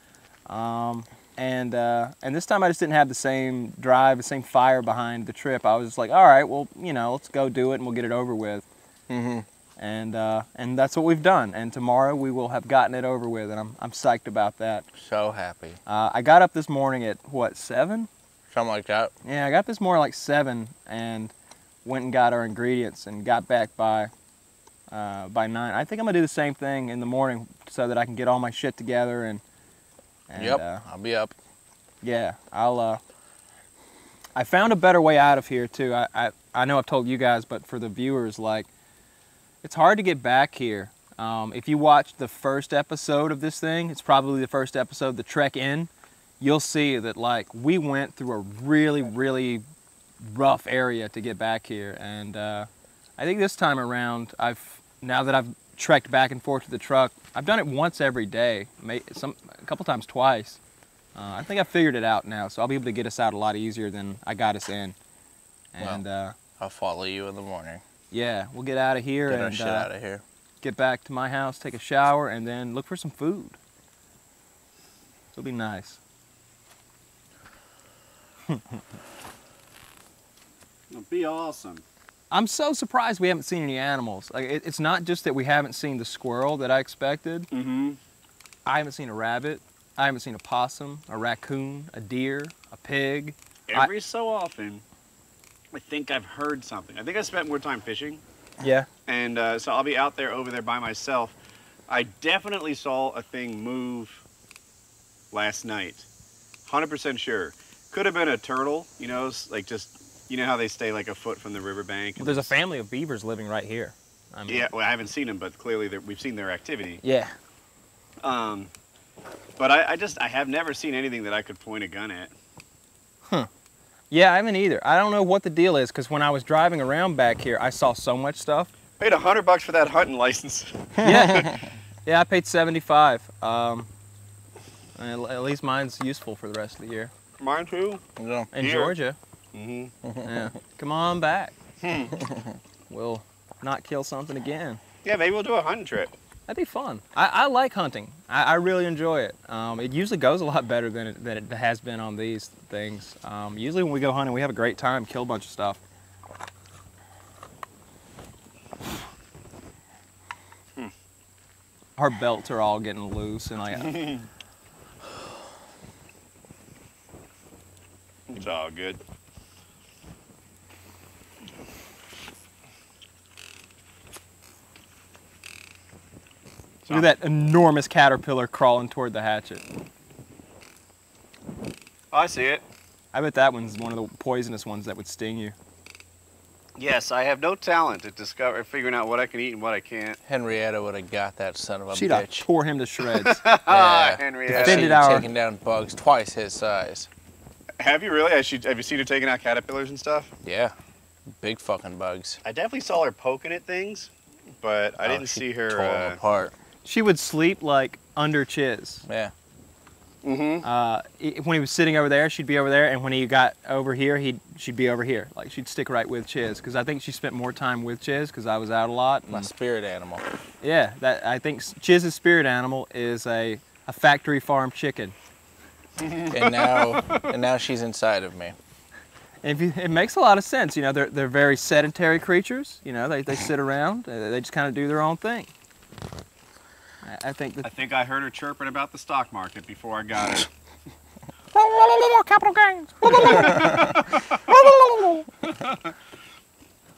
um, and uh, and this time I just didn't have the same drive, the same fire behind the trip. I was just like, all right, well, you know, let's go do it and we'll get it over with.
Mm-hmm.
Mhm.
And uh, and that's what we've done. And tomorrow we will have gotten it over with, and I'm I'm psyched about that.
So happy.
Uh, I got up this morning at what seven?
Something like that.
Yeah, I got this more like seven, and went and got our ingredients and got back by uh, by nine. I think I'm gonna do the same thing in the morning so that I can get all my shit together and and
yep.
uh,
I'll be up.
yeah, I'll. Uh, I found a better way out of here too. I, I I know I've told you guys, but for the viewers, like, it's hard to get back here. Um, if you watch the first episode of this thing, it's probably the first episode, the trek in. You'll see that like we went through a really really rough area to get back here, and uh, I think this time around, I've now that I've trekked back and forth to the truck, I've done it once every day, may, some a couple times twice. Uh, I think I figured it out now, so I'll be able to get us out a lot easier than I got us in. And uh,
I'll follow you in the morning.
yeah, we'll get out of here
Get our
and
shit
uh,
out of here.
get back to my house, take a shower, and then look for some food. It'll be nice.
Be awesome.
I'm so surprised we haven't seen any animals. Like it, it's not just that we haven't seen the squirrel that I expected.
Mm-hmm.
I haven't seen a rabbit. I haven't seen a possum, a raccoon, a deer, a pig. I-
Every so often, I think I've heard something. I think I spent more time fishing,
Yeah.
and uh, so I'll be out there over there by myself. I definitely saw a thing move last night. 100% sure. Could have been a turtle, you know, s- like just, you know how they stay like a foot from the riverbank?
Well, there's a family of beavers living right here. I mean,
Yeah, well, I haven't seen them, but clearly they're- we've seen their activity.
Yeah.
Um, but I, I just, I have never seen anything that I could point a gun at.
Yeah, I haven't either. I don't know what the deal is because when I was driving around back here, I saw so much stuff.
Paid a hundred bucks for that
[LAUGHS]
hunting license.
Yeah, [LAUGHS] yeah, I paid seventy-five. Um, and at least mine's useful for the rest of the year
Mine too.
Yeah.
in
Here.
Georgia.
Mm-hmm.
Yeah, come on back. [LAUGHS] we'll not kill something again.
Yeah, maybe we'll do a hunting trip.
That'd be fun. I, I like hunting. I, I really enjoy it. Um, it usually goes a lot better than it, than it has been on these things. Um, usually when we go hunting, we have a great time, kill a bunch of stuff. Our belts are all getting loose, and like,
It's all good.
look at that enormous caterpillar crawling toward the hatchet.
Oh,
I see it.
I bet that one's one of the poisonous ones that would sting you.
Yes, I have no talent at discover figuring out what I can eat and what I can't.
Henrietta would have got that son of a
She'd have [LAUGHS]
bitch.
tore him to shreds.
Ah,
Yeah.
Henrietta.
I've
Defend
seen
it
you
our-
taking down bugs twice his size.
Have you really? Has she, have you seen her taking out caterpillars and stuff?
Yeah. Big fucking bugs.
I definitely saw her poking at things, but I
Oh,
didn't
she
see her.
Tore 'em
Uh,
apart.
she would sleep like under Chiz.
Yeah.
mm-hmm.
uh, i- when he was sitting over there, she'd be over there, and when he got over here, he'd she'd be over here. Like she'd stick right with Chiz, because I think she spent more time with Chiz because I was out a lot. and-
Mm.
My spirit
[LAUGHS]
animal.
yeah, that I think s- Chiz's spirit animal is a, a factory farm chicken.
and now and now she's inside of me.
And if you, it makes a lot of sense, you know, they're they're very [LAUGHS] sedentary creatures. You know, they they sit around, uh, they just kind of do their own thing. I- I think
I
that
think I heard her chirping about the stock market before I got
[COUGHS]
it.
Capital gains.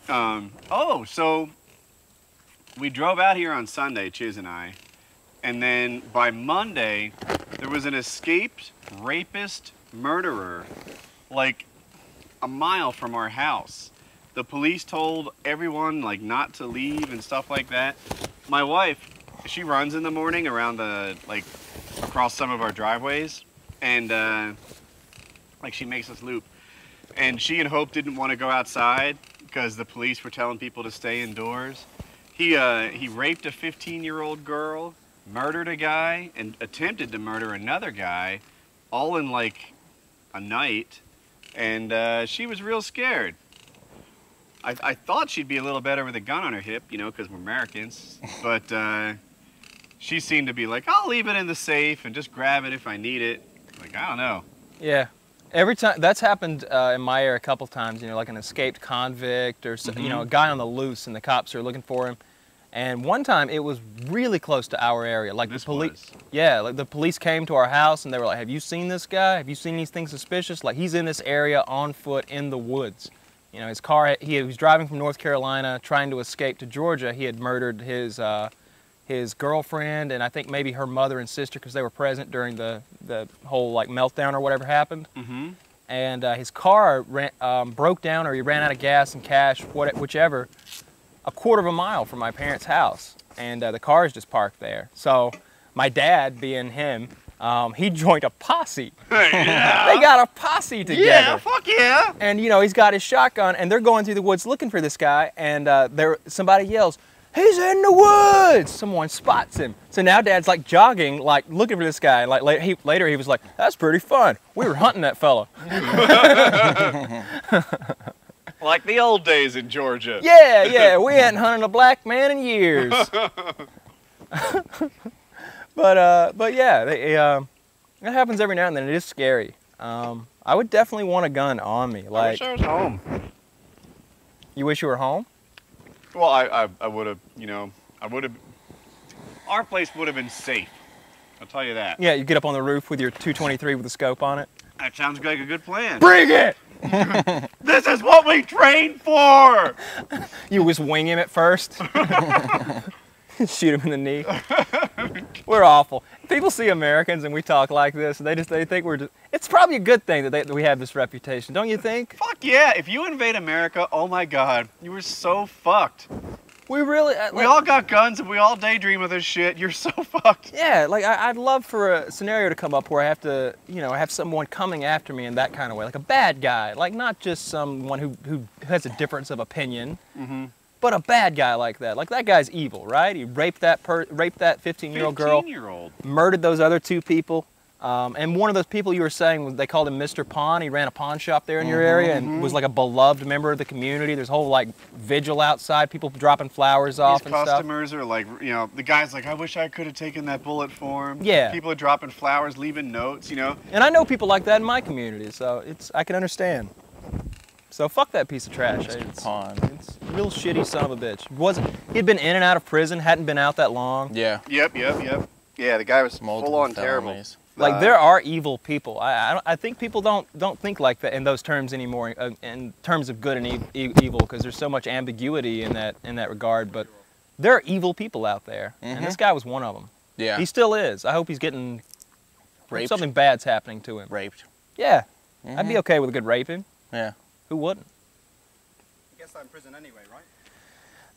Um, oh, so we drove out here on Sunday, Chiz and I, and then by Monday, there was an escaped rapist murderer like a mile from our house. The police told everyone like not to leave and stuff like that. My wife, she runs in the morning around the like across some of our driveways, and uh, like she makes us loop. And she and Hope didn't want to go outside because the police were telling people to stay indoors. He uh, he raped a 15-year-old girl, murdered a guy, and attempted to murder another guy, all in like a night. And uh, she was real scared. I, I thought she'd be a little better with a gun on her hip, you know, because we're
[LAUGHS]
Americans. But uh, she seemed to be like, I'll leave it in the safe and just grab it if I need it. Like I don't know.
[LAUGHS] Yeah. Every time that's happened uh, in my area a couple times, you know, like an escaped convict or so, you know a guy on the loose, and the cops are looking for him. And one time it was really close to our area, like
This
the police.
was.
Yeah, like the police came to our house and they were like, "Have you seen this guy? Have you seen anything suspicious? Like he's in this area on foot in the woods." You know, his car. He was driving from North Carolina, trying to escape to Georgia. He had murdered his uh, his girlfriend and I think maybe her mother and sister because they were present during the the whole like meltdown or whatever happened
Mm-hmm.
and uh, his car ran, um, broke down or he ran out of gas and cash, what, whichever, a quarter of a mile from my parents' house. And uh, the car is just parked there. So my dad, being him, um, he [LAUGHS] joined
[LAUGHS]
a posse. They got a posse together.
Yeah, fuck yeah.
And you know he's got his shotgun, and they're going through the woods looking for this guy. And uh, there, somebody yells, "He's in the woods!" Someone spots him. So now Dad's like jogging, like looking for this guy. Like la- he, later, he was like, "That's pretty fun. We were hunting that fella."
Like the old days in Georgia.
Yeah, yeah, we hadn't hunted a black man
[LAUGHS]
in years. but uh, but yeah, they, um, it happens every now and then. It is scary. Um, I would definitely want a gun on me.
I
Like
wish I was home.
you wish you were home.
Well, I, I, I would have, you know, I would have. Our place would have been safe. I'll tell you that.
Yeah, you get up on the roof with your 223 with a
[LAUGHS]
scope on it.
That sounds like a good plan.
Bring it!
This is what we trained for.
You just wing him at first. [LAUGHS] Shoot him in the knee.
[LAUGHS]
We're awful. People see Americans and we talk like this, and they just they think we're. Just, it's probably a good thing that, they, that we have this reputation, don't you think?
Fuck yeah! If you invade America, oh my God, you were so fucked.
We really. uh,
We
like-
all got guns and we all daydream of this shit. You're so [LAUGHS] fucked.
Yeah, like I, I'd love for a scenario to come up where I have to, you know, have someone coming after me in that kind of way, like a bad guy, like not just someone who who has a difference of opinion, but a bad guy like that. Like that guy's evil, right? He raped that per, raped that 15 year old girl,
Fifteen-year-old.
murdered those other two people, um, and one of those people you were saying was- they called him Mr. Pawn. He ran a pawn shop there in your area and was like a beloved member of the community. There's a whole like vigil outside, people dropping flowers off
These
and stuff.
customers are like, you know, the guy's like, I wish I could have taken that bullet for him.
Yeah.
People are dropping flowers, leaving notes, you know.
And I know people like that in my community, so it's I can understand. So fuck that piece of trash. It's,
Pond.
it's a real shitty son of a bitch. Wasn't he'd been in and out of prison, hadn't been out that long.
Yeah.
Yep, yep, yep.
Yeah, the guy was
Multiple
full on terrible. Uh,
felonies.
Like there are evil people. I I, don't, I think people don't don't think like that in those terms anymore. uh, In terms of good and e- e- evil, because there's so much ambiguity in that in that regard. But there are evil people out there, and this guy was one of them.
Mm-hmm. Yeah.
He still is. I hope he's getting hope
Raped. Mm-hmm.
Something bad's happening to him.
raped.
Yeah, I'd be okay with a good raping.
Yeah.
Who wouldn't?
I guess I'm in prison anyway, right?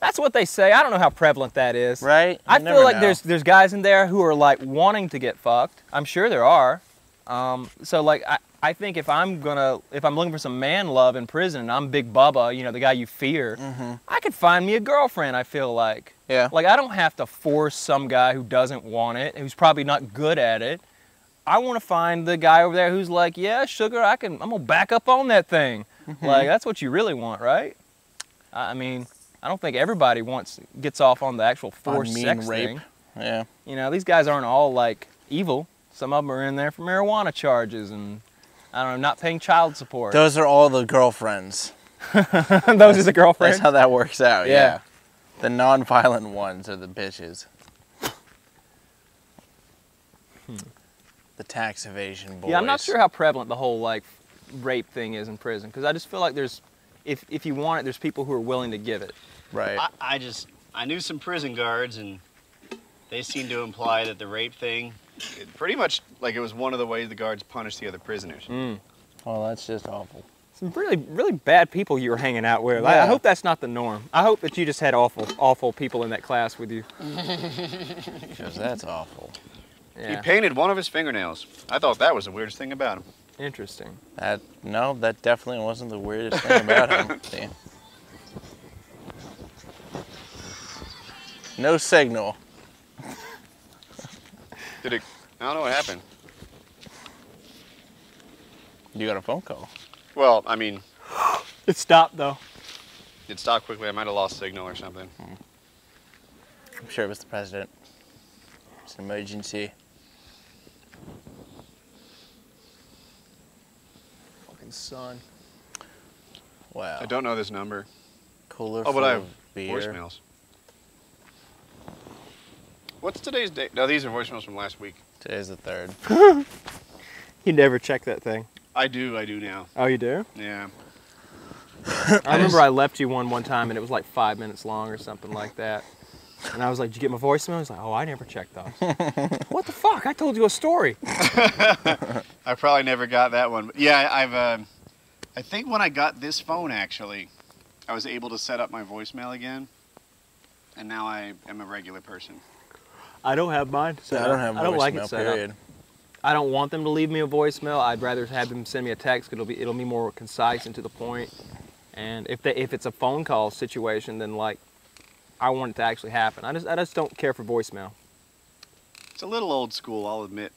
That's what they say. I don't know how prevalent that is.
Right?
I feel
You never
like
know.
there's there's guys in there who are like wanting to get fucked. I'm sure there are. Um, so like I, I think if I'm gonna if I'm looking for some man love in prison and I'm Big Bubba, you know the guy you fear,
Mm.
I could find me a girlfriend. I feel like
Mm-hmm. Yeah.
like I don't have to force some guy who doesn't want it, who's probably not good at it. I want to find the guy over there who's like, yeah, sugar, I can. I'm gonna back up on that thing.
Mm-hmm.
Like that's what you really want, right? I I mean, I don't think everybody wants gets off on the actual forced
mean
sex
rape.
thing.
yeah.
You know, these guys aren't all like evil. Some of them are in there for marijuana charges and I don't know, not paying child support.
Those are all the girlfriends.
[LAUGHS] Those are the
That's
girlfriends.
how that works out.
Yeah.
Yeah. The non-violent ones are the bitches. The tax evasion boys.
Hmm. Yeah, I'm not sure how prevalent the whole like rape thing is in prison because I just feel like there's, if if you want it, there's people who are willing to give it.
Right.
I, I just I knew some prison guards, and they seemed to imply that the rape thing.
It pretty much like it was one of the ways the guards punished the other prisoners.
well, Oh, that's just awful.
Some really really bad people you were hanging out with. I, I
Yeah.
hope that's not the norm. I hope that you just had awful awful people in that class with you.
Because that's awful.
He
Yeah.
painted one of his fingernails. I thought that was the weirdest thing about him.
Interesting.
That no, that definitely wasn't the weirdest thing about
[LAUGHS]
him. Damn. No signal.
Did it? I don't know what happened.
You got a phone call.
Well, I mean,
It stopped though.
it stopped quickly. I might have lost signal or something.
I'm sure it was the president. It's an emergency.
Fucking sun.
Wow.
I don't know this number.
Cooler.
Oh, but
full
I have
of beer.
Voicemails. What's today's date? No, these are voicemails from last week.
Today's the third.
You never check that thing.
I do, I do now.
Oh, you [CLEARS THROAT] do?
Yeah.
I remember I left you one one time and it was like five minutes long or something like that. And I was like, "Did you get my voicemail?" He's like, "Oh, I never checked [LAUGHS] those." what the fuck? I told you a story.
I probably never got that one. But yeah, I- I've. um I think when I got this phone, actually, I was able to set up my voicemail again, and now I am a regular person.
I don't have mine.
I don't have.
I don't like it
voicemail,
set up.
period.
I don't want them to leave me a voicemail. I'd rather have them send me a text. 'cause It'll be it'll be more concise and to the point. And if they if it's a phone call situation, then like, I want it to actually happen. I just I just don't care for voicemail.
It's a little old school, I'll admit.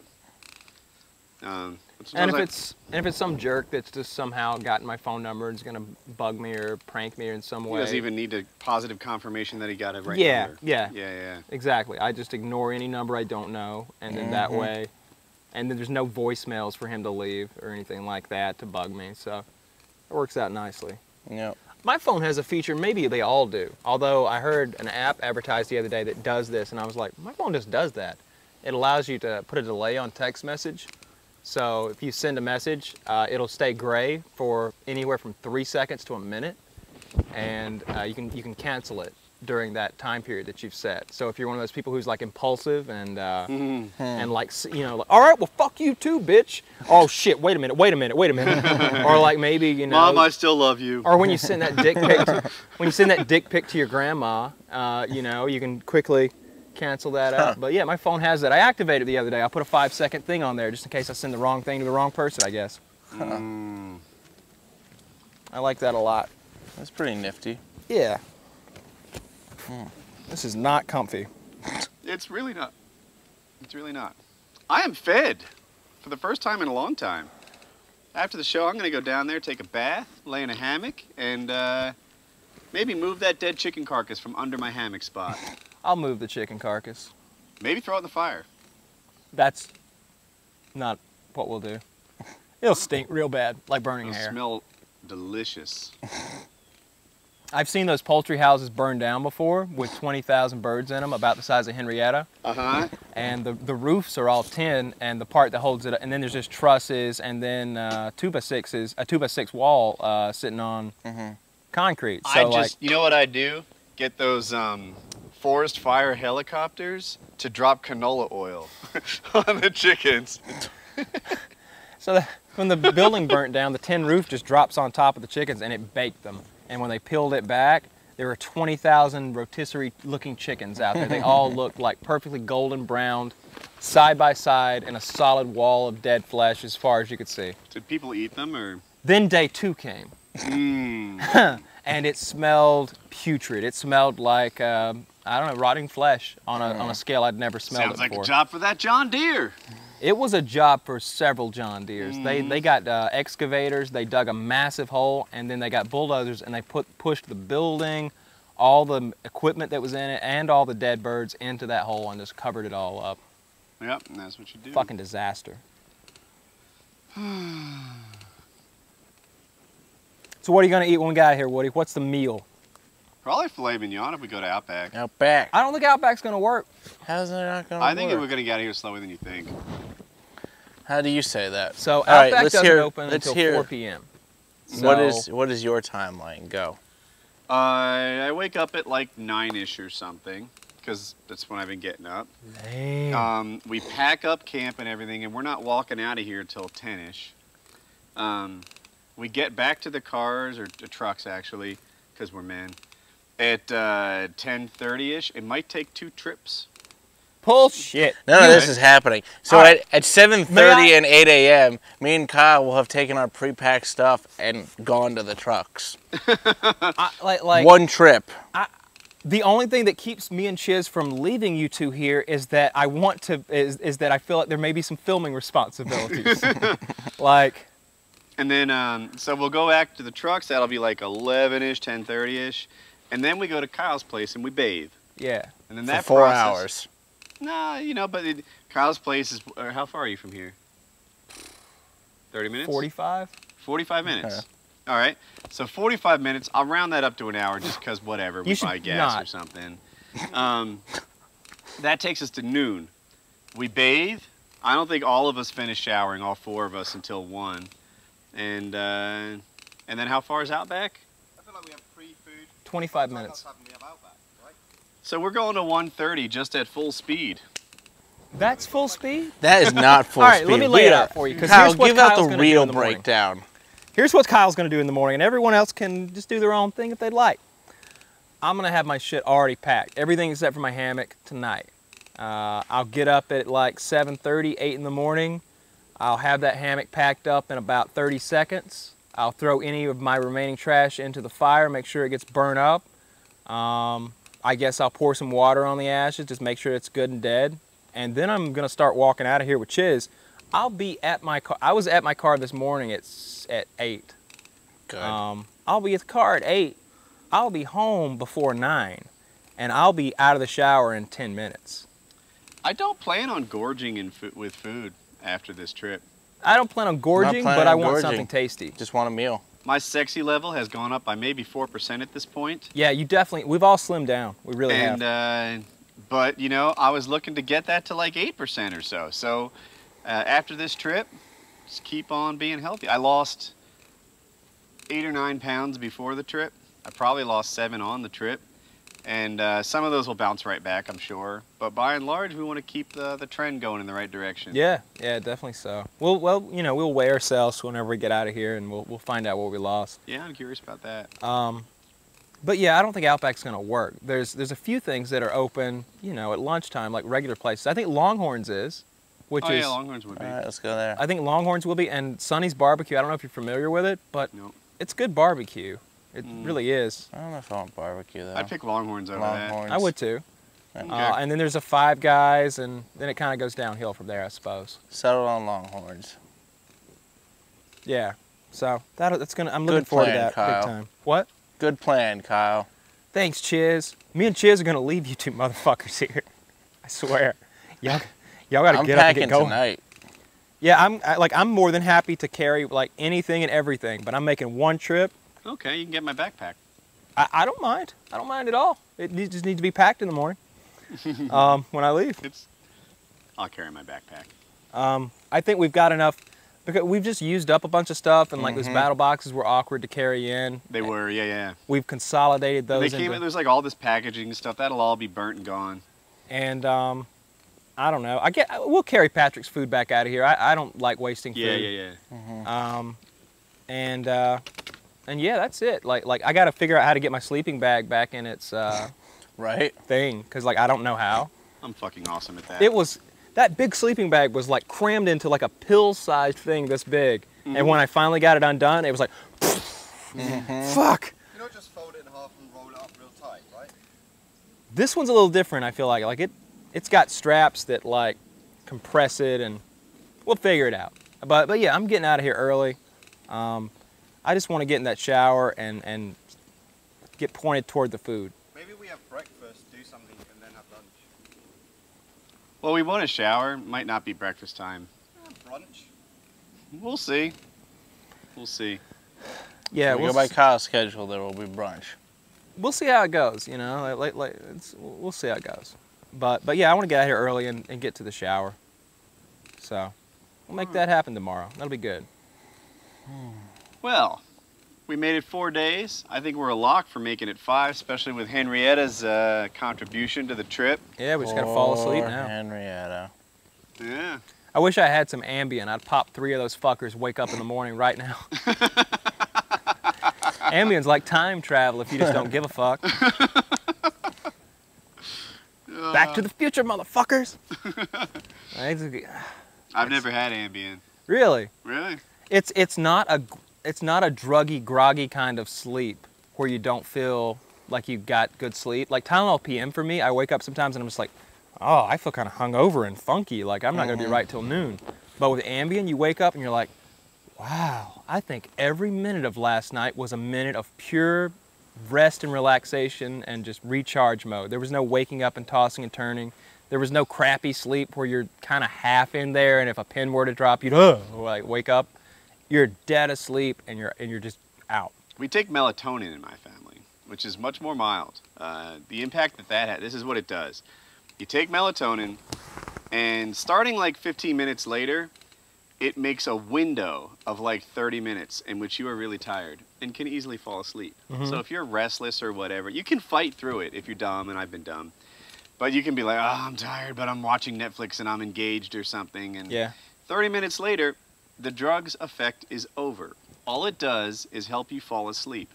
Um, but
And
sometimes
if
I-
it's and if it's some jerk that's just somehow gotten my phone number and is gonna bug me or prank me in some
he
way.
doesn't even need a positive confirmation that he got it right.
yeah,
number.
yeah,
Yeah, yeah.
Exactly. I just ignore any number I don't know, and then that
Mhm.
way, and then there's no voicemails for him to leave or anything like that to bug me. So it works out nicely.
Yep.
My phone has a feature. Maybe they all do. Although I heard an app advertised the other day that does this, and I was like, my phone just does that. It allows you to put a delay on text message. So if you send a message, uh, it'll stay gray for anywhere from three seconds to a minute, and uh, you can you can cancel it during that time period that you've set. So if you're one of those people who's like impulsive and uh,
Mm-hmm.
and like s- you know, like, all right, well, fuck you too, bitch. Oh shit, wait a minute, wait a minute, wait a minute,
[LAUGHS]
or like maybe you know,
Mom, I still love you.
or when you send that dick pic, to, when you send that dick pic to your grandma, uh, you know you can quickly cancel that out. But yeah, my phone has that. I activated it the other day. I put a five second thing on there just in case I send the wrong thing to the wrong person. I guess. I like that a lot.
That's pretty nifty.
Yeah. Hmm. This is not comfy.
It's really not. It's really not. I am fed for the first time in a long time. After the show, I'm going to go down there, take a bath, lay in a hammock, and uh, maybe move that dead chicken carcass from under my hammock spot.
I'll move the chicken carcass.
maybe throw it in the fire.
That's not what we'll do. It'll stink real bad, like burning
It'll
hair.
smell delicious.
I've seen those poultry houses burned down before with 20,000 birds in them, about the size of Henrietta.
Uh [LAUGHS] huh.
And the, the roofs are all tin, and the part that holds it, and then there's just trusses, and then uh, two by sixes, a two by six wall uh, sitting on concrete. So
Mm-hmm. I just,
like,
you know what I do? Get those um, forest fire helicopters to drop canola oil [LAUGHS] on the chickens.
so that when the building burnt down, the tin roof just drops on top of the chickens, and it baked them. And when they peeled it back, there were 20,000 rotisserie-looking chickens out there.
[LAUGHS]
They all looked like perfectly golden browned, side by side, in a solid wall of dead flesh as far as you could see.
Did people eat them or?
Then day two came,
Hmm.
[LAUGHS] and it smelled putrid. It smelled like um, I don't know, rotting flesh on a on a scale I'd never
Oh.
smelled
Sounds
it
like
before.
a job for that John Deere.
It was a job for several John Deeres. They they got uh, excavators. They dug a massive hole, and then they got bulldozers, and they put pushed the building, all the equipment that was in it, and all the dead birds into that hole, and just covered it all up.
Yep, and that's what you do.
Fucking [SIGHS] disaster. so what are you gonna eat when we get out of here, Woody? What's the meal?
Probably filet mignon if we go to Outback.
Out back.
I don't think Outback's gonna work.
How's that not gonna
I think
work?
we're gonna get out of here slower than you think.
How do you say that?
So
right,
Outback
let's
doesn't
hear-
open
let's
until
hear.
4 p.m.
what
So-
is what is your timeline? Go.
I I wake up at like nine ish or something, because that's when I've been getting up. Um, we pack up camp and everything, and we're not walking out of here till ten ish. Um, we get back to the cars or the trucks actually, because we're men, at uh, ten thirty ish. It might take two trips.
Bullshit.
No, no, this is happening. So
All right.
at, at 7.30 and 8 a.m., me and Kyle will have taken our pre-packed stuff and gone to the trucks.
I, like, like
One trip.
the only thing that keeps me and Chiz from leaving you two here is that I want to is, is that I feel like there may be some filming responsibilities. like
And then um, so we'll go back to the trucks. That'll be like eleven ish, ten thirty ish, and then we go to Kyle's place and we bathe.
yeah,
And then
For
that
four
process-
hours.
Nah, you know, but it, Kyle's place is. Or how far are you from here? 30 minutes?
45.
45 minutes. All right. So 45 minutes. I'll round that up to an hour just because whatever. We
You should
buy gas or
not.
something. Um, that takes us to noon. We bathe. I don't think all of us finish showering, all four of us, until 1. And uh, and then how far is Outback?
25 minutes.
So we're going to 130 just at full speed.
That's full speed.
That
[LAUGHS]
is not full
All right,
speed.
let me lay it
We
out
are-
for you, 'cause
Kyle,
here's what
give out
Kyle's
the
gonna do
real
in the morning.
breakdown.
Here's what Kyle's going to do in the morning, and everyone else can just do their own thing if they'd like. I'm going to have my shit already packed, everything except for my hammock tonight. Uh, I'll get up at like 7:30, 8 in the morning. I'll have that hammock packed up in about 30 seconds. I'll throw any of my remaining trash into the fire, make sure it gets burned up. Um, I guess I'll pour some water on the ashes, just make sure it's good and dead. And then I'm gonna start walking out of here with Chiz. I'll be at my car. I was at my car this morning at s- at eight.
Good.
Um, I'll be at the car at eight. I'll be home before nine, and I'll be out of the shower in ten minutes.
I don't plan on gorging in fo- with food after this trip.
I don't plan on gorging,
planning
but I
on
want
gorging.
something tasty.
Just want a meal.
My sexy level has gone up by maybe 4% at this point.
Yeah, you definitely. We've all slimmed down. We really
and
have.
uh, but you know, I was looking to get that to like 8% or so. So uh, after this trip, just keep on being healthy. I lost 8 or 9 pounds before the trip. I probably lost 7 on the trip. And uh, some of those will bounce right back, I'm sure. But by and large, we want to keep the, the trend going in the right direction.
Yeah, yeah, definitely so. Well, well, you know, we'll weigh ourselves whenever we get out of here, and we'll we'll find out what we lost.
Yeah, I'm curious about that.
Um, but yeah, I don't think Outback's gonna work. There's there's a few things that are open, you know, at lunchtime, like regular places. I think Longhorns is, which
oh,
is
yeah, Longhorns would be.
All right, let's go there.
I think Longhorns will be, and Sonny's Barbecue. I don't know if you're familiar with it, but
Nope.
it's good barbecue. It
Mm.
really is.
I don't know if I want barbecue, though.
I'd pick Longhorns over
Longhorns.
I would too.
that. Okay.
Uh, and then there's a Five Guys, and then it kind of goes downhill from there, I suppose.
Settle on Longhorns.
Yeah. So that that's gonna. I'm
Good
looking forward to
plan,
that
Kyle.
big time. What?
Good plan, Kyle.
Thanks, Chiz. Me and Chiz are gonna leave you two [LAUGHS] motherfuckers here. I swear. Y'all, y'all gotta
I'm
get up and get
packing
going.
tonight.
Yeah, I'm I, like I'm more than happy to carry like anything and everything, but I'm making one trip.
okay, you can get my backpack.
I, I don't mind. I don't mind at all. It needs, just needs to be packed in the
[LAUGHS]
morning um, when I leave.
It's. I'll carry my backpack.
Um, I think we've got enough because we've just used up a bunch of stuff, and like those
Mhm.
battle boxes were awkward to carry in.
They were, yeah, yeah.
We've consolidated
And
those,
they came
into-
in, there's like all this packaging and stuff. That'll all be burnt and gone.
and um, I don't know. I get I- we'll carry Patrick's food back out of here. I, I don't like wasting
Yeah,
food.
yeah, yeah.
Um, and uh, and yeah, that's it. Like like I got to figure out how to get my sleeping bag back in its. Uh,
Right?
thing because like I don't know how.
I'm fucking awesome at that.
It was that big sleeping bag was like crammed into like a pill-sized thing this big, and when I finally got it undone, it was like, [LAUGHS] fuck.
You know, just fold it in half and roll it up real tight, right?
This one's a little different. I feel like like it, it's got straps that like compress it, and we'll figure it out. But but yeah, I'm getting out of here early. Um, I just want to get in that shower and and get pointed toward the food.
Maybe we have breakfast, do something, and then have lunch.
well, we want a shower. Might not be breakfast time.
Eh, Brunch?
We'll see. We'll see.
Yeah,
we
we'll
go by
s-
Kyle's schedule, there will be brunch.
we'll see how it goes. You know, like, like, like it's, we'll see how it goes. But but yeah, I want to get out here early and, and get to the shower. So We'll make that happen tomorrow. That'll be good.
Well, we made it four days. I think we're a lock for making it five, especially with Henrietta's uh, contribution to the trip.
Yeah, we just gotta fall asleep
Poor
now.
Henrietta.
Yeah.
I wish I had some Ambien. I'd pop three of those fuckers, wake up in the morning right now. Ambien's like time travel if you just don't give a fuck.
Uh,
Back to the future, motherfuckers. I think-
I've never had Ambien.
really?
Really?
It's it's not a it's not a druggy, groggy kind of sleep where you don't feel like you got good sleep. Like Tylenol PM for me, I wake up sometimes and I'm just like, oh, I feel kind of hungover and funky. Like I'm not gonna be right till noon. But with Ambien, you wake up and you're like, wow, I think every minute of last night was a minute of pure rest and relaxation and just recharge mode. There was no waking up and tossing and turning. There was no crappy sleep where you're kind of half in there, and if a pin were to drop, you'd oh, like wake up you're dead asleep and you're and you're just out.
We take melatonin in my family, which is much more mild. Uh, the impact that that had, this is what it does. You take melatonin, and starting like 15 minutes later, it makes a window of like 30 minutes in which you are really tired and can easily fall asleep. So if you're restless or whatever, you can fight through it if you're dumb, and I've been dumb. But you can be like, oh, I'm tired, but I'm watching Netflix and I'm engaged or something. And 30 minutes later, the drug's effect is over. All it does is help you fall asleep.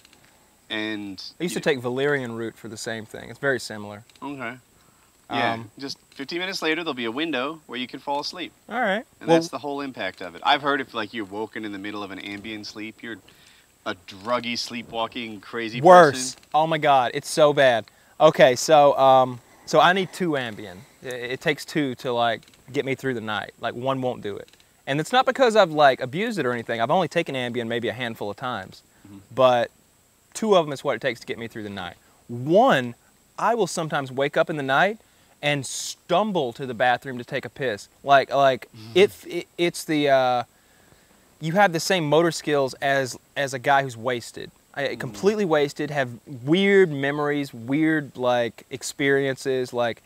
And
I used to take valerian root for the same thing. It's very similar.
Okay. Yeah.
Um,
just 15 minutes later, there'll be a window where you can fall asleep,
All right.
and
Well,
that's the whole impact of it. I've heard if like you're woken in the middle of an ambient sleep, you're a druggy, sleepwalking, crazy
worse.
person.
Oh my God, it's so bad. Okay, so um, so I need two Ambien. It, it takes two to like get me through the night. Like one won't do it, and it's not because I've like abused it or anything. I've only taken Ambien maybe a handful of times,
Mm-hmm.
but two of them is what it takes to get me through the night. One, I will sometimes wake up in the night and stumble to the bathroom to take a piss. Like like
Mm.
if it, it's the uh, you have the same motor skills as as a guy who's wasted I, completely wasted have weird memories weird like experiences like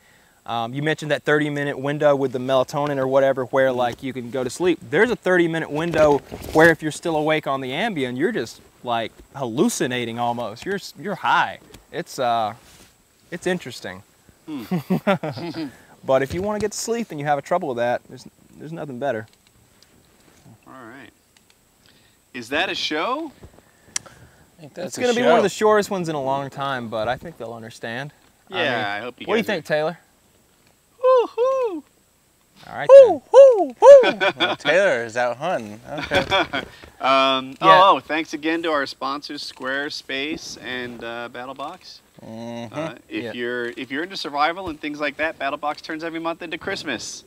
um, you mentioned that 30 minute window with the melatonin or whatever where like you can go to sleep there's a 30 minute window where if you're still awake on the ambien you're just like hallucinating almost you're s- you're high it's uh it's interesting [LAUGHS] but if you want to get to sleep and you have trouble with that there's there's nothing better
All right. Is that a show?
I think that's
it's going to be one of the shortest ones in a long time, but I think they'll understand. I
Yeah,
mean,
I hope you.
what do you
guys
think, Taylor?
Woohoo!
All right. then.
Well, Taylor is out hunting. Okay.
Um,
Yeah.
oh, oh, thanks again to our sponsors, Squarespace and uh, BattleBox.
Mm-hmm.
Uh,
[LAUGHS]
if
Yeah.
you're if you're into survival and things like that, BattleBox turns every month into Christmas.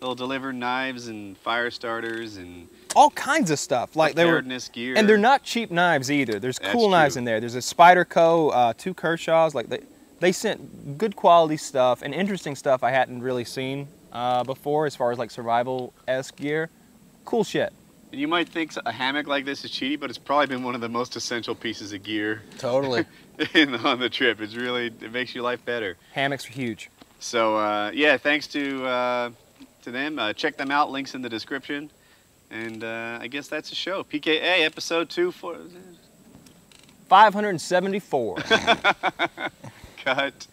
They'll deliver knives and fire starters and
[LAUGHS] All kinds of stuff. Like they were,
preparedness gear.
and they're not cheap knives either. There's
That's
cool knives
true.
in there. There's a Spyderco, uh, two Kershaws. Like they, they sent good quality stuff and interesting stuff I hadn't really seen uh, before, as far as like survival esque gear. Cool shit.
And you might think a hammock like this is cheaty, but it's probably been one of the most essential pieces of gear [LAUGHS]
totally.
in, on the trip. It's really it makes your life better.
Hammocks are huge.
So uh, yeah, thanks to uh, to them. Uh, check them out. Links in the description. And uh, I guess that's the show. PKA episode two [LAUGHS] four.
574.
Cut.